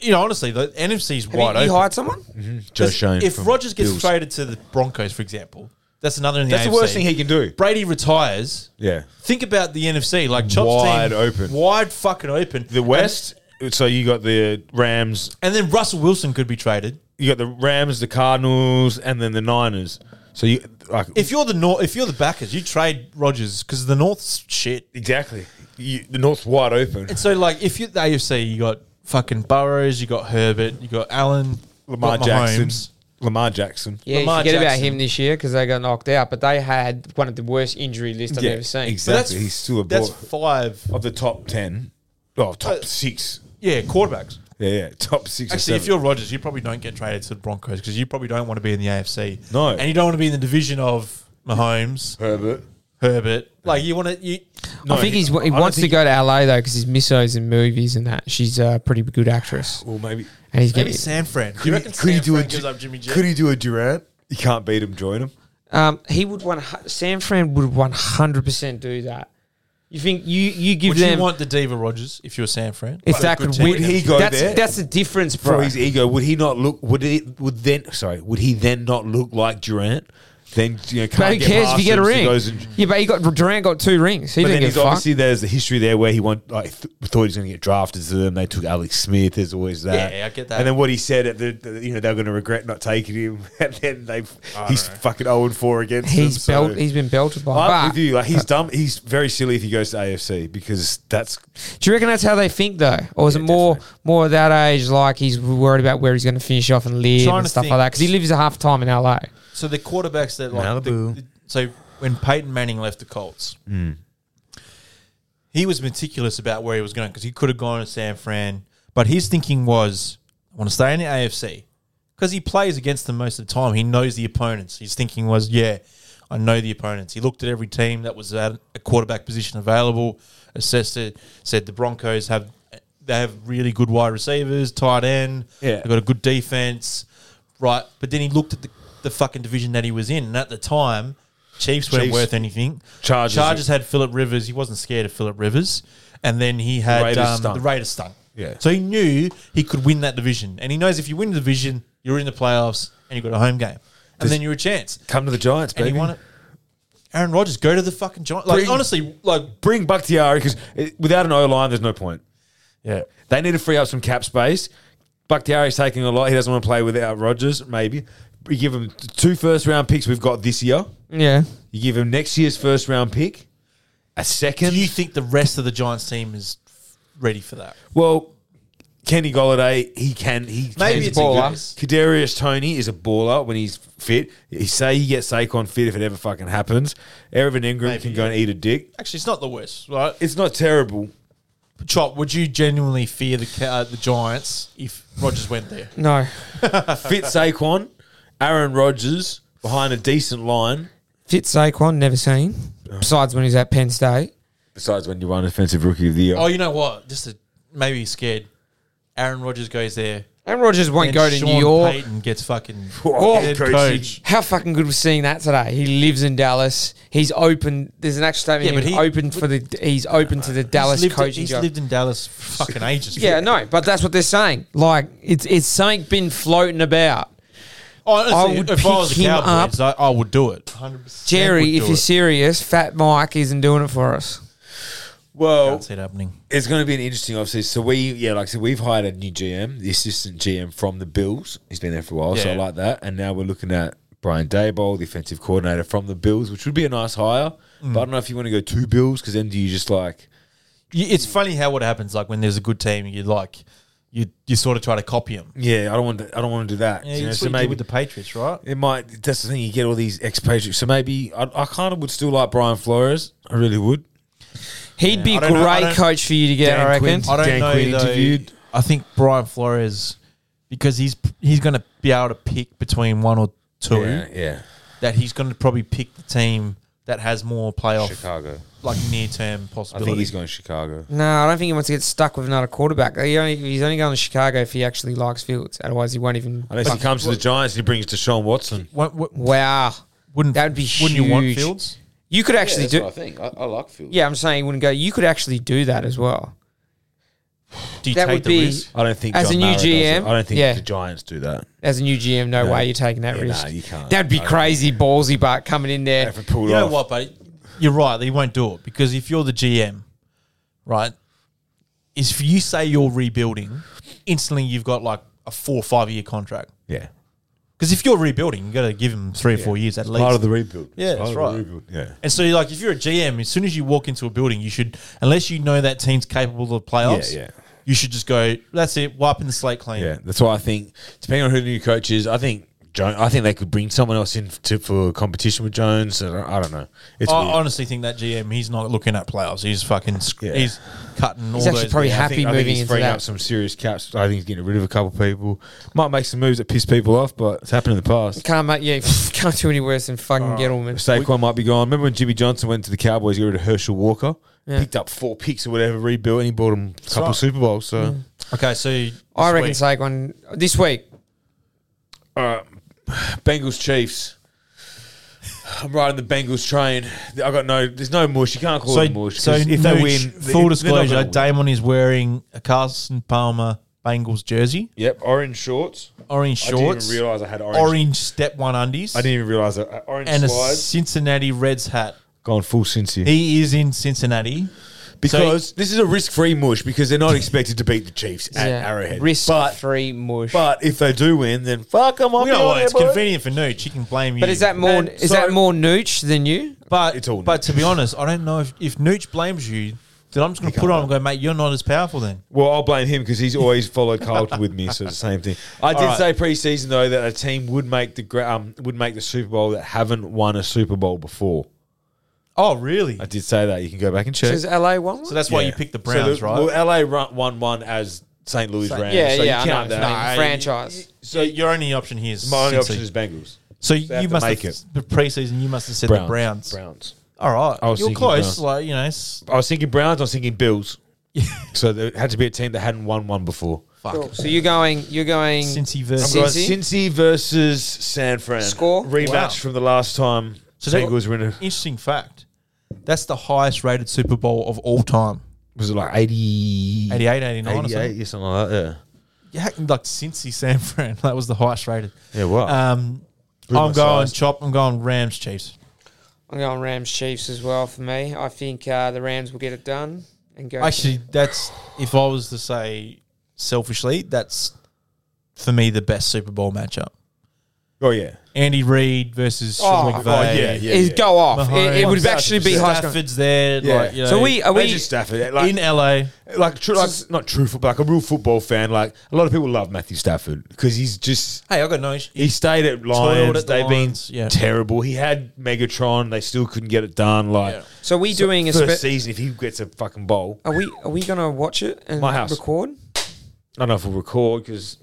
Speaker 4: you know, honestly, the NFC's
Speaker 2: Have you-
Speaker 4: wide
Speaker 2: you,
Speaker 4: open.
Speaker 2: hired someone?
Speaker 3: Joe
Speaker 4: Because
Speaker 3: Shane.
Speaker 4: If
Speaker 3: from
Speaker 4: Rogers gets
Speaker 3: Bills.
Speaker 4: traded to the Broncos, for example, that's another in the
Speaker 3: that's the
Speaker 4: AFC.
Speaker 3: worst thing he can do.
Speaker 4: Brady retires.
Speaker 3: Yeah,
Speaker 4: Think about the NFC, like Chop's
Speaker 3: Wide
Speaker 4: team,
Speaker 3: open.
Speaker 4: wide fucking open.
Speaker 3: the West. So you got the Rams,
Speaker 4: and then Russell Wilson could be traded.
Speaker 3: you got the Rams, the Cardinals, and then the Niners. So you like
Speaker 4: If you're the North, if you're the backers, you trade Rogers because the North's shit.
Speaker 3: Exactly. You, the North's wide open.
Speaker 4: And so, like, if you're the AFC, you got fucking Burrows, you got Herbert, you got Allen,
Speaker 3: Lamar
Speaker 4: got
Speaker 3: Jackson.
Speaker 4: Mahomes.
Speaker 3: Lamar Jackson.
Speaker 2: Yeah,
Speaker 4: Lamar
Speaker 2: you forget
Speaker 4: Jackson.
Speaker 2: about him this year because they got knocked out, but they had one of the worst injury lists I've ever seen.
Speaker 4: But that's-
Speaker 3: Exactly. He's still a
Speaker 4: That's
Speaker 3: boy.
Speaker 4: five.
Speaker 3: of the top 10. Oh, top six.
Speaker 4: Yeah, quarterbacks.
Speaker 3: Yeah, yeah. Top six.
Speaker 4: Uh, Actually,
Speaker 3: or
Speaker 4: if
Speaker 3: seven.
Speaker 4: you're Rogers, you probably don't get traded to the Broncos because you probably don't want to be in the AFC.
Speaker 3: No.
Speaker 4: and you don't want to be in the division of Mahomes,
Speaker 3: Herbert.
Speaker 4: Herbert. Like, you want to. You,
Speaker 3: No,
Speaker 2: I think he's,
Speaker 3: I
Speaker 2: he
Speaker 3: don't
Speaker 2: wants to
Speaker 3: think-
Speaker 2: go to LA though because his missos in movies and that. She's a pretty good actress,
Speaker 3: Well, maybe.
Speaker 2: and he's
Speaker 4: Maybe
Speaker 2: getting.
Speaker 4: San Fran. Do you reckon San Fran gives up Jimmy G?
Speaker 3: could he do a Durant? You can't beat him, join him.
Speaker 2: Um, he would one. hu- San Fran would one hundred percent do that. You think you you give
Speaker 4: Would
Speaker 2: them
Speaker 4: you want the Diva Rogers if you were San Fran?
Speaker 2: if that
Speaker 4: Good
Speaker 2: could
Speaker 4: team.
Speaker 2: win?
Speaker 3: Would he go
Speaker 2: that's,
Speaker 3: there?
Speaker 2: That's the difference,
Speaker 3: For
Speaker 2: bro.
Speaker 3: his ego, would he not look? Would he would then? Sorry, would he then not look like Durant? then you know
Speaker 2: But
Speaker 3: can't
Speaker 2: who
Speaker 3: get
Speaker 2: cares if
Speaker 3: past
Speaker 2: you get a
Speaker 3: him, so he
Speaker 2: ring?
Speaker 3: goes and-
Speaker 2: yeah, but he got Durant got two rings. He
Speaker 3: but then
Speaker 2: didn't
Speaker 3: he's
Speaker 2: give a fuck.
Speaker 3: obviously there's the history there where he want like th- thought he was going to get drafted to them. They took Alex Smith. There's always that.
Speaker 4: Yeah, I get that.
Speaker 3: And then what he said at the, the you know they're going to regret not taking him, and then they he's fucking zero and four against them.
Speaker 2: He's
Speaker 3: so-
Speaker 2: belt. He's been belted by.
Speaker 3: I'm
Speaker 2: but
Speaker 3: with you. Like he's dumb. He's very silly if he goes to AFC because that's
Speaker 2: do you reckon that's how they think though, or is it more more at that age? Like he's worried about where he's going to finish off and live
Speaker 4: Trying
Speaker 2: and
Speaker 4: to
Speaker 2: stuff
Speaker 4: think.
Speaker 2: like that because he lives a half time in LA.
Speaker 4: So the quarterbacks that like
Speaker 3: Malibu.
Speaker 4: the- so when Peyton Manning left the Colts, he was meticulous about where he was going because he could have gone to San Fran, but his thinking was, I want to stay in the AFC because he plays against them most of the time. He knows the opponents. His thinking was, yeah, I know the opponents. He looked at every team that was at a quarterback position available, assessed it, said the Broncos have they have really good wide receivers, tight end,
Speaker 3: Yeah.
Speaker 4: they've got a good defense, right? But then he looked at the, the fucking division that he was in, and at the time, Chiefs weren't
Speaker 3: Chiefs.
Speaker 4: worth anything.
Speaker 3: Chargers-
Speaker 4: Chargers had Philip Rivers. He wasn't scared of Philip Rivers, and then he had
Speaker 3: Raiders
Speaker 4: um,
Speaker 3: stunk.
Speaker 4: the Raiders stunk.
Speaker 3: Yeah.
Speaker 4: So he knew he could win that division, and he knows if you win the division, you're in the playoffs, and you have got a home game, and then you're a chance.
Speaker 3: come to the Giants,
Speaker 4: And
Speaker 3: baby.
Speaker 4: he won it. Aaron Rodgers, go to the fucking Giants. Like
Speaker 3: Bring-
Speaker 4: honestly, like
Speaker 3: Bring Bakhtiari because without an O line, there's no point.
Speaker 4: yeah.
Speaker 3: They need to free up some cap space. Bakhtiari's taking a lot. He doesn't want to play without Rodgers. Maybe we give him two first round picks we've got this year.
Speaker 2: Yeah,
Speaker 3: You give him next year's first round pick, a second.
Speaker 4: Do you think the rest of the Giants team is ready for that?
Speaker 3: well, Kenny Galladay, he can. He
Speaker 4: Maybe
Speaker 3: can
Speaker 4: it's
Speaker 3: do
Speaker 4: a
Speaker 3: good-
Speaker 4: guess.
Speaker 3: Kadarius Tony is a baller when he's fit. He say he gets Saquon fit if it ever fucking happens. Evan Ingram
Speaker 4: Maybe,
Speaker 3: can go and eat a dick.
Speaker 4: Actually, it's not the worst, right?
Speaker 3: It's not terrible.
Speaker 4: Chop, would you genuinely fear the Ca- uh, the Giants if Rodgers went there?
Speaker 2: no,
Speaker 3: Fit Saquon, Aaron Rodgers behind a decent line.
Speaker 2: Fitz Saquon never seen. Besides when he was at Penn State,
Speaker 3: Besides when you won offensive rookie of the year.
Speaker 4: Oh, you know what? Just to, maybe he's scared. Aaron Rodgers goes there.
Speaker 2: and Rogers won't
Speaker 4: and
Speaker 2: go to
Speaker 4: Sean
Speaker 2: New York.
Speaker 4: Payton gets fucking
Speaker 3: Oh,
Speaker 4: head
Speaker 3: coach.
Speaker 4: coach.
Speaker 2: How fucking good was seeing that today? He lives in Dallas. He's open. There's an actual statement.
Speaker 4: Yeah, but
Speaker 2: he's
Speaker 4: he-
Speaker 2: open for the. He's open to the Dallas
Speaker 4: he's lived,
Speaker 2: coaching
Speaker 4: He's
Speaker 2: job.
Speaker 4: lived in Dallas for fucking ages.
Speaker 2: yeah, no, but that's what they're saying. Like it's it's something been floating about.
Speaker 4: Oh, Honestly,
Speaker 2: I would
Speaker 4: if I was
Speaker 2: pick
Speaker 4: a
Speaker 2: him
Speaker 4: Cowboys, I, I would do it. 100%.
Speaker 2: Jerry,
Speaker 4: Would do
Speaker 2: if you're
Speaker 4: it.
Speaker 2: serious, Fat Mike isn't doing it for us.
Speaker 3: Well,
Speaker 4: Can't see it happening.
Speaker 3: it's going to be an interesting offseason. So we, yeah, like I said, we've hired a new GM, the assistant GM from the Bills. He's been there for a while, so I
Speaker 4: Yeah.
Speaker 3: like that. And now we're looking at Brian Dayball, the offensive coordinator from the Bills, which would be a nice hire.
Speaker 4: Mm.
Speaker 3: But I don't know if you want to go two Bills because then do you just like
Speaker 4: You- It's funny how what happens. Like when there's a good team, you like you you sort of try to copy them.
Speaker 3: yeah, I don't want to, I don't want to do that.
Speaker 4: Yeah,
Speaker 3: you know,
Speaker 4: it's
Speaker 3: so
Speaker 4: what you did
Speaker 3: maybe
Speaker 4: with the Patriots, right?
Speaker 3: it might. That's the thing. You get all these expatriates. So maybe I, I kind of would still like Brian Flores. I really would.
Speaker 2: He'd be a
Speaker 4: I don't know- I
Speaker 2: great
Speaker 4: don't-
Speaker 2: coach for you to get.
Speaker 3: Dan
Speaker 2: I reckon.
Speaker 3: Quinn.
Speaker 4: I don't
Speaker 3: Dan
Speaker 4: know.
Speaker 3: Quinn
Speaker 4: though.
Speaker 3: interviewed.
Speaker 4: I think Brian Flores because he's he's going to be able to pick between one or two.
Speaker 3: Yeah, yeah.
Speaker 4: That he's going to probably pick the team that has more playoff
Speaker 3: Chicago.
Speaker 4: like near term
Speaker 3: I
Speaker 4: possibilities.
Speaker 3: think he's going to Chicago.
Speaker 2: No, I don't think he wants to get stuck with another quarterback. He only, he's only going to Chicago if he actually likes Fields. Otherwise, he won't even.
Speaker 3: Unless he comes to the Giants and he brings Deshaun Watson.
Speaker 4: What- what-
Speaker 2: Wow,
Speaker 4: wouldn't
Speaker 2: That'd be
Speaker 4: wouldn't you want
Speaker 2: huge.
Speaker 4: Fields?
Speaker 2: you could actually do.
Speaker 3: think. I, I like Phil.
Speaker 2: Yeah, I'm saying he wouldn't go. You could actually do that as well.
Speaker 4: Do you
Speaker 2: That
Speaker 4: take
Speaker 2: would
Speaker 4: the
Speaker 2: be-
Speaker 4: risk?
Speaker 3: I don't think
Speaker 2: As
Speaker 3: John
Speaker 2: a new
Speaker 3: Mara does it.
Speaker 2: GM?
Speaker 3: I don't think
Speaker 2: Yeah.
Speaker 3: the Giants do that.
Speaker 2: As a new GM, no, way you're taking that
Speaker 3: Yeah,
Speaker 2: risk.
Speaker 3: nah, you can't.
Speaker 2: That'd be
Speaker 3: I don't
Speaker 2: crazy ballsy, but coming in there.
Speaker 3: If it pulled
Speaker 4: You know
Speaker 3: off,
Speaker 4: what, buddy? You're right. They won't do it because if you're the GM, right, is if you say you're rebuilding, instantly you've got like a four or five year contract.
Speaker 3: yeah,
Speaker 4: Because if you're rebuilding, you got to give them three or four years at least.
Speaker 3: part of the rebuild.
Speaker 4: Yeah,
Speaker 3: Part
Speaker 4: that's
Speaker 3: of the
Speaker 4: right.
Speaker 3: rebuild. Yeah,
Speaker 4: and so, like, if you're a GM, as soon as you walk into a building, you should, unless you know that team's capable of playoffs,
Speaker 3: Yeah, yeah.
Speaker 4: you should just go. That's it. Wiping the slate clean.
Speaker 3: yeah. That's why I think, depending on who the new coach is, I think Jones, I think they could bring someone else in to, for competition with Jones. And I, I don't know. It's
Speaker 4: I
Speaker 3: weird.
Speaker 4: honestly think that GM, he's not looking at playoffs. He's fucking, sc-
Speaker 3: Yeah.
Speaker 4: he's cutting all
Speaker 2: He's actually
Speaker 4: those.
Speaker 2: probably
Speaker 3: I
Speaker 2: happy
Speaker 3: think, I think
Speaker 2: moving
Speaker 3: he's
Speaker 2: into
Speaker 3: freeing
Speaker 2: that.
Speaker 3: up some serious caps. I think he's getting rid of a couple people. Might make some moves that piss people off, but it's happened in the past.
Speaker 2: Can't make yeah, can't do any worse than fucking Gettleman.
Speaker 3: Saquon might be gone. Remember when Jimmy Johnson went to the Cowboys, got rid of Herschel Walker,
Speaker 2: Yeah.
Speaker 3: picked up four picks or whatever, rebuilt, and he bought him a couple
Speaker 4: right.
Speaker 3: Super Bowls. So
Speaker 4: okay, so this
Speaker 2: I reckon
Speaker 4: week-
Speaker 2: Saquon this week.
Speaker 3: Bengals Chiefs. I'm riding the Bengals train. I got no. There's no mush. You can't call
Speaker 4: So,
Speaker 3: it mush. 'cause
Speaker 4: so
Speaker 3: if
Speaker 4: Nooch,
Speaker 3: they win, they- they're
Speaker 4: full
Speaker 3: not
Speaker 4: disclosure,
Speaker 3: gonna win.
Speaker 4: Damon is wearing a Carson Palmer Bengals jersey.
Speaker 3: Yep, orange shorts.
Speaker 4: orange shorts,
Speaker 3: I didn't even realize I had orange.
Speaker 4: orange step one undies,
Speaker 3: I didn't even realize I, I- orange
Speaker 4: and a
Speaker 3: slides.
Speaker 4: Cincinnati Reds hat.
Speaker 5: Gone full Cincy.
Speaker 4: He is in Cincinnati.
Speaker 3: because this is a risk-free mush because they're not expected to beat the Chiefs at Arrowhead.
Speaker 2: Risk
Speaker 3: but
Speaker 2: free mush. But,
Speaker 3: but if they do win, then fuck them. I'll
Speaker 4: You
Speaker 3: be
Speaker 4: know
Speaker 3: on
Speaker 4: what?
Speaker 3: there,
Speaker 4: It's
Speaker 3: boy.
Speaker 4: convenient for Nooch. He can blame you.
Speaker 2: is that more
Speaker 3: And
Speaker 2: is
Speaker 3: so-
Speaker 2: that more nooch than you?
Speaker 4: But
Speaker 3: It's all
Speaker 4: But
Speaker 3: Nooch.
Speaker 4: to be honest, I don't know if if Nooch blames you. Then I'm just going to put on and go, mate. You're not as powerful then.
Speaker 3: Well, I'll blame him because he's always followed Carlton with me, so it's the same thing. I did
Speaker 4: right.
Speaker 3: say preseason though that a team would make the gra- um, would make the Super Bowl that haven't won a Super Bowl before.
Speaker 4: Oh, really?
Speaker 3: I did say that. You can go back and check.
Speaker 2: Because LA won.
Speaker 4: So
Speaker 2: one?
Speaker 4: that's why
Speaker 3: Yeah.
Speaker 4: you picked the
Speaker 3: So
Speaker 4: Browns,
Speaker 3: the-
Speaker 4: right?
Speaker 3: Well, LA run, won one as St. Louis Rams.
Speaker 2: yeah,
Speaker 3: so
Speaker 2: yeah,
Speaker 3: You
Speaker 2: I
Speaker 3: count
Speaker 2: know. No,
Speaker 3: that.
Speaker 2: franchise.
Speaker 4: you- So your only option here is
Speaker 3: My only
Speaker 4: Cincy.
Speaker 3: option is Bengals.
Speaker 4: So
Speaker 3: have
Speaker 4: you
Speaker 3: to
Speaker 4: must
Speaker 3: make
Speaker 4: have
Speaker 3: it.
Speaker 4: the preseason. You must have said the Browns.
Speaker 3: Browns.
Speaker 4: All right,
Speaker 3: I was
Speaker 4: you're
Speaker 3: thinking
Speaker 4: close.
Speaker 3: Browns.
Speaker 4: Like you know, s-
Speaker 3: I was thinking Browns. I was thinking Bills. so there had to be a team that hadn't won one before.
Speaker 4: fuck.
Speaker 2: Cool. So you're going you're going
Speaker 4: Cincy versus.
Speaker 2: I'm
Speaker 3: Cincy?
Speaker 2: going-
Speaker 3: Cincy versus San Fran.
Speaker 2: Score?
Speaker 3: Rematch
Speaker 4: Wow.
Speaker 3: from the last time
Speaker 4: So that-
Speaker 3: Bengals were in a.
Speaker 4: Interesting fact. That's the highest rated Super Bowl of all time.
Speaker 3: Was it like 80,
Speaker 4: 88, 89 or
Speaker 3: 88
Speaker 4: something.
Speaker 3: or something like that?
Speaker 4: Yeah, like Cincy San Fran. That was the highest rated.
Speaker 3: Yeah. Yeah, what?
Speaker 4: Um,
Speaker 3: Blew my
Speaker 4: I'm going
Speaker 3: size.
Speaker 4: chop. I'm going Rams Chiefs.
Speaker 2: I'm going Rams Chiefs as well for me. I think uh, the Rams will get it done and go.
Speaker 4: Actually, that's if I was to say selfishly, that's for me the best Super Bowl matchup.
Speaker 3: oh, yeah.
Speaker 4: Andy Reid versus Sean
Speaker 2: Oh,
Speaker 4: McVay.
Speaker 3: Oh, yeah, yeah.
Speaker 2: is go off.
Speaker 4: Mahomes.
Speaker 2: It, it would actually be high scoring.
Speaker 4: Stafford's there.
Speaker 3: Yeah.
Speaker 4: Like, you know,
Speaker 2: So we are we
Speaker 3: Imagine Stafford. Like,
Speaker 4: in LA.
Speaker 3: like, true, like not true football, like a real football fan. Like a lot of people love Matthew Stafford because he's just
Speaker 4: Hey, I got no issue.
Speaker 3: he stayed at Lions.
Speaker 4: at the
Speaker 3: They've
Speaker 4: Lions,
Speaker 3: been
Speaker 4: yeah.
Speaker 3: terrible. He had Megatron. They still couldn't get it done. Like
Speaker 4: Yeah.
Speaker 2: so we
Speaker 3: so
Speaker 2: doing a
Speaker 3: first
Speaker 2: spe-
Speaker 3: season if he gets a fucking bowl. I
Speaker 2: Are we are we gonna watch it and
Speaker 3: My house.
Speaker 2: record?
Speaker 3: don't know if we'll record because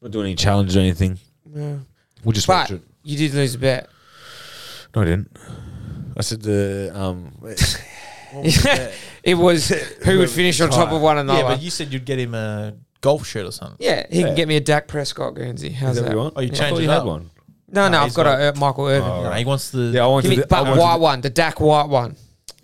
Speaker 3: we're not doing any challenges or anything.
Speaker 2: Yeah.
Speaker 3: We'll just
Speaker 2: But
Speaker 3: watch it.
Speaker 2: you did lose a bet.
Speaker 3: No, I didn't. I said the um.
Speaker 2: it was who would finish on top of one
Speaker 4: Yeah,
Speaker 2: another.
Speaker 4: but you said you'd get him a golf shirt or something.
Speaker 2: Yeah, he
Speaker 3: Yeah.
Speaker 2: can get me a Dak Prescott Guernsey. How's
Speaker 3: Is that what
Speaker 2: that?
Speaker 3: you want?
Speaker 4: Oh, you
Speaker 3: I
Speaker 4: changed
Speaker 3: thought
Speaker 4: it
Speaker 3: you had
Speaker 4: up.
Speaker 3: one.
Speaker 2: No, no,
Speaker 4: Nah,
Speaker 2: I've
Speaker 4: he's
Speaker 2: got
Speaker 4: not.
Speaker 2: a uh, Michael Irvin.
Speaker 4: No, he wants the.
Speaker 3: Yeah, I wanted
Speaker 2: Give me,
Speaker 3: the, I
Speaker 2: but
Speaker 3: wanted
Speaker 2: white
Speaker 3: the-
Speaker 2: one, the Dak white one.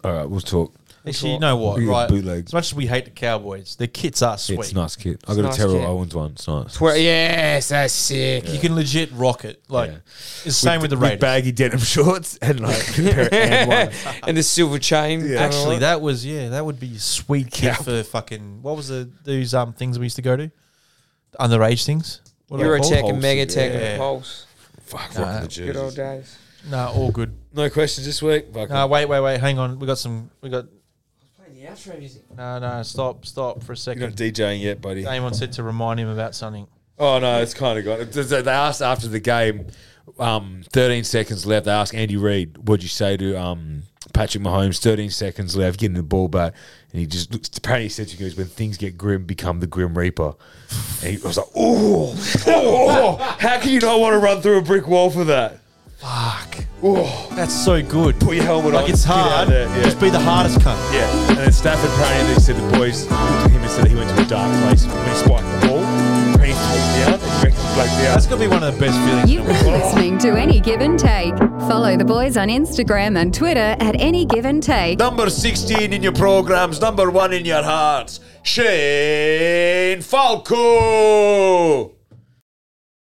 Speaker 3: All right, we'll talk.
Speaker 4: Actually, you know what?
Speaker 3: You got
Speaker 4: Right.
Speaker 3: bootleg.
Speaker 4: As much as we hate the Cowboys, their kits are sweet.
Speaker 3: It's nice, kid. I got
Speaker 2: nice
Speaker 3: a Terrell
Speaker 2: kit.
Speaker 3: Owens one. It's nice.
Speaker 2: Tw- yes, that's sick.
Speaker 4: You can legit rock it. Like
Speaker 3: Yeah.
Speaker 4: it's the same with, the Raiders.
Speaker 3: baggy denim shorts and like a pair of and one.
Speaker 2: and the silver chain.
Speaker 3: Yeah.
Speaker 4: Actually, that was yeah, that would be a sweet kit for fucking what was the those um things we used to go to, The underage things. What are they called?
Speaker 2: Eurotech and
Speaker 3: Pulse,
Speaker 2: Megatech
Speaker 4: yeah.
Speaker 2: and Pulse.
Speaker 3: Fuck, rocking the
Speaker 2: Good old
Speaker 3: jerseys.
Speaker 2: days.
Speaker 4: No, all good.
Speaker 3: No questions this week. Fuck
Speaker 4: No, wait, wait, wait. Hang on. We got some. We got
Speaker 2: Playing the outro music.
Speaker 4: no, no. Stop, stop for a
Speaker 3: You're not
Speaker 4: second.
Speaker 3: DJing yet, buddy.
Speaker 4: Damon said to remind him about something.
Speaker 3: Oh no, it's kind of got. They they asked after the game, um, 13 seconds left. They asked Andy Reid, "What'd you say to um, Patrick Mahomes?" 13 seconds left, getting the ball back, and he just looks. Apparently, he said to you guys, "When things get grim, become the Grim Reaper." And he I was like, "Ooh, oh, how can you not want to run through a brick wall for that?"
Speaker 4: Fuck.
Speaker 3: Oh,
Speaker 4: That's so good.
Speaker 3: put your helmet on.
Speaker 4: Like it's
Speaker 3: get out
Speaker 4: hard.
Speaker 3: there, yeah.
Speaker 4: Just be the hardest cunt.
Speaker 3: Yeah, and then Stafford apparently they said the boys looked at him and said that he went to a dark place when he spiked the ball. Apparently he looked down and reckons he blacked out.
Speaker 4: That's gonna be one of the best feelings.
Speaker 1: You've been listening to Any Give and Take. Follow the boys on Instagram and Twitter at Any Give and Take.
Speaker 3: Number 16 in your programs, number one in your hearts, Shane Falco!